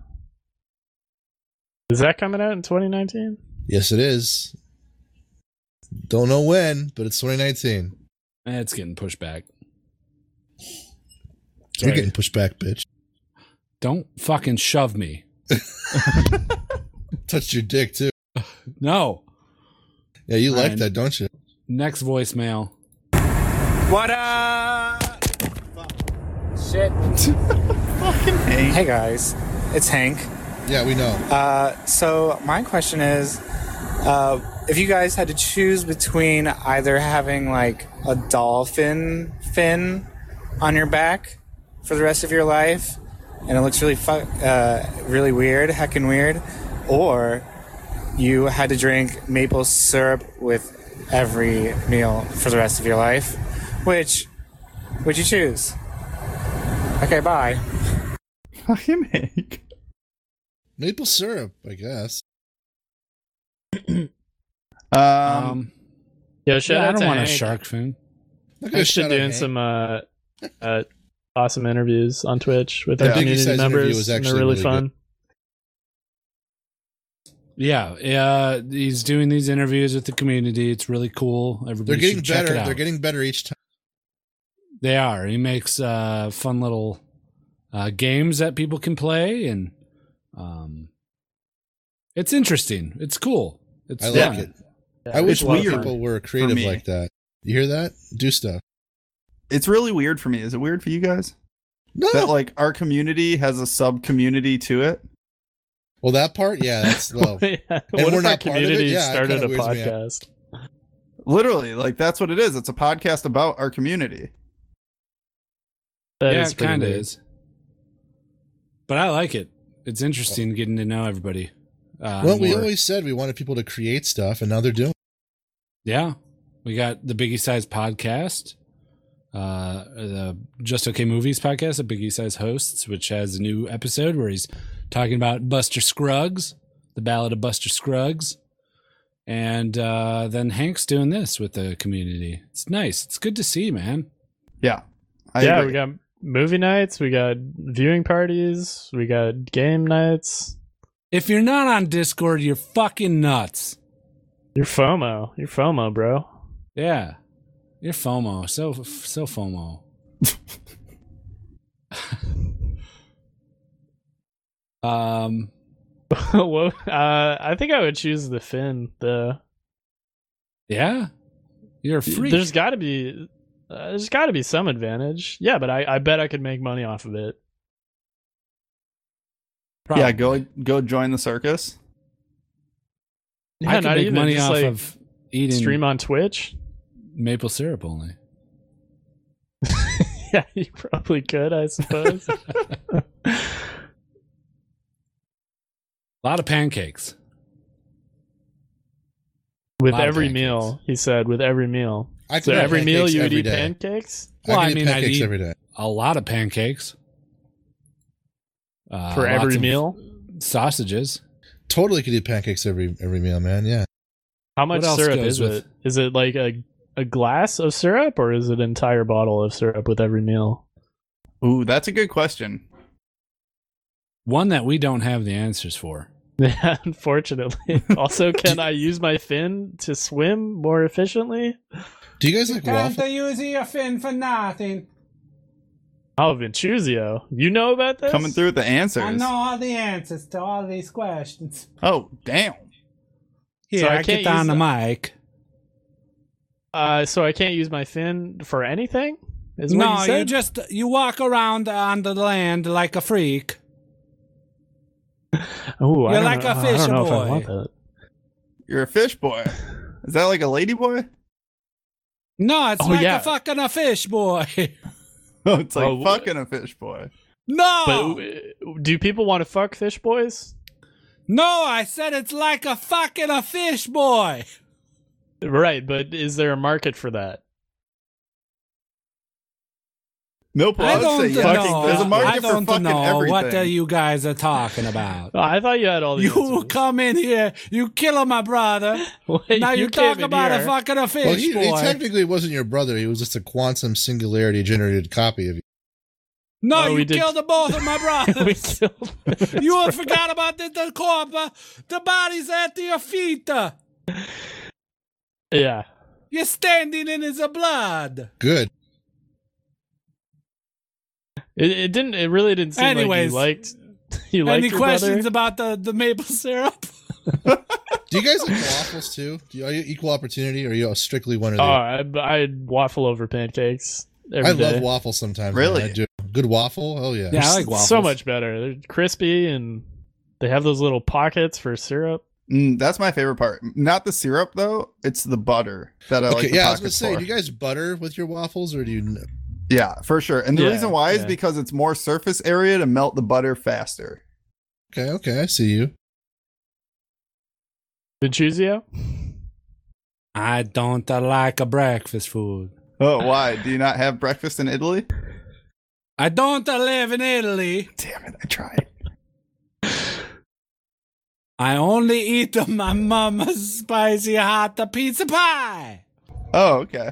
Speaker 4: Is that coming out in 2019?
Speaker 2: Yes, it is. Don't know when, but it's 2019.
Speaker 1: Eh, It's getting pushed back.
Speaker 2: You're
Speaker 1: Sorry.
Speaker 2: getting pushed back, bitch.
Speaker 1: Don't fucking shove me.
Speaker 2: Touched your dick too.
Speaker 1: No.
Speaker 2: Yeah, you like
Speaker 1: Fine.
Speaker 2: that, don't you?
Speaker 1: Next voicemail.
Speaker 7: What up? Shit.
Speaker 3: Hey,
Speaker 7: Hey guys, it's Hank.
Speaker 2: Yeah, we know.
Speaker 7: Uh, so my question is, uh, if you guys had to choose between either having like a dolphin fin on your back for the rest of your life, and it looks really fu- uh, really weird, heckin' weird, or you had to drink maple syrup with every meal for the rest of your life. Which would you choose? Okay, bye.
Speaker 3: Fucking egg.
Speaker 2: Maple syrup, I guess.
Speaker 3: Um,
Speaker 4: yeah, shout
Speaker 1: yeah, I
Speaker 4: out
Speaker 1: don't
Speaker 4: to
Speaker 1: want
Speaker 4: Hank.
Speaker 1: a shark fin.
Speaker 2: Look at
Speaker 4: Thanks for
Speaker 2: shout out
Speaker 4: doing
Speaker 2: Hank.
Speaker 4: some uh, uh, awesome interviews on Twitch with
Speaker 2: Yeah.
Speaker 4: our
Speaker 2: Biggie
Speaker 4: community
Speaker 2: Size interview
Speaker 4: members.
Speaker 2: was
Speaker 4: and they're
Speaker 2: actually
Speaker 4: really,
Speaker 2: really
Speaker 4: fun.
Speaker 1: Yeah, yeah. He's doing these interviews with the community. It's really cool. Everybody
Speaker 2: They're getting
Speaker 1: should check
Speaker 2: better.
Speaker 1: It out.
Speaker 2: They're getting better each time.
Speaker 1: They are. He makes uh, fun little uh, games that people can play, and um, it's interesting. It's cool. It's
Speaker 2: I
Speaker 1: fun.
Speaker 2: like it. I wish
Speaker 3: it's
Speaker 2: more
Speaker 3: weird
Speaker 2: people were
Speaker 3: for
Speaker 2: creative
Speaker 3: me.
Speaker 2: like that. You hear that? Do stuff.
Speaker 3: It's really weird for me. Is it weird for you guys?
Speaker 2: No.
Speaker 3: That like our community has a sub community to it.
Speaker 2: well, that part, yeah, that's well.
Speaker 4: Yeah.
Speaker 2: we're
Speaker 4: What if
Speaker 2: not
Speaker 4: our
Speaker 2: part of it?
Speaker 4: community
Speaker 2: Yeah, it
Speaker 4: started
Speaker 2: kinda
Speaker 4: a
Speaker 2: weirds me out.
Speaker 4: podcast?
Speaker 3: Literally, like that's what it is. It's a podcast about our community.
Speaker 4: That
Speaker 1: yeah,
Speaker 4: is
Speaker 1: it
Speaker 4: pretty
Speaker 1: kind of
Speaker 4: weird.
Speaker 1: is. But I like it. It's interesting getting to know everybody. Uh,
Speaker 2: well, we
Speaker 1: more.
Speaker 2: always said we wanted people to create stuff, and now they're doing.
Speaker 1: Yeah. We got the Biggie Size podcast, uh, the Just Okay Movies podcast that Biggie Size hosts, which has a new episode where he's talking about Buster Scruggs, the ballad of Buster Scruggs. And uh, then Hank's doing this with the community. It's nice. It's good to see, man.
Speaker 3: Yeah. I
Speaker 4: yeah,
Speaker 3: agree.
Speaker 4: we got movie nights, we got viewing parties, we got game nights.
Speaker 1: If you're not on Discord, you're fucking nuts.
Speaker 4: You're FOMO. You're FOMO, bro.
Speaker 1: Yeah. You're FOMO. So so FOMO. um
Speaker 4: Well, uh, I think I would choose the Finn. The
Speaker 1: yeah. You're a freak.
Speaker 4: there's got to be uh, there's got to be some advantage. Yeah, but I, I bet I could make money off of it.
Speaker 1: Probably.
Speaker 3: Yeah, go go join the circus.
Speaker 1: I
Speaker 4: Yeah,
Speaker 1: can
Speaker 4: not
Speaker 1: make
Speaker 4: even,
Speaker 1: money
Speaker 4: just,
Speaker 1: off
Speaker 4: like,
Speaker 1: of eating
Speaker 4: stream on Twitch.
Speaker 1: maple syrup only.
Speaker 4: yeah, you probably could, I suppose.
Speaker 1: A lot of pancakes.
Speaker 4: with
Speaker 1: Lot of
Speaker 4: every
Speaker 1: pancakes.
Speaker 4: meal, he said. With every meal.
Speaker 2: I
Speaker 4: So
Speaker 2: could eat
Speaker 4: every meal
Speaker 2: pancakes
Speaker 4: you would
Speaker 2: every
Speaker 4: eat
Speaker 2: day.
Speaker 4: pancakes
Speaker 2: I
Speaker 1: Well,
Speaker 2: could
Speaker 1: I
Speaker 2: eat
Speaker 1: mean, I'd
Speaker 2: pancakes
Speaker 1: eat-
Speaker 2: every day.
Speaker 1: A lot of pancakes. Uh,
Speaker 4: for
Speaker 1: lots
Speaker 4: every
Speaker 1: of
Speaker 4: meal.
Speaker 1: Sausages.
Speaker 2: Totally could eat pancakes every every meal, man. Yeah.
Speaker 4: How much
Speaker 1: What else
Speaker 4: syrup
Speaker 1: goes
Speaker 4: is
Speaker 1: with-
Speaker 4: it? Is it like a a glass of syrup or is it an entire bottle of syrup with every meal?
Speaker 3: Ooh, that's a good question.
Speaker 1: One that we don't have the answers for.
Speaker 4: Yeah, unfortunately. also, can I use my fin to swim more efficiently?
Speaker 2: Do you guys like waffles?
Speaker 1: use your fin for nothing.
Speaker 4: Oh, Vinchuzio, you know about this?
Speaker 3: Coming through with the answers.
Speaker 1: all the answers to all these questions.
Speaker 3: Oh, damn.
Speaker 1: Yeah,
Speaker 4: So I
Speaker 1: I
Speaker 4: can't
Speaker 1: get on the
Speaker 4: use
Speaker 1: mic.
Speaker 4: Uh, so I can't use my fin for anything. Is what
Speaker 1: No,
Speaker 4: you
Speaker 1: you,
Speaker 4: said?
Speaker 1: just you walk around on the land like a freak.
Speaker 4: Ooh,
Speaker 1: You're
Speaker 4: I don't
Speaker 1: like
Speaker 4: know-
Speaker 1: a
Speaker 4: I
Speaker 1: fish
Speaker 4: don't know if I
Speaker 1: boy.
Speaker 4: want that.
Speaker 3: You're a fish boy. Is that like a lady boy?
Speaker 1: No, it's
Speaker 4: Oh,
Speaker 1: like
Speaker 4: yeah.
Speaker 1: a fucking a fish boy.
Speaker 3: Oh, it's like
Speaker 4: Oh, wh-
Speaker 3: fucking a fish boy.
Speaker 1: no,
Speaker 4: But uh, do people want to fuck fish boys?
Speaker 1: no, I said it's like a fucking a fish boy.
Speaker 4: Right, but is there a market for that?
Speaker 3: Nope. I,
Speaker 1: I
Speaker 3: would
Speaker 1: don't
Speaker 3: say yes.
Speaker 1: know.
Speaker 3: There's a market
Speaker 1: I don't
Speaker 3: for fucking
Speaker 1: know
Speaker 3: everything.
Speaker 1: what uh, you guys are talking about.
Speaker 4: Oh, I thought you had all the
Speaker 1: You
Speaker 4: answers.
Speaker 1: come in here, you kill my brother.
Speaker 4: Wait,
Speaker 1: now you,
Speaker 4: came
Speaker 1: talk
Speaker 4: in
Speaker 1: about a
Speaker 4: here.
Speaker 1: fucking a fish
Speaker 2: Well, he,
Speaker 1: boy.
Speaker 2: he technically wasn't your brother. He was just a quantum singularity generated copy of you.
Speaker 1: no,
Speaker 4: Oh, we
Speaker 1: you
Speaker 4: did-
Speaker 1: killed the both of my brothers.
Speaker 4: we killed.
Speaker 1: You all forgot about the, the corpse. The body's at your feet.
Speaker 4: Yeah.
Speaker 1: You're standing in his blood.
Speaker 2: Good.
Speaker 4: It, it didn't. It really didn't seem
Speaker 1: Anyways.
Speaker 4: like you liked. You liked
Speaker 1: Any
Speaker 4: your
Speaker 1: questions
Speaker 4: brother?
Speaker 1: about the, the maple syrup?
Speaker 2: Do you guys like waffles too? Do you, are you equal opportunity, or are you strictly one or
Speaker 1: Uh,
Speaker 2: the
Speaker 4: Oh,
Speaker 2: other?
Speaker 4: I, I waffle over pancakes.
Speaker 2: I
Speaker 4: every
Speaker 2: love
Speaker 4: day.
Speaker 2: waffles sometimes.
Speaker 3: Really?
Speaker 2: man. I do. Good waffle. Oh yeah.
Speaker 1: Yeah, I like
Speaker 4: It's
Speaker 1: waffles.
Speaker 4: So much better. They're crispy and they have those little pockets for syrup.
Speaker 3: Mm, that's my favorite part. Not the syrup though. It's the butter that I
Speaker 2: Okay,
Speaker 3: like. The
Speaker 2: yeah, I was gonna
Speaker 3: pockets
Speaker 2: say,
Speaker 3: for.
Speaker 2: do you guys butter with your waffles, or do you?
Speaker 3: yeah, for sure. And the
Speaker 4: Yeah,
Speaker 3: reason why is
Speaker 4: yeah.
Speaker 3: because it's more surface area to melt the butter faster.
Speaker 2: Okay, okay, I see you.
Speaker 4: Denchuzio?
Speaker 1: I don't like a breakfast food.
Speaker 3: Oh, why? Do you not have breakfast in Italy?
Speaker 1: I don't live in Italy.
Speaker 3: Damn it, I tried.
Speaker 1: I only eat my mama's spicy hot pizza pie.
Speaker 3: Oh, okay.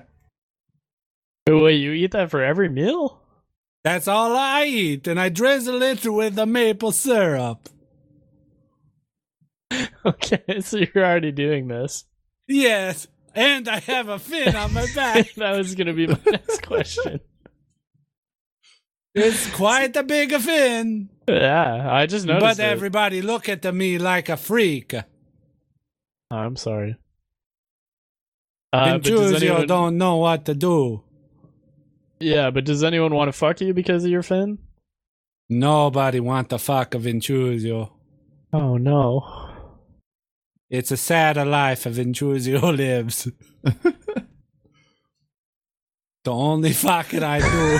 Speaker 4: Wait, you eat that for every meal?
Speaker 1: That's all I eat, and I drizzle it with the maple syrup.
Speaker 4: Okay, so you're already doing this.
Speaker 1: Yes, and I have a fin on my back.
Speaker 4: that was going to be my next question.
Speaker 1: It's quite a big fin.
Speaker 4: Yeah, I just noticed.
Speaker 1: But
Speaker 4: it.
Speaker 1: everybody look at me like a freak.
Speaker 4: Uh, I'm sorry.
Speaker 1: Uh,
Speaker 4: but does anyone-
Speaker 1: don't know what to do.
Speaker 4: Yeah, but does anyone want to fuck you because of your fin?
Speaker 1: Nobody want to fuck a Ventusio.
Speaker 4: Oh no.
Speaker 1: It's a sad life a Ventusio lives. the only fucking I do.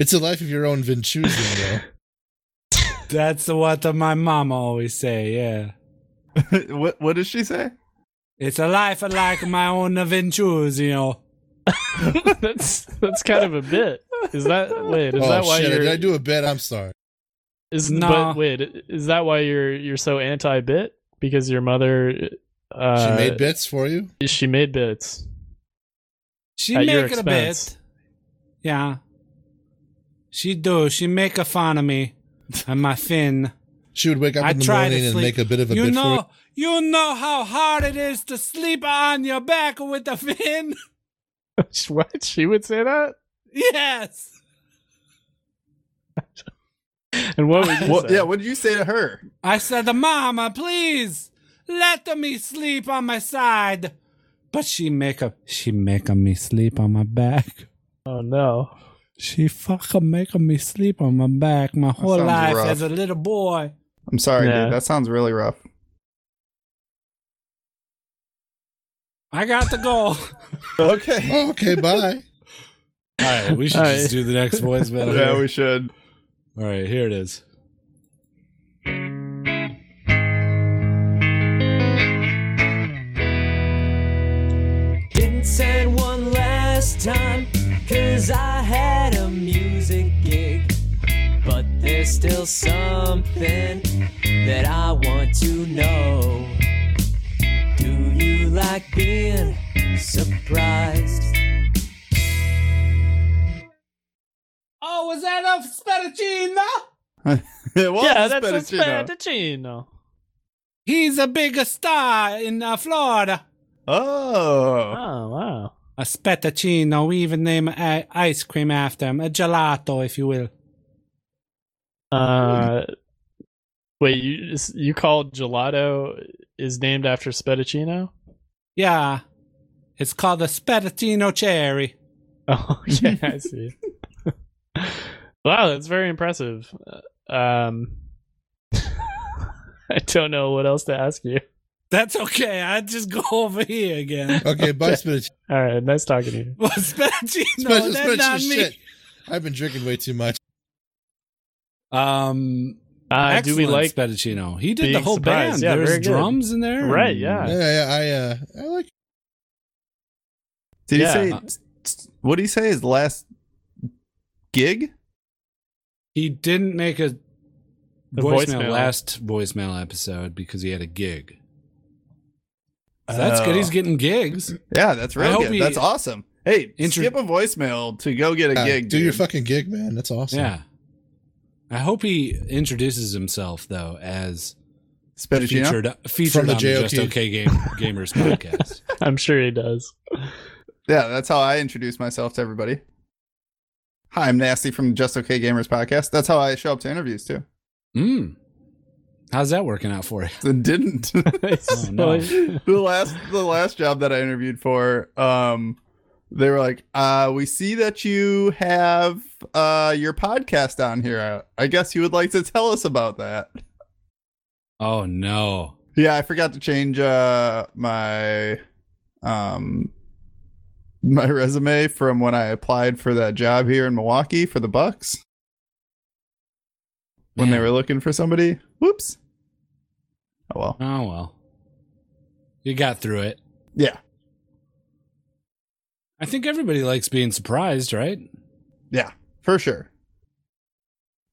Speaker 2: It's a life of your own Vinchusian, though.
Speaker 1: That's what my mama always say, yeah.
Speaker 3: what what does she say?
Speaker 1: It's a life like my own Ventusio.
Speaker 4: that's that's kind of a bit. Is that wait? Is
Speaker 2: oh
Speaker 4: that why
Speaker 2: shit!
Speaker 4: you're?
Speaker 2: Did I do a bit? I'm sorry.
Speaker 4: is
Speaker 1: Nah.
Speaker 4: but wait? Is that why you're you're so anti bit? Because your mother.
Speaker 2: She
Speaker 4: Uh,
Speaker 2: made bits for you.
Speaker 4: She made bits.
Speaker 1: She
Speaker 4: At your
Speaker 1: make it a
Speaker 4: expense.
Speaker 1: bit. Yeah. She do. She make a fun of me and my fin.
Speaker 2: She would wake up
Speaker 1: I
Speaker 2: in the
Speaker 1: try to
Speaker 2: morning and
Speaker 1: sleep.
Speaker 2: make a bit of a
Speaker 1: you
Speaker 2: bit
Speaker 1: know,
Speaker 2: for you.
Speaker 1: you know how hard it is to sleep on your back with a fin.
Speaker 4: what she would say that?
Speaker 1: yes.
Speaker 4: And what would you
Speaker 3: What,
Speaker 4: say?
Speaker 3: yeah, what did you say to her?
Speaker 1: I said, "Mama, please let me sleep on my side." But she make a she make me sleep on my back.
Speaker 4: Oh no.
Speaker 1: She fucking make me sleep on my back my whole
Speaker 3: sounds
Speaker 1: life
Speaker 3: rough.
Speaker 1: as a little boy.
Speaker 3: I'm sorry,
Speaker 4: Yeah.
Speaker 3: dude. That sounds really rough.
Speaker 1: I got to go.
Speaker 3: Okay.
Speaker 2: Oh, okay,
Speaker 1: All
Speaker 2: bye.
Speaker 1: right, we should
Speaker 4: All
Speaker 1: just
Speaker 4: right.
Speaker 1: do the next voice battle.
Speaker 3: yeah,
Speaker 1: here.
Speaker 3: we should.
Speaker 1: All right, here it is.
Speaker 11: Didn't send one last time, cause I had a music gig. But there's still something that I want to know. Do you like being surprised?
Speaker 1: Oh, was that a fettuccine?
Speaker 3: It was
Speaker 4: yeah, that's a
Speaker 3: fettuccine.
Speaker 4: fettuccine.
Speaker 1: He's a big star in uh, Florida.
Speaker 3: Oh.
Speaker 4: Oh wow.
Speaker 1: A spettuccino. We even name a ice cream after him. A gelato, if you will.
Speaker 4: Uh, wait, you you called gelato is named after spettuccino?
Speaker 1: Yeah. It's called a spettuccino cherry.
Speaker 4: Oh yeah, I see. wow, that's very impressive. Uh, Um, I don't know what else to ask you.
Speaker 1: That's okay. I just go over here again.
Speaker 2: Okay, bye, spinach.
Speaker 4: All right, nice talking to you.
Speaker 1: Well, spettuccino.
Speaker 2: Spinach,
Speaker 1: that's
Speaker 2: spinach
Speaker 1: not
Speaker 2: is
Speaker 1: me.
Speaker 2: shit. I've been drinking way too much.
Speaker 1: Um,
Speaker 4: Uh, do
Speaker 1: excellent
Speaker 4: we like?
Speaker 1: spettuccino? He did the
Speaker 4: being
Speaker 1: whole band.
Speaker 4: surprised. Yeah,
Speaker 1: There's
Speaker 4: very good.
Speaker 1: drums in there.
Speaker 4: Right,
Speaker 1: and-
Speaker 4: yeah.
Speaker 2: Yeah, yeah, I, uh, I like.
Speaker 3: Did
Speaker 4: Yeah.
Speaker 3: he say what did he say his last gig?
Speaker 1: He didn't make a
Speaker 4: The
Speaker 1: voicemail,
Speaker 4: voicemail.
Speaker 1: last voicemail episode because he had a gig. So that's
Speaker 3: Oh.
Speaker 1: good. He's getting gigs.
Speaker 3: Yeah, that's
Speaker 1: I
Speaker 3: really
Speaker 1: hope
Speaker 3: good.
Speaker 1: he-
Speaker 3: that's awesome. Hey,
Speaker 1: Intro-
Speaker 3: skip a voicemail to go get a
Speaker 2: Yeah,
Speaker 3: gig.
Speaker 2: do your
Speaker 3: dude.
Speaker 2: fucking gig, man. That's awesome.
Speaker 1: Yeah. I hope he introduces himself though as
Speaker 3: Spettuccino?
Speaker 1: featured featured
Speaker 2: From the
Speaker 1: on the
Speaker 2: JOK.
Speaker 1: Just Okay Game Gamers podcast.
Speaker 4: I'm sure he does.
Speaker 3: Yeah, that's how I introduce myself to everybody. Hi, I'm Nasty from the Just Okay Gamers podcast. That's how I show up to interviews too.
Speaker 1: Mm. How's that working out for you?
Speaker 3: It didn't.
Speaker 1: Oh, no.
Speaker 3: the last the last job that I interviewed for, um, they were like, uh, "We see that you have uh, your podcast on here. I guess you would like to tell us about that."
Speaker 1: Oh no.
Speaker 3: Yeah, I forgot to change uh, my um, my resume from when I applied for that job here in Milwaukee for the Bucks when they
Speaker 1: Man.
Speaker 3: were looking for somebody. Whoops. Oh well.
Speaker 1: Oh well. You got through it.
Speaker 3: Yeah.
Speaker 1: I think everybody likes being surprised, right?
Speaker 3: Yeah, for sure.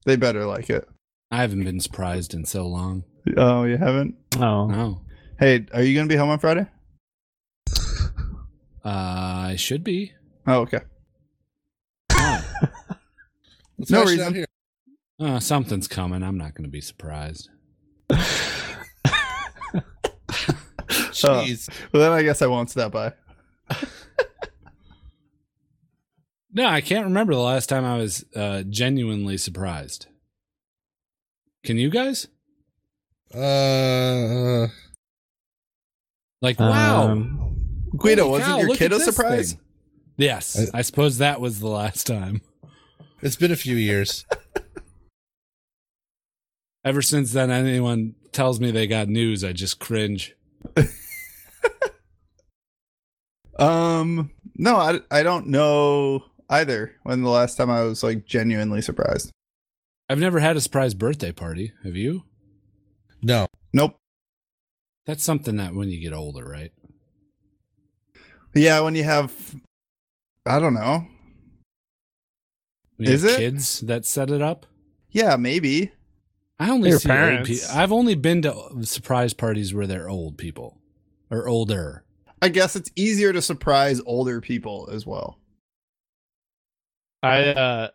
Speaker 3: They better like it.
Speaker 1: I haven't been surprised in so long. Oh.
Speaker 3: Oh, you haven't?
Speaker 4: No.
Speaker 1: No.
Speaker 3: Hey, are you gonna be home on Friday?
Speaker 1: Uh, I should be.
Speaker 3: Oh, okay.
Speaker 2: Let's
Speaker 1: No
Speaker 2: hash it
Speaker 1: reason.
Speaker 2: out here.
Speaker 1: Uh, something's coming. I'm not going to be surprised.
Speaker 3: Jeez. well, then I guess I won't stop by.
Speaker 1: No, I can't remember the last time I was uh, genuinely surprised. Can you guys?
Speaker 2: Uh,
Speaker 1: Like, wow.
Speaker 3: Um, Guido,
Speaker 1: Holy
Speaker 3: wasn't
Speaker 1: cow,
Speaker 3: your
Speaker 1: look at
Speaker 3: kid a
Speaker 1: this
Speaker 3: surprise?
Speaker 1: thing. Yes. I, suppose that was the last time.
Speaker 2: It's been a few years.
Speaker 1: Ever since then, anyone tells me they got news, I just cringe.
Speaker 3: Um, no, I, I don't know either when the last time I was like genuinely surprised.
Speaker 1: I've never had a surprise birthday party. Have you?
Speaker 2: No.
Speaker 3: Nope.
Speaker 1: That's something that when you get older, right?
Speaker 3: Yeah, when you have, I don't know.
Speaker 1: When you
Speaker 3: Is
Speaker 1: have
Speaker 3: it?
Speaker 1: kids that set it up?
Speaker 3: Yeah, maybe.
Speaker 1: I only
Speaker 4: Your
Speaker 1: see old
Speaker 4: parents.
Speaker 1: people. I've only been to surprise parties where they're old people or older.
Speaker 3: I guess it's easier to surprise older people as well.
Speaker 4: I uh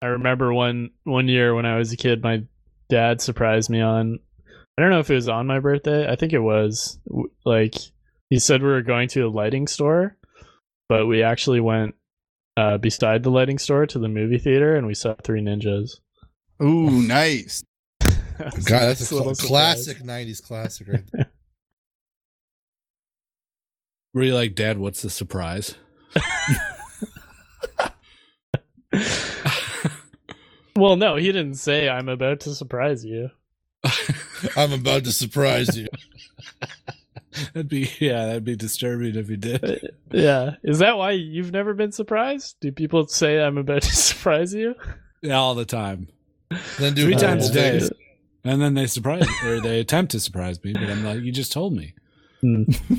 Speaker 4: I remember one one year when I was a kid, my dad surprised me on I don't know if it was on my birthday. I think it was W- like he said we were going to a lighting store, but we actually went uh beside the lighting store to the movie theater and we saw Three Ninjas.
Speaker 3: Ooh, nice.
Speaker 4: God,
Speaker 2: God, that's a cl- classic '90s classic, right? There.
Speaker 1: Were you like, Dad, what's the surprise?
Speaker 4: Well, no, he didn't say I'm about to surprise you.
Speaker 2: I'm about to surprise you.
Speaker 1: That'd be yeah, that'd be disturbing if you
Speaker 4: Uh,
Speaker 1: did.
Speaker 4: Yeah. Is that why you've never been surprised? Do people say I'm about to surprise you?
Speaker 1: Yeah, all the time.
Speaker 2: Then do
Speaker 1: Three
Speaker 2: a
Speaker 1: times a
Speaker 2: couple
Speaker 1: day.
Speaker 2: things.
Speaker 1: And then they surprise or they attempt to surprise me, but I'm like, you just told me.
Speaker 4: Hmm.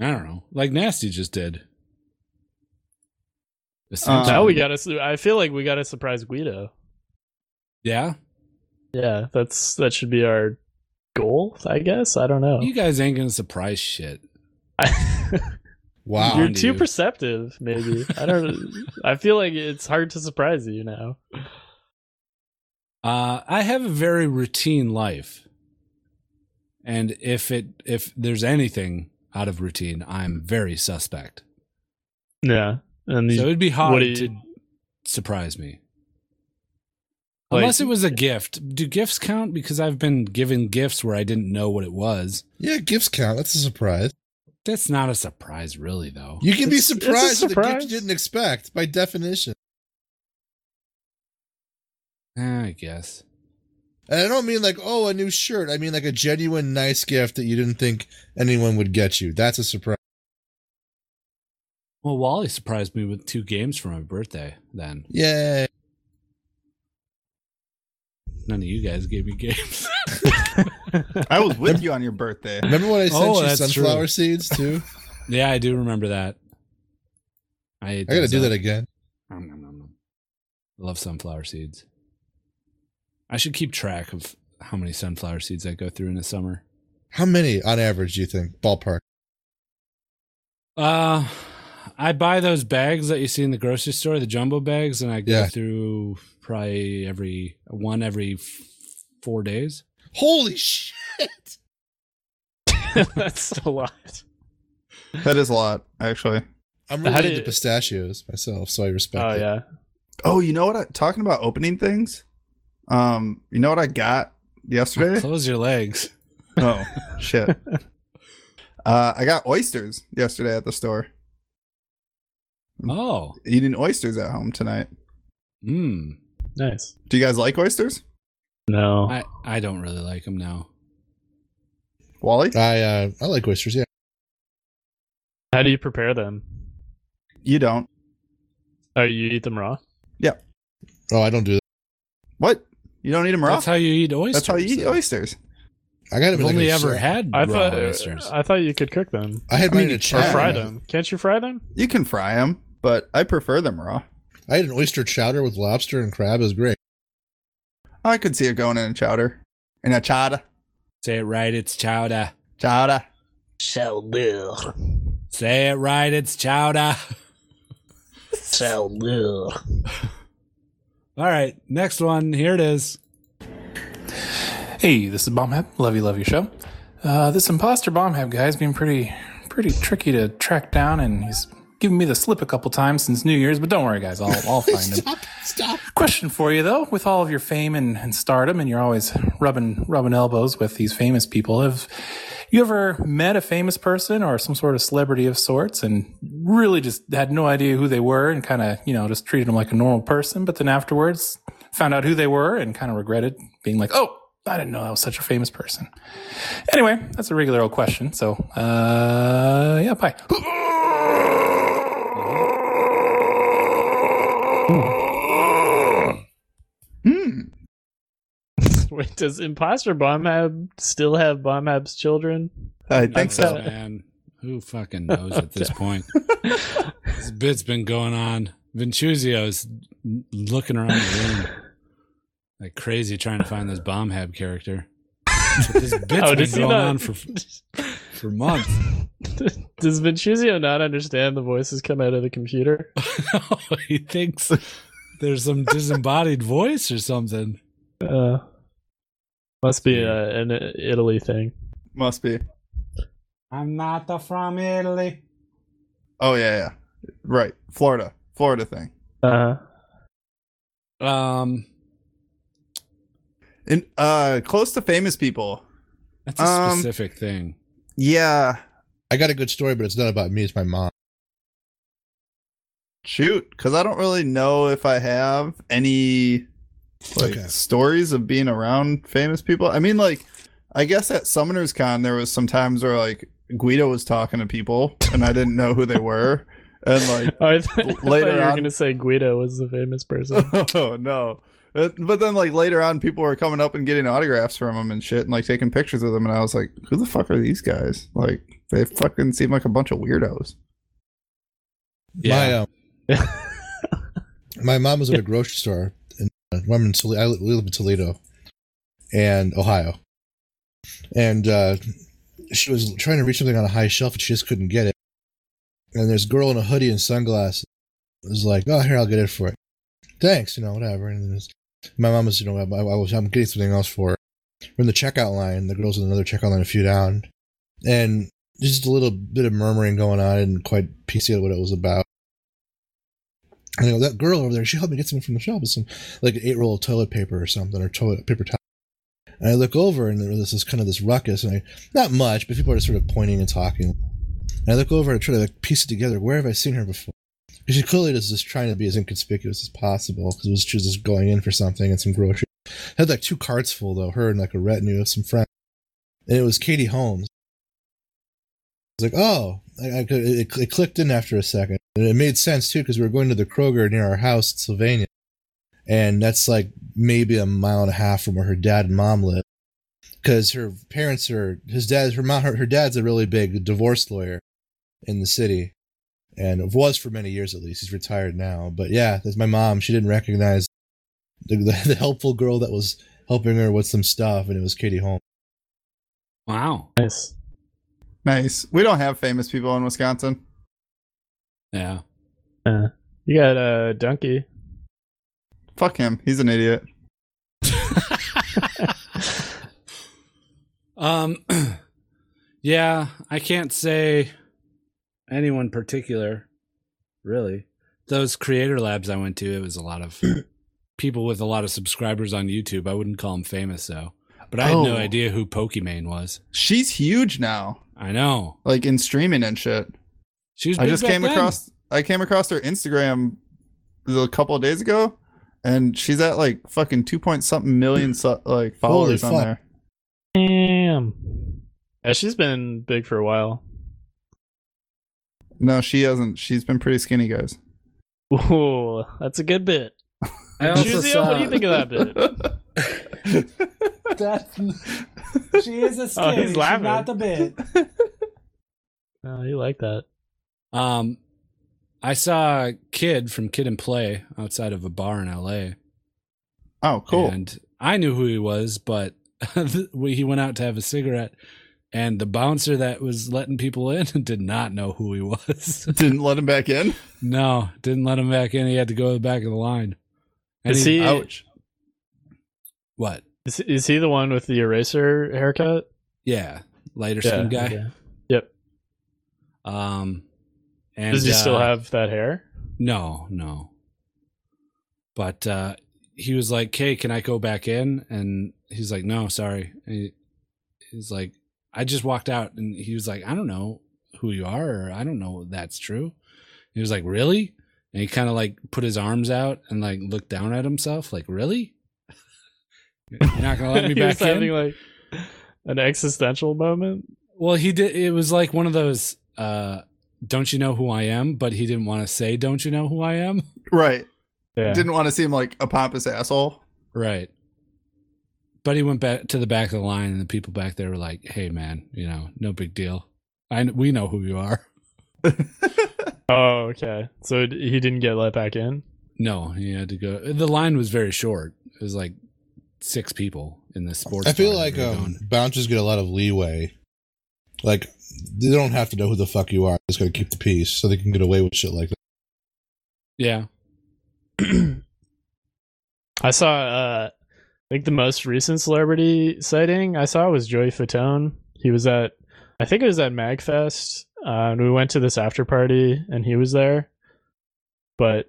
Speaker 1: I don't know. Like Nasty just did. Essentially.
Speaker 4: now we got to. I feel like we got to surprise Guido.
Speaker 1: Yeah.
Speaker 4: Yeah, that's that should be our goal, I guess. I don't know.
Speaker 1: You guys ain't gonna surprise shit.
Speaker 2: Wow.
Speaker 4: You're
Speaker 1: onto
Speaker 4: too
Speaker 1: you.
Speaker 4: perceptive, maybe. I don't. I feel like it's hard to surprise you now.
Speaker 1: Uh, I have a very routine life, and if it if there's anything out of routine, I'm very suspect.
Speaker 4: Yeah, and
Speaker 1: So
Speaker 4: you-
Speaker 1: it'd be hard
Speaker 4: what do you-
Speaker 1: to surprise me,
Speaker 4: Like-
Speaker 1: unless it was a gift. Do gifts count? Because I've been given gifts where I didn't know what it was.
Speaker 2: Yeah, gifts count. That's a surprise.
Speaker 1: That's not a surprise, really, though.
Speaker 2: You can be
Speaker 4: It's- it's a
Speaker 2: surprised at the gift
Speaker 4: surprise.
Speaker 2: you didn't expect, by definition.
Speaker 1: Eh, I guess.
Speaker 2: And I don't mean like, oh, a new shirt. I mean like a genuine nice gift that you didn't think anyone would get you. That's a surprise.
Speaker 1: Well, Wally surprised me with two games for my birthday. Then
Speaker 2: Yay.
Speaker 1: none of you guys gave me games.
Speaker 3: I was with you on your birthday.
Speaker 2: Remember when I sent
Speaker 1: Oh,
Speaker 2: you
Speaker 1: that's true.
Speaker 2: sunflower seeds too?
Speaker 1: yeah, I do remember that. I, ate
Speaker 2: I gotta
Speaker 1: those
Speaker 2: do
Speaker 1: up.
Speaker 2: that again.
Speaker 1: Nom, nom, nom, nom. I love sunflower seeds. I should keep track of how many sunflower seeds I go through in a summer.
Speaker 2: How many on average do you think? Ballpark.
Speaker 1: Uh I buy those bags that you see in the grocery store, the jumbo bags, and I go
Speaker 2: Yeah.
Speaker 1: through probably every one every f- four days.
Speaker 2: Holy shit.
Speaker 4: that's a lot.
Speaker 3: That is a lot, actually.
Speaker 2: I'm
Speaker 4: How
Speaker 2: really
Speaker 4: do
Speaker 2: into
Speaker 4: you-
Speaker 2: pistachios myself, so I respect
Speaker 4: Oh
Speaker 2: it.
Speaker 4: yeah.
Speaker 3: Oh, you know what? I, talking about opening things, um, you know what I got yesterday?
Speaker 1: Close your legs.
Speaker 3: oh shit! Uh, I got oysters yesterday at the store.
Speaker 1: Oh,
Speaker 3: Eating oysters at home tonight.
Speaker 1: mm.
Speaker 4: Nice.
Speaker 3: Do you guys like oysters,
Speaker 4: No.
Speaker 1: I I don't really like them now.
Speaker 3: Wally?
Speaker 2: I uh I like oysters, yeah.
Speaker 4: How do you prepare them?
Speaker 3: You don't.
Speaker 4: Oh, you eat them raw?
Speaker 2: Oh, I don't do that.
Speaker 3: What? You don't eat them raw?
Speaker 1: That's how you eat oysters.
Speaker 3: That's how you eat
Speaker 1: though.
Speaker 3: oysters.
Speaker 2: I got it.
Speaker 1: I've
Speaker 2: like
Speaker 1: only
Speaker 2: a
Speaker 1: ever
Speaker 2: set.
Speaker 1: had
Speaker 4: I thought I thought you could cook them.
Speaker 2: I had
Speaker 4: Or
Speaker 2: mine in a chat.
Speaker 4: fry them. Can't you fry them?
Speaker 3: You can fry them, but I prefer them raw.
Speaker 2: I had an oyster chowder with lobster and crab. It was great.
Speaker 3: I could see it going in a chowder. In a chowder.
Speaker 1: Say it right, it's chowder.
Speaker 3: Chowder.
Speaker 1: Chowder. Say it right, it's chowder. Chowder. All right, next one. Here it is.
Speaker 12: Hey, this is Bombhab. Love you, love your show. Uh, this imposter Bombhab guy's been pretty, pretty tricky to track down, and he's given me the slip a couple times since New Year's. But don't worry, guys, I'll, I'll find him.
Speaker 2: Stop.
Speaker 12: Question for you though, with all of your fame and, and stardom, and you're always rubbing rubbing elbows with these famous people, have you ever met a famous person or some sort of celebrity of sorts, and really just had no idea who they were, and kind of you know just treated them like a normal person, but then afterwards found out who they were and kind of regretted being like, oh, I didn't know I was such a famous person. Anyway, that's a regular old question. So uh, yeah, bye.
Speaker 3: Hmm.
Speaker 4: Wait, does Imposter Bombhab still have Bombhab's children?
Speaker 3: I
Speaker 1: think so, man. Who fucking knows at this point? this bit's been going on. Vincuzio's looking around the room like crazy trying to find this bomb hab character. But this bit's
Speaker 4: Oh,
Speaker 1: been
Speaker 4: does he
Speaker 1: going
Speaker 4: not-
Speaker 1: on for for months.
Speaker 4: Does Vincuzio not understand the voices come out of the computer?
Speaker 1: he thinks there's some disembodied voice or something.
Speaker 4: Uh, must be uh, an Italy thing.
Speaker 3: Must be.
Speaker 1: I'm not the from Italy.
Speaker 3: Oh, yeah, yeah. Right. Florida. Florida thing.
Speaker 4: Uh,
Speaker 1: Um,
Speaker 3: and uh, close to famous people.
Speaker 1: That's
Speaker 2: a
Speaker 1: specific thing.
Speaker 3: Yeah.
Speaker 2: I got a good story, but it's not about me. It's my mom.
Speaker 3: Shoot, because I don't really know if I have any like
Speaker 2: Okay.
Speaker 3: stories of being around famous people. I mean, like, I guess at Summoners Con there was some times where like Guido was talking to people and I didn't know who they were, and like
Speaker 4: I th-
Speaker 3: later
Speaker 4: I thought you were
Speaker 3: on-
Speaker 4: going to say Guido was the famous person.
Speaker 3: oh no. Uh, But then, like later on, people were coming up and getting autographs from him and shit, and like taking pictures of them. And I was like, "Who the fuck are these guys? Like, they fucking seem like a bunch of weirdos."
Speaker 2: My um, my mom was at a grocery store. In, uh, I'm in Toledo. I li- we live in Toledo, and Ohio, and uh, she was trying to reach something on a high shelf, and she just couldn't get it. And this girl in a hoodie and sunglasses was like, "Oh, here, I'll get it for it. Thanks, you know, whatever." And then this- my mom was, you know, I, I was, I'm getting something else for her. We're in the checkout line. The girls in another checkout line a few down, and there's just a little bit of murmuring going on. I didn't quite piece out what it was about. And I go, that girl over there, she helped me get something from the shelf, it's some like an eight roll of toilet paper or something, or toilet paper towel. And I look over, and there's this kind of this ruckus, and I not much, but people are sort of pointing and talking. And I look over and I try to like, piece it together. Where have I seen her before? Because she clearly is just trying to be as inconspicuous as possible. Because it was she was just going in for something and some groceries. Had like two carts full though, her and like a retinue of some friends. And it was Katie Holmes. I was like, oh, I, I could, it, it clicked in after a second. And it made sense too because we were going to the Kroger near our house in Sylvania, and that's like maybe a mile and a half from where her dad and mom live. Because her parents are his dad, her mom, her, her dad's a really big divorce lawyer in the city, and was for many years at least. He's retired now, but yeah, that's my mom. She didn't recognize the, the, the helpful girl that was helping her with some stuff, and it was Katie Holmes.
Speaker 1: Wow.
Speaker 4: Nice.
Speaker 3: Nice. We don't have famous people in Wisconsin.
Speaker 1: Yeah.
Speaker 4: Uh, you got uh, Donkey.
Speaker 3: Fuck him. He's an idiot.
Speaker 1: Um, yeah, I can't say anyone particular, really. Those creator labs I went to, it was a lot of people with a lot of subscribers on YouTube. I wouldn't call them famous though, but I had
Speaker 3: Oh.
Speaker 1: no idea who Pokimane was.
Speaker 3: She's huge now,
Speaker 1: I know
Speaker 3: like in streaming and shit.
Speaker 1: she was.
Speaker 3: I
Speaker 1: big
Speaker 3: just
Speaker 1: back
Speaker 3: came
Speaker 1: then.
Speaker 3: across I came across her Instagram a couple of days ago, and she's at like fucking two point something million su- like followers on
Speaker 4: fuck.
Speaker 3: there.
Speaker 4: Damn. Yeah, she's been big for a while.
Speaker 3: No, she hasn't. She's been pretty skinny, guys.
Speaker 4: Ooh, that's a good bit.
Speaker 1: I also
Speaker 4: Juzio,
Speaker 1: saw-
Speaker 4: what do you think of that bit?
Speaker 1: That's
Speaker 13: She is a skin.
Speaker 4: Oh, he's
Speaker 13: she's
Speaker 4: laughing.
Speaker 13: not the bit.
Speaker 4: Oh, you like that.
Speaker 1: Um, I saw Kid from Kid and Play outside of a bar in L.A.
Speaker 3: Oh, cool.
Speaker 1: And I knew who he was, but we- he went out to have a cigarette, and the bouncer that was letting people in did not know who he was.
Speaker 3: didn't let him back in.
Speaker 1: No, didn't let him back in. He had to go to the back of the line.
Speaker 4: Is he?
Speaker 1: What
Speaker 4: is, is he the one with the eraser haircut?
Speaker 1: Yeah, lighter skin guy.
Speaker 4: okay. Yep.
Speaker 1: Um, and
Speaker 4: Does he still
Speaker 1: uh,
Speaker 4: have that hair?
Speaker 1: No, no. But uh, he was like, "Hey, can I go back in?" And he's like, "No, sorry." And he- he's like, "I just walked out," and he was like, "I don't know who you are, or I don't know if that's true." He was like, "Really?" And he kind of like put his arms out and like looked down at himself, like, "Really? You're not gonna let me
Speaker 4: He
Speaker 1: back
Speaker 4: was
Speaker 1: in?"
Speaker 4: having like an existential moment.
Speaker 1: Well, he did. It was like one of those, uh, "Don't you know who I am?" But he didn't want to say, "Don't you know who I am?"
Speaker 3: Right.
Speaker 1: Yeah.
Speaker 3: Didn't want to seem like a pompous asshole.
Speaker 1: Right. But he went back to the back of the line, and the people back there were like, "Hey, man, you know, no big deal. I kn- we know who you are."
Speaker 4: Oh, okay. So d- he didn't get let back in.
Speaker 1: No, he had to go. The line was very short. It was like six people in the sports.
Speaker 2: I feel
Speaker 1: bar
Speaker 2: like
Speaker 1: that we were going.
Speaker 2: um, bouncers get a lot of leeway. Like they don't have to know who the fuck you are. They just got to keep the peace, so they can get away with shit like that.
Speaker 1: yeah.
Speaker 4: I saw uh like the most recent celebrity sighting I saw was Joey Fatone. He was at I think it was at Magfest. Uh, and we went to this after party and he was there. But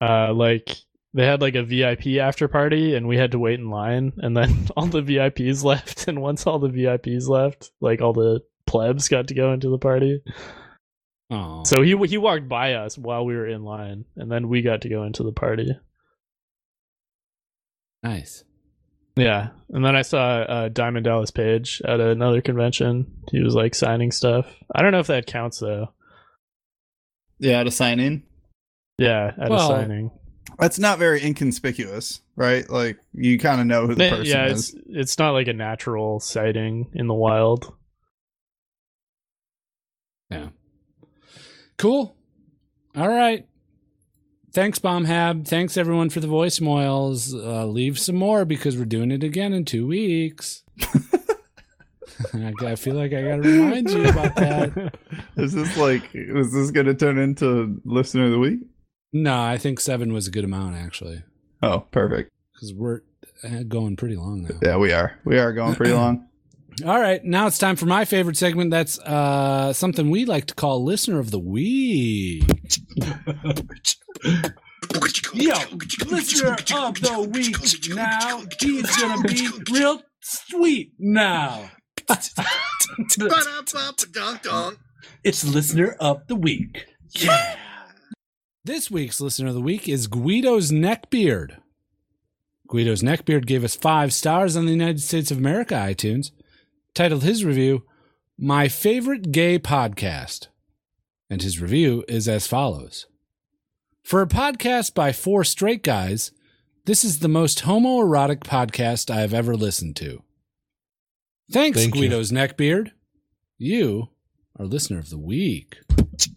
Speaker 4: uh like they had like a VIP after party and we had to wait in line and then all the VIPs left and once all the VIPs left, like all the plebs got to go into the party.
Speaker 1: Oh.
Speaker 4: So he he walked by us while we were in line and then we got to go into the party.
Speaker 1: Nice.
Speaker 4: Yeah, and then I saw uh, Diamond Dallas Page at another convention. He was like signing stuff. I don't know if that counts though.
Speaker 3: Yeah, at a sign in.
Speaker 4: Yeah, at a signing.
Speaker 3: That's not very inconspicuous, right? Like you kind of know who the
Speaker 4: Eh,
Speaker 3: person
Speaker 4: yeah,
Speaker 3: is.
Speaker 4: it's it's not like a natural sighting in the wild.
Speaker 1: Yeah. Cool. All right. Thanks, Bomb Hab. Thanks everyone for the voicemails. Uh, leave some more because we're doing it again in two weeks. I I feel like I gotta remind you about that.
Speaker 3: Is this like is this going to turn into listener of the week?
Speaker 1: No, I think seven was a good amount actually.
Speaker 3: Oh, perfect.
Speaker 1: Because we're uh, going pretty long now.
Speaker 3: Yeah, we are. We are going pretty long.
Speaker 1: All right, now it's time for my favorite segment. That's uh, something we like to call listener of the week.
Speaker 11: Yo, listener of the week now. He's gonna be real sweet now.
Speaker 1: It's listener of the week. Yeah. This week's listener of the week is Guido's Neckbeard. Guido's Neckbeard gave us five stars on the United States of America iTunes, titled his review, My Favorite Gay Podcast. And his review is as follows For a podcast by four straight guys, this is the most homoerotic podcast I have ever listened to. Thanks,
Speaker 2: Thank you.
Speaker 1: Guido's Neckbeard. You are listener of the week.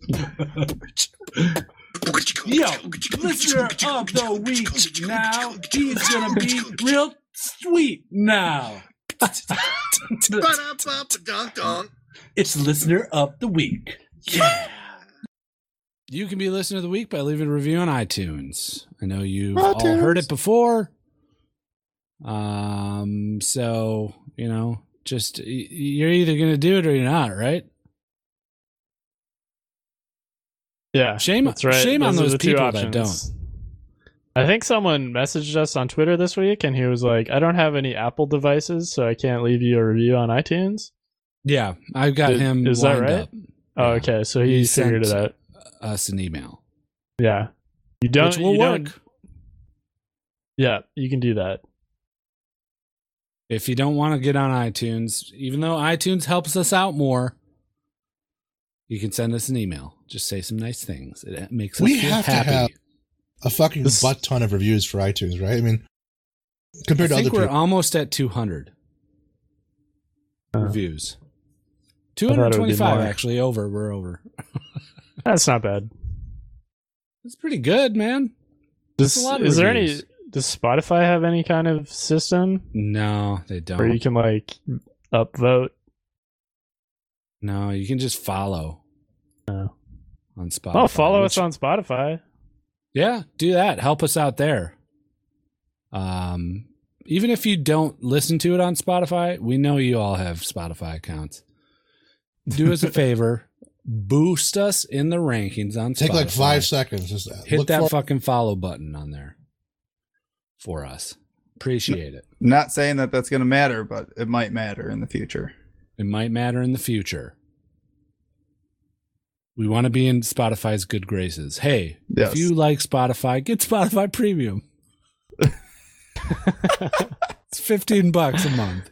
Speaker 11: Yo, listener of the week now. He's gonna be real sweet now.
Speaker 1: It's listener of the week. Yeah. You can be listener of the week by leaving a review on iTunes. I know you've all
Speaker 11: iTunes.
Speaker 1: heard it before. Um, so you know, just y- y- you're either gonna do it or you're not, right?
Speaker 4: Yeah,
Speaker 1: Shame-
Speaker 4: That's right.
Speaker 1: shame on
Speaker 4: are
Speaker 1: those
Speaker 4: the two
Speaker 1: people that
Speaker 4: options. I think someone messaged us on Twitter this week, and he was like, "I don't have any Apple devices, so I can't leave you a review on iTunes."
Speaker 1: Yeah, I've got
Speaker 4: Is-
Speaker 1: him.
Speaker 4: Is that
Speaker 1: lined
Speaker 4: right?
Speaker 1: Up.
Speaker 4: Oh, okay. So he, figured it
Speaker 1: sent
Speaker 4: out.
Speaker 1: Us an email.
Speaker 4: Yeah, you don't.
Speaker 1: Which will
Speaker 4: you
Speaker 1: work.
Speaker 4: don't- yeah, you can do that.
Speaker 1: If you don't want to get on iTunes, even though iTunes helps us out more, you can send us an email. Just say some nice things. It makes us
Speaker 2: We
Speaker 1: feel
Speaker 2: have
Speaker 1: happy.
Speaker 2: to have a fucking butt ton of reviews for iTunes, right? I mean, compared
Speaker 1: I
Speaker 2: to
Speaker 1: think
Speaker 2: other
Speaker 1: we're
Speaker 2: people,
Speaker 1: almost at 200.
Speaker 4: Uh,
Speaker 1: reviews.
Speaker 4: I thought it would be
Speaker 1: 225
Speaker 4: more.
Speaker 1: actually over. We're over.
Speaker 4: That's not bad.
Speaker 1: It's pretty good, man.
Speaker 4: Does,
Speaker 1: That's a lot of
Speaker 4: is there any?
Speaker 1: reviews.
Speaker 4: Does Spotify have any kind of system?
Speaker 1: No, they
Speaker 4: Where you
Speaker 1: don't.
Speaker 4: can like upvote.
Speaker 1: No, you can just follow. On Spotify.
Speaker 4: Oh, follow
Speaker 1: which-
Speaker 4: us on Spotify.
Speaker 1: Yeah, do that. Help us out there. Um, even if you don't listen to it on Spotify, we know you all have Spotify accounts. Do us a favor, boost us in the rankings on
Speaker 2: Take
Speaker 1: Spotify.
Speaker 2: like five seconds. Just uh,
Speaker 1: Hit
Speaker 2: look
Speaker 1: that
Speaker 2: for-
Speaker 1: fucking follow button on there for us. Appreciate it.
Speaker 3: Not saying that that's going to matter, but it might matter in the future.
Speaker 1: It might matter in the future. We want to be in Spotify's good graces. Hey,
Speaker 3: Yes.
Speaker 1: if you like Spotify, get Spotify Premium. it's 15 bucks a month.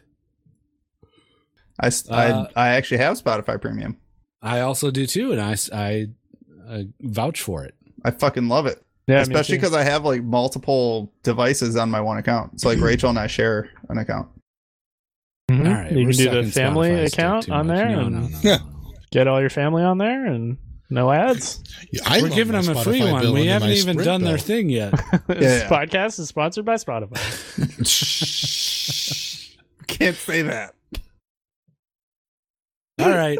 Speaker 3: I, s-
Speaker 1: Uh,
Speaker 3: I, I actually have Spotify Premium.
Speaker 1: I also do too, and I, s- I, uh, vouch for it.
Speaker 3: I fucking love it.
Speaker 1: Yeah, me
Speaker 3: Especially
Speaker 1: too.
Speaker 3: because I have like multiple devices on my one account. It's like Rachel and I share an account.
Speaker 4: Mhm.
Speaker 1: All right,
Speaker 4: you
Speaker 1: we're
Speaker 4: can do
Speaker 1: sucking
Speaker 4: the family
Speaker 1: Spotify's dick
Speaker 4: account
Speaker 1: too
Speaker 4: on
Speaker 1: much.
Speaker 4: there
Speaker 1: No,
Speaker 4: and
Speaker 1: no, no,
Speaker 4: get all your family on there and no ads.
Speaker 1: I'm We're on giving my them a free Spotify one. bill We under haven't my even Sprint done their bill. thing yet.
Speaker 4: this
Speaker 1: Yeah.
Speaker 4: podcast is sponsored by Spotify.
Speaker 3: Can't say that.
Speaker 1: All right.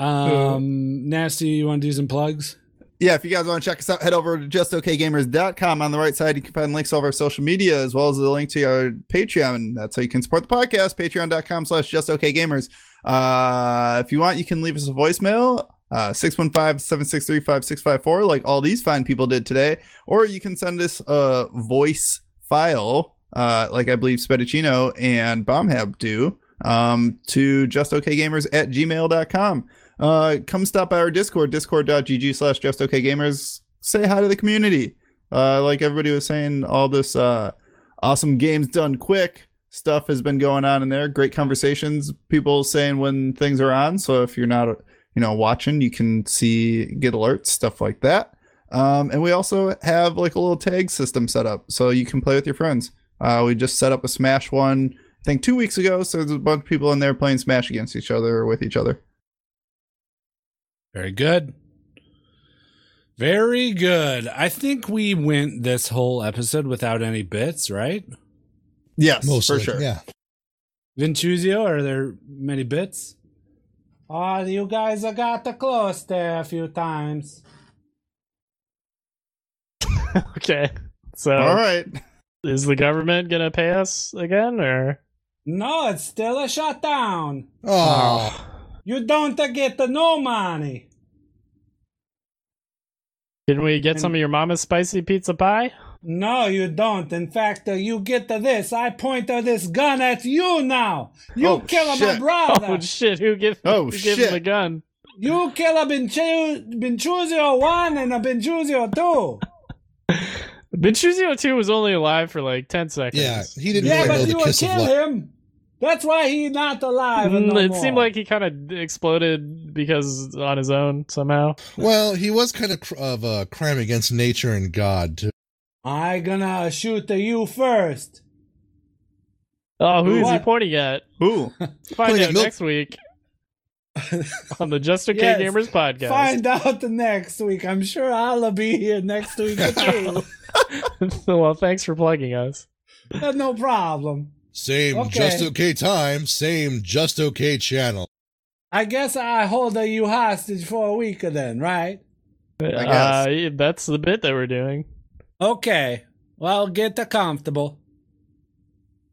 Speaker 1: Um, Nasty, you want to do some plugs?
Speaker 3: Yeah, if you guys want to check us out, head over to justokgamers.com. On the right side, you can find links to all of our social media as well as the link to our Patreon. That's how you can support the podcast, patreon.com slash justokgamers. Uh, if you want, you can leave us a voicemail, uh, 615-763-5654, like all these fine people did today. Or you can send us a voice file, uh, like I believe Spediccino and Bombhab do, um, to justokgamers at gmail.com. Uh, come stop by our Discord, discord.gg slash justokgamers. Say hi to the community. Uh, like everybody was saying, all this uh, awesome games done quick stuff has been going on in there. Great conversations, people saying when things are on. So if you're not, you know, watching, you can see, get alerts, stuff like that. Um, and we also have like a little tag system set up so you can play with your friends. Uh, we just set up a Smash one, I think two weeks ago. So there's a bunch of people in there playing Smash against each other or with each other.
Speaker 1: Very good. Very good. I think we went this whole episode without any bits, right?
Speaker 3: Yes,
Speaker 2: Mostly,
Speaker 3: for sure.
Speaker 2: yeah.
Speaker 1: Vincuzio, are there many bits? Ah, you guys I got the close there a few times.
Speaker 4: okay. So
Speaker 2: Uh,
Speaker 1: All right.
Speaker 4: Is the government gonna pay us again or
Speaker 1: No, it's still a shutdown.
Speaker 4: Oh.
Speaker 1: You don't uh, get the no money.
Speaker 4: Can we get some of your mama's spicy pizza pie?
Speaker 1: No, you don't. In fact, uh, you get the this. I point uh, this gun at you now. You
Speaker 4: Oh,
Speaker 1: kill my
Speaker 4: shit.
Speaker 1: brother.
Speaker 4: Oh, shit. Who give,
Speaker 1: Oh,
Speaker 4: who give him
Speaker 1: shit.
Speaker 4: the gun?
Speaker 1: You kill a Benchu- Benchuzio 1 and a Benchuzio 2.
Speaker 4: Benchuzio 2 was only alive for like 10 seconds. Yeah,
Speaker 2: he
Speaker 1: yeah, but you will kill him. That's why he's not alive. and
Speaker 4: Mm,
Speaker 1: no
Speaker 4: it
Speaker 1: more.
Speaker 4: seemed like he kind of exploded because on his own somehow.
Speaker 2: Well, he was kind of cr- of a crime against nature and God. Too.
Speaker 1: I gonna shoot you first.
Speaker 4: Oh, who is he
Speaker 1: What?
Speaker 4: pointing at?
Speaker 3: Who?
Speaker 4: Find
Speaker 1: Pointing
Speaker 4: out
Speaker 1: at milk-
Speaker 4: next week on the Just Okay
Speaker 1: Yes.
Speaker 4: Gamers podcast.
Speaker 1: Find out the next week. I'm sure I'll be here next week too.
Speaker 4: well, thanks for plugging us.
Speaker 1: no problem.
Speaker 2: Same
Speaker 1: Okay.
Speaker 2: just okay time, same just okay channel.
Speaker 1: I guess I hold you hostage for a week then, right?
Speaker 4: Uh, yeah, that's the bit that we're doing.
Speaker 1: Okay. Well, get comfortable.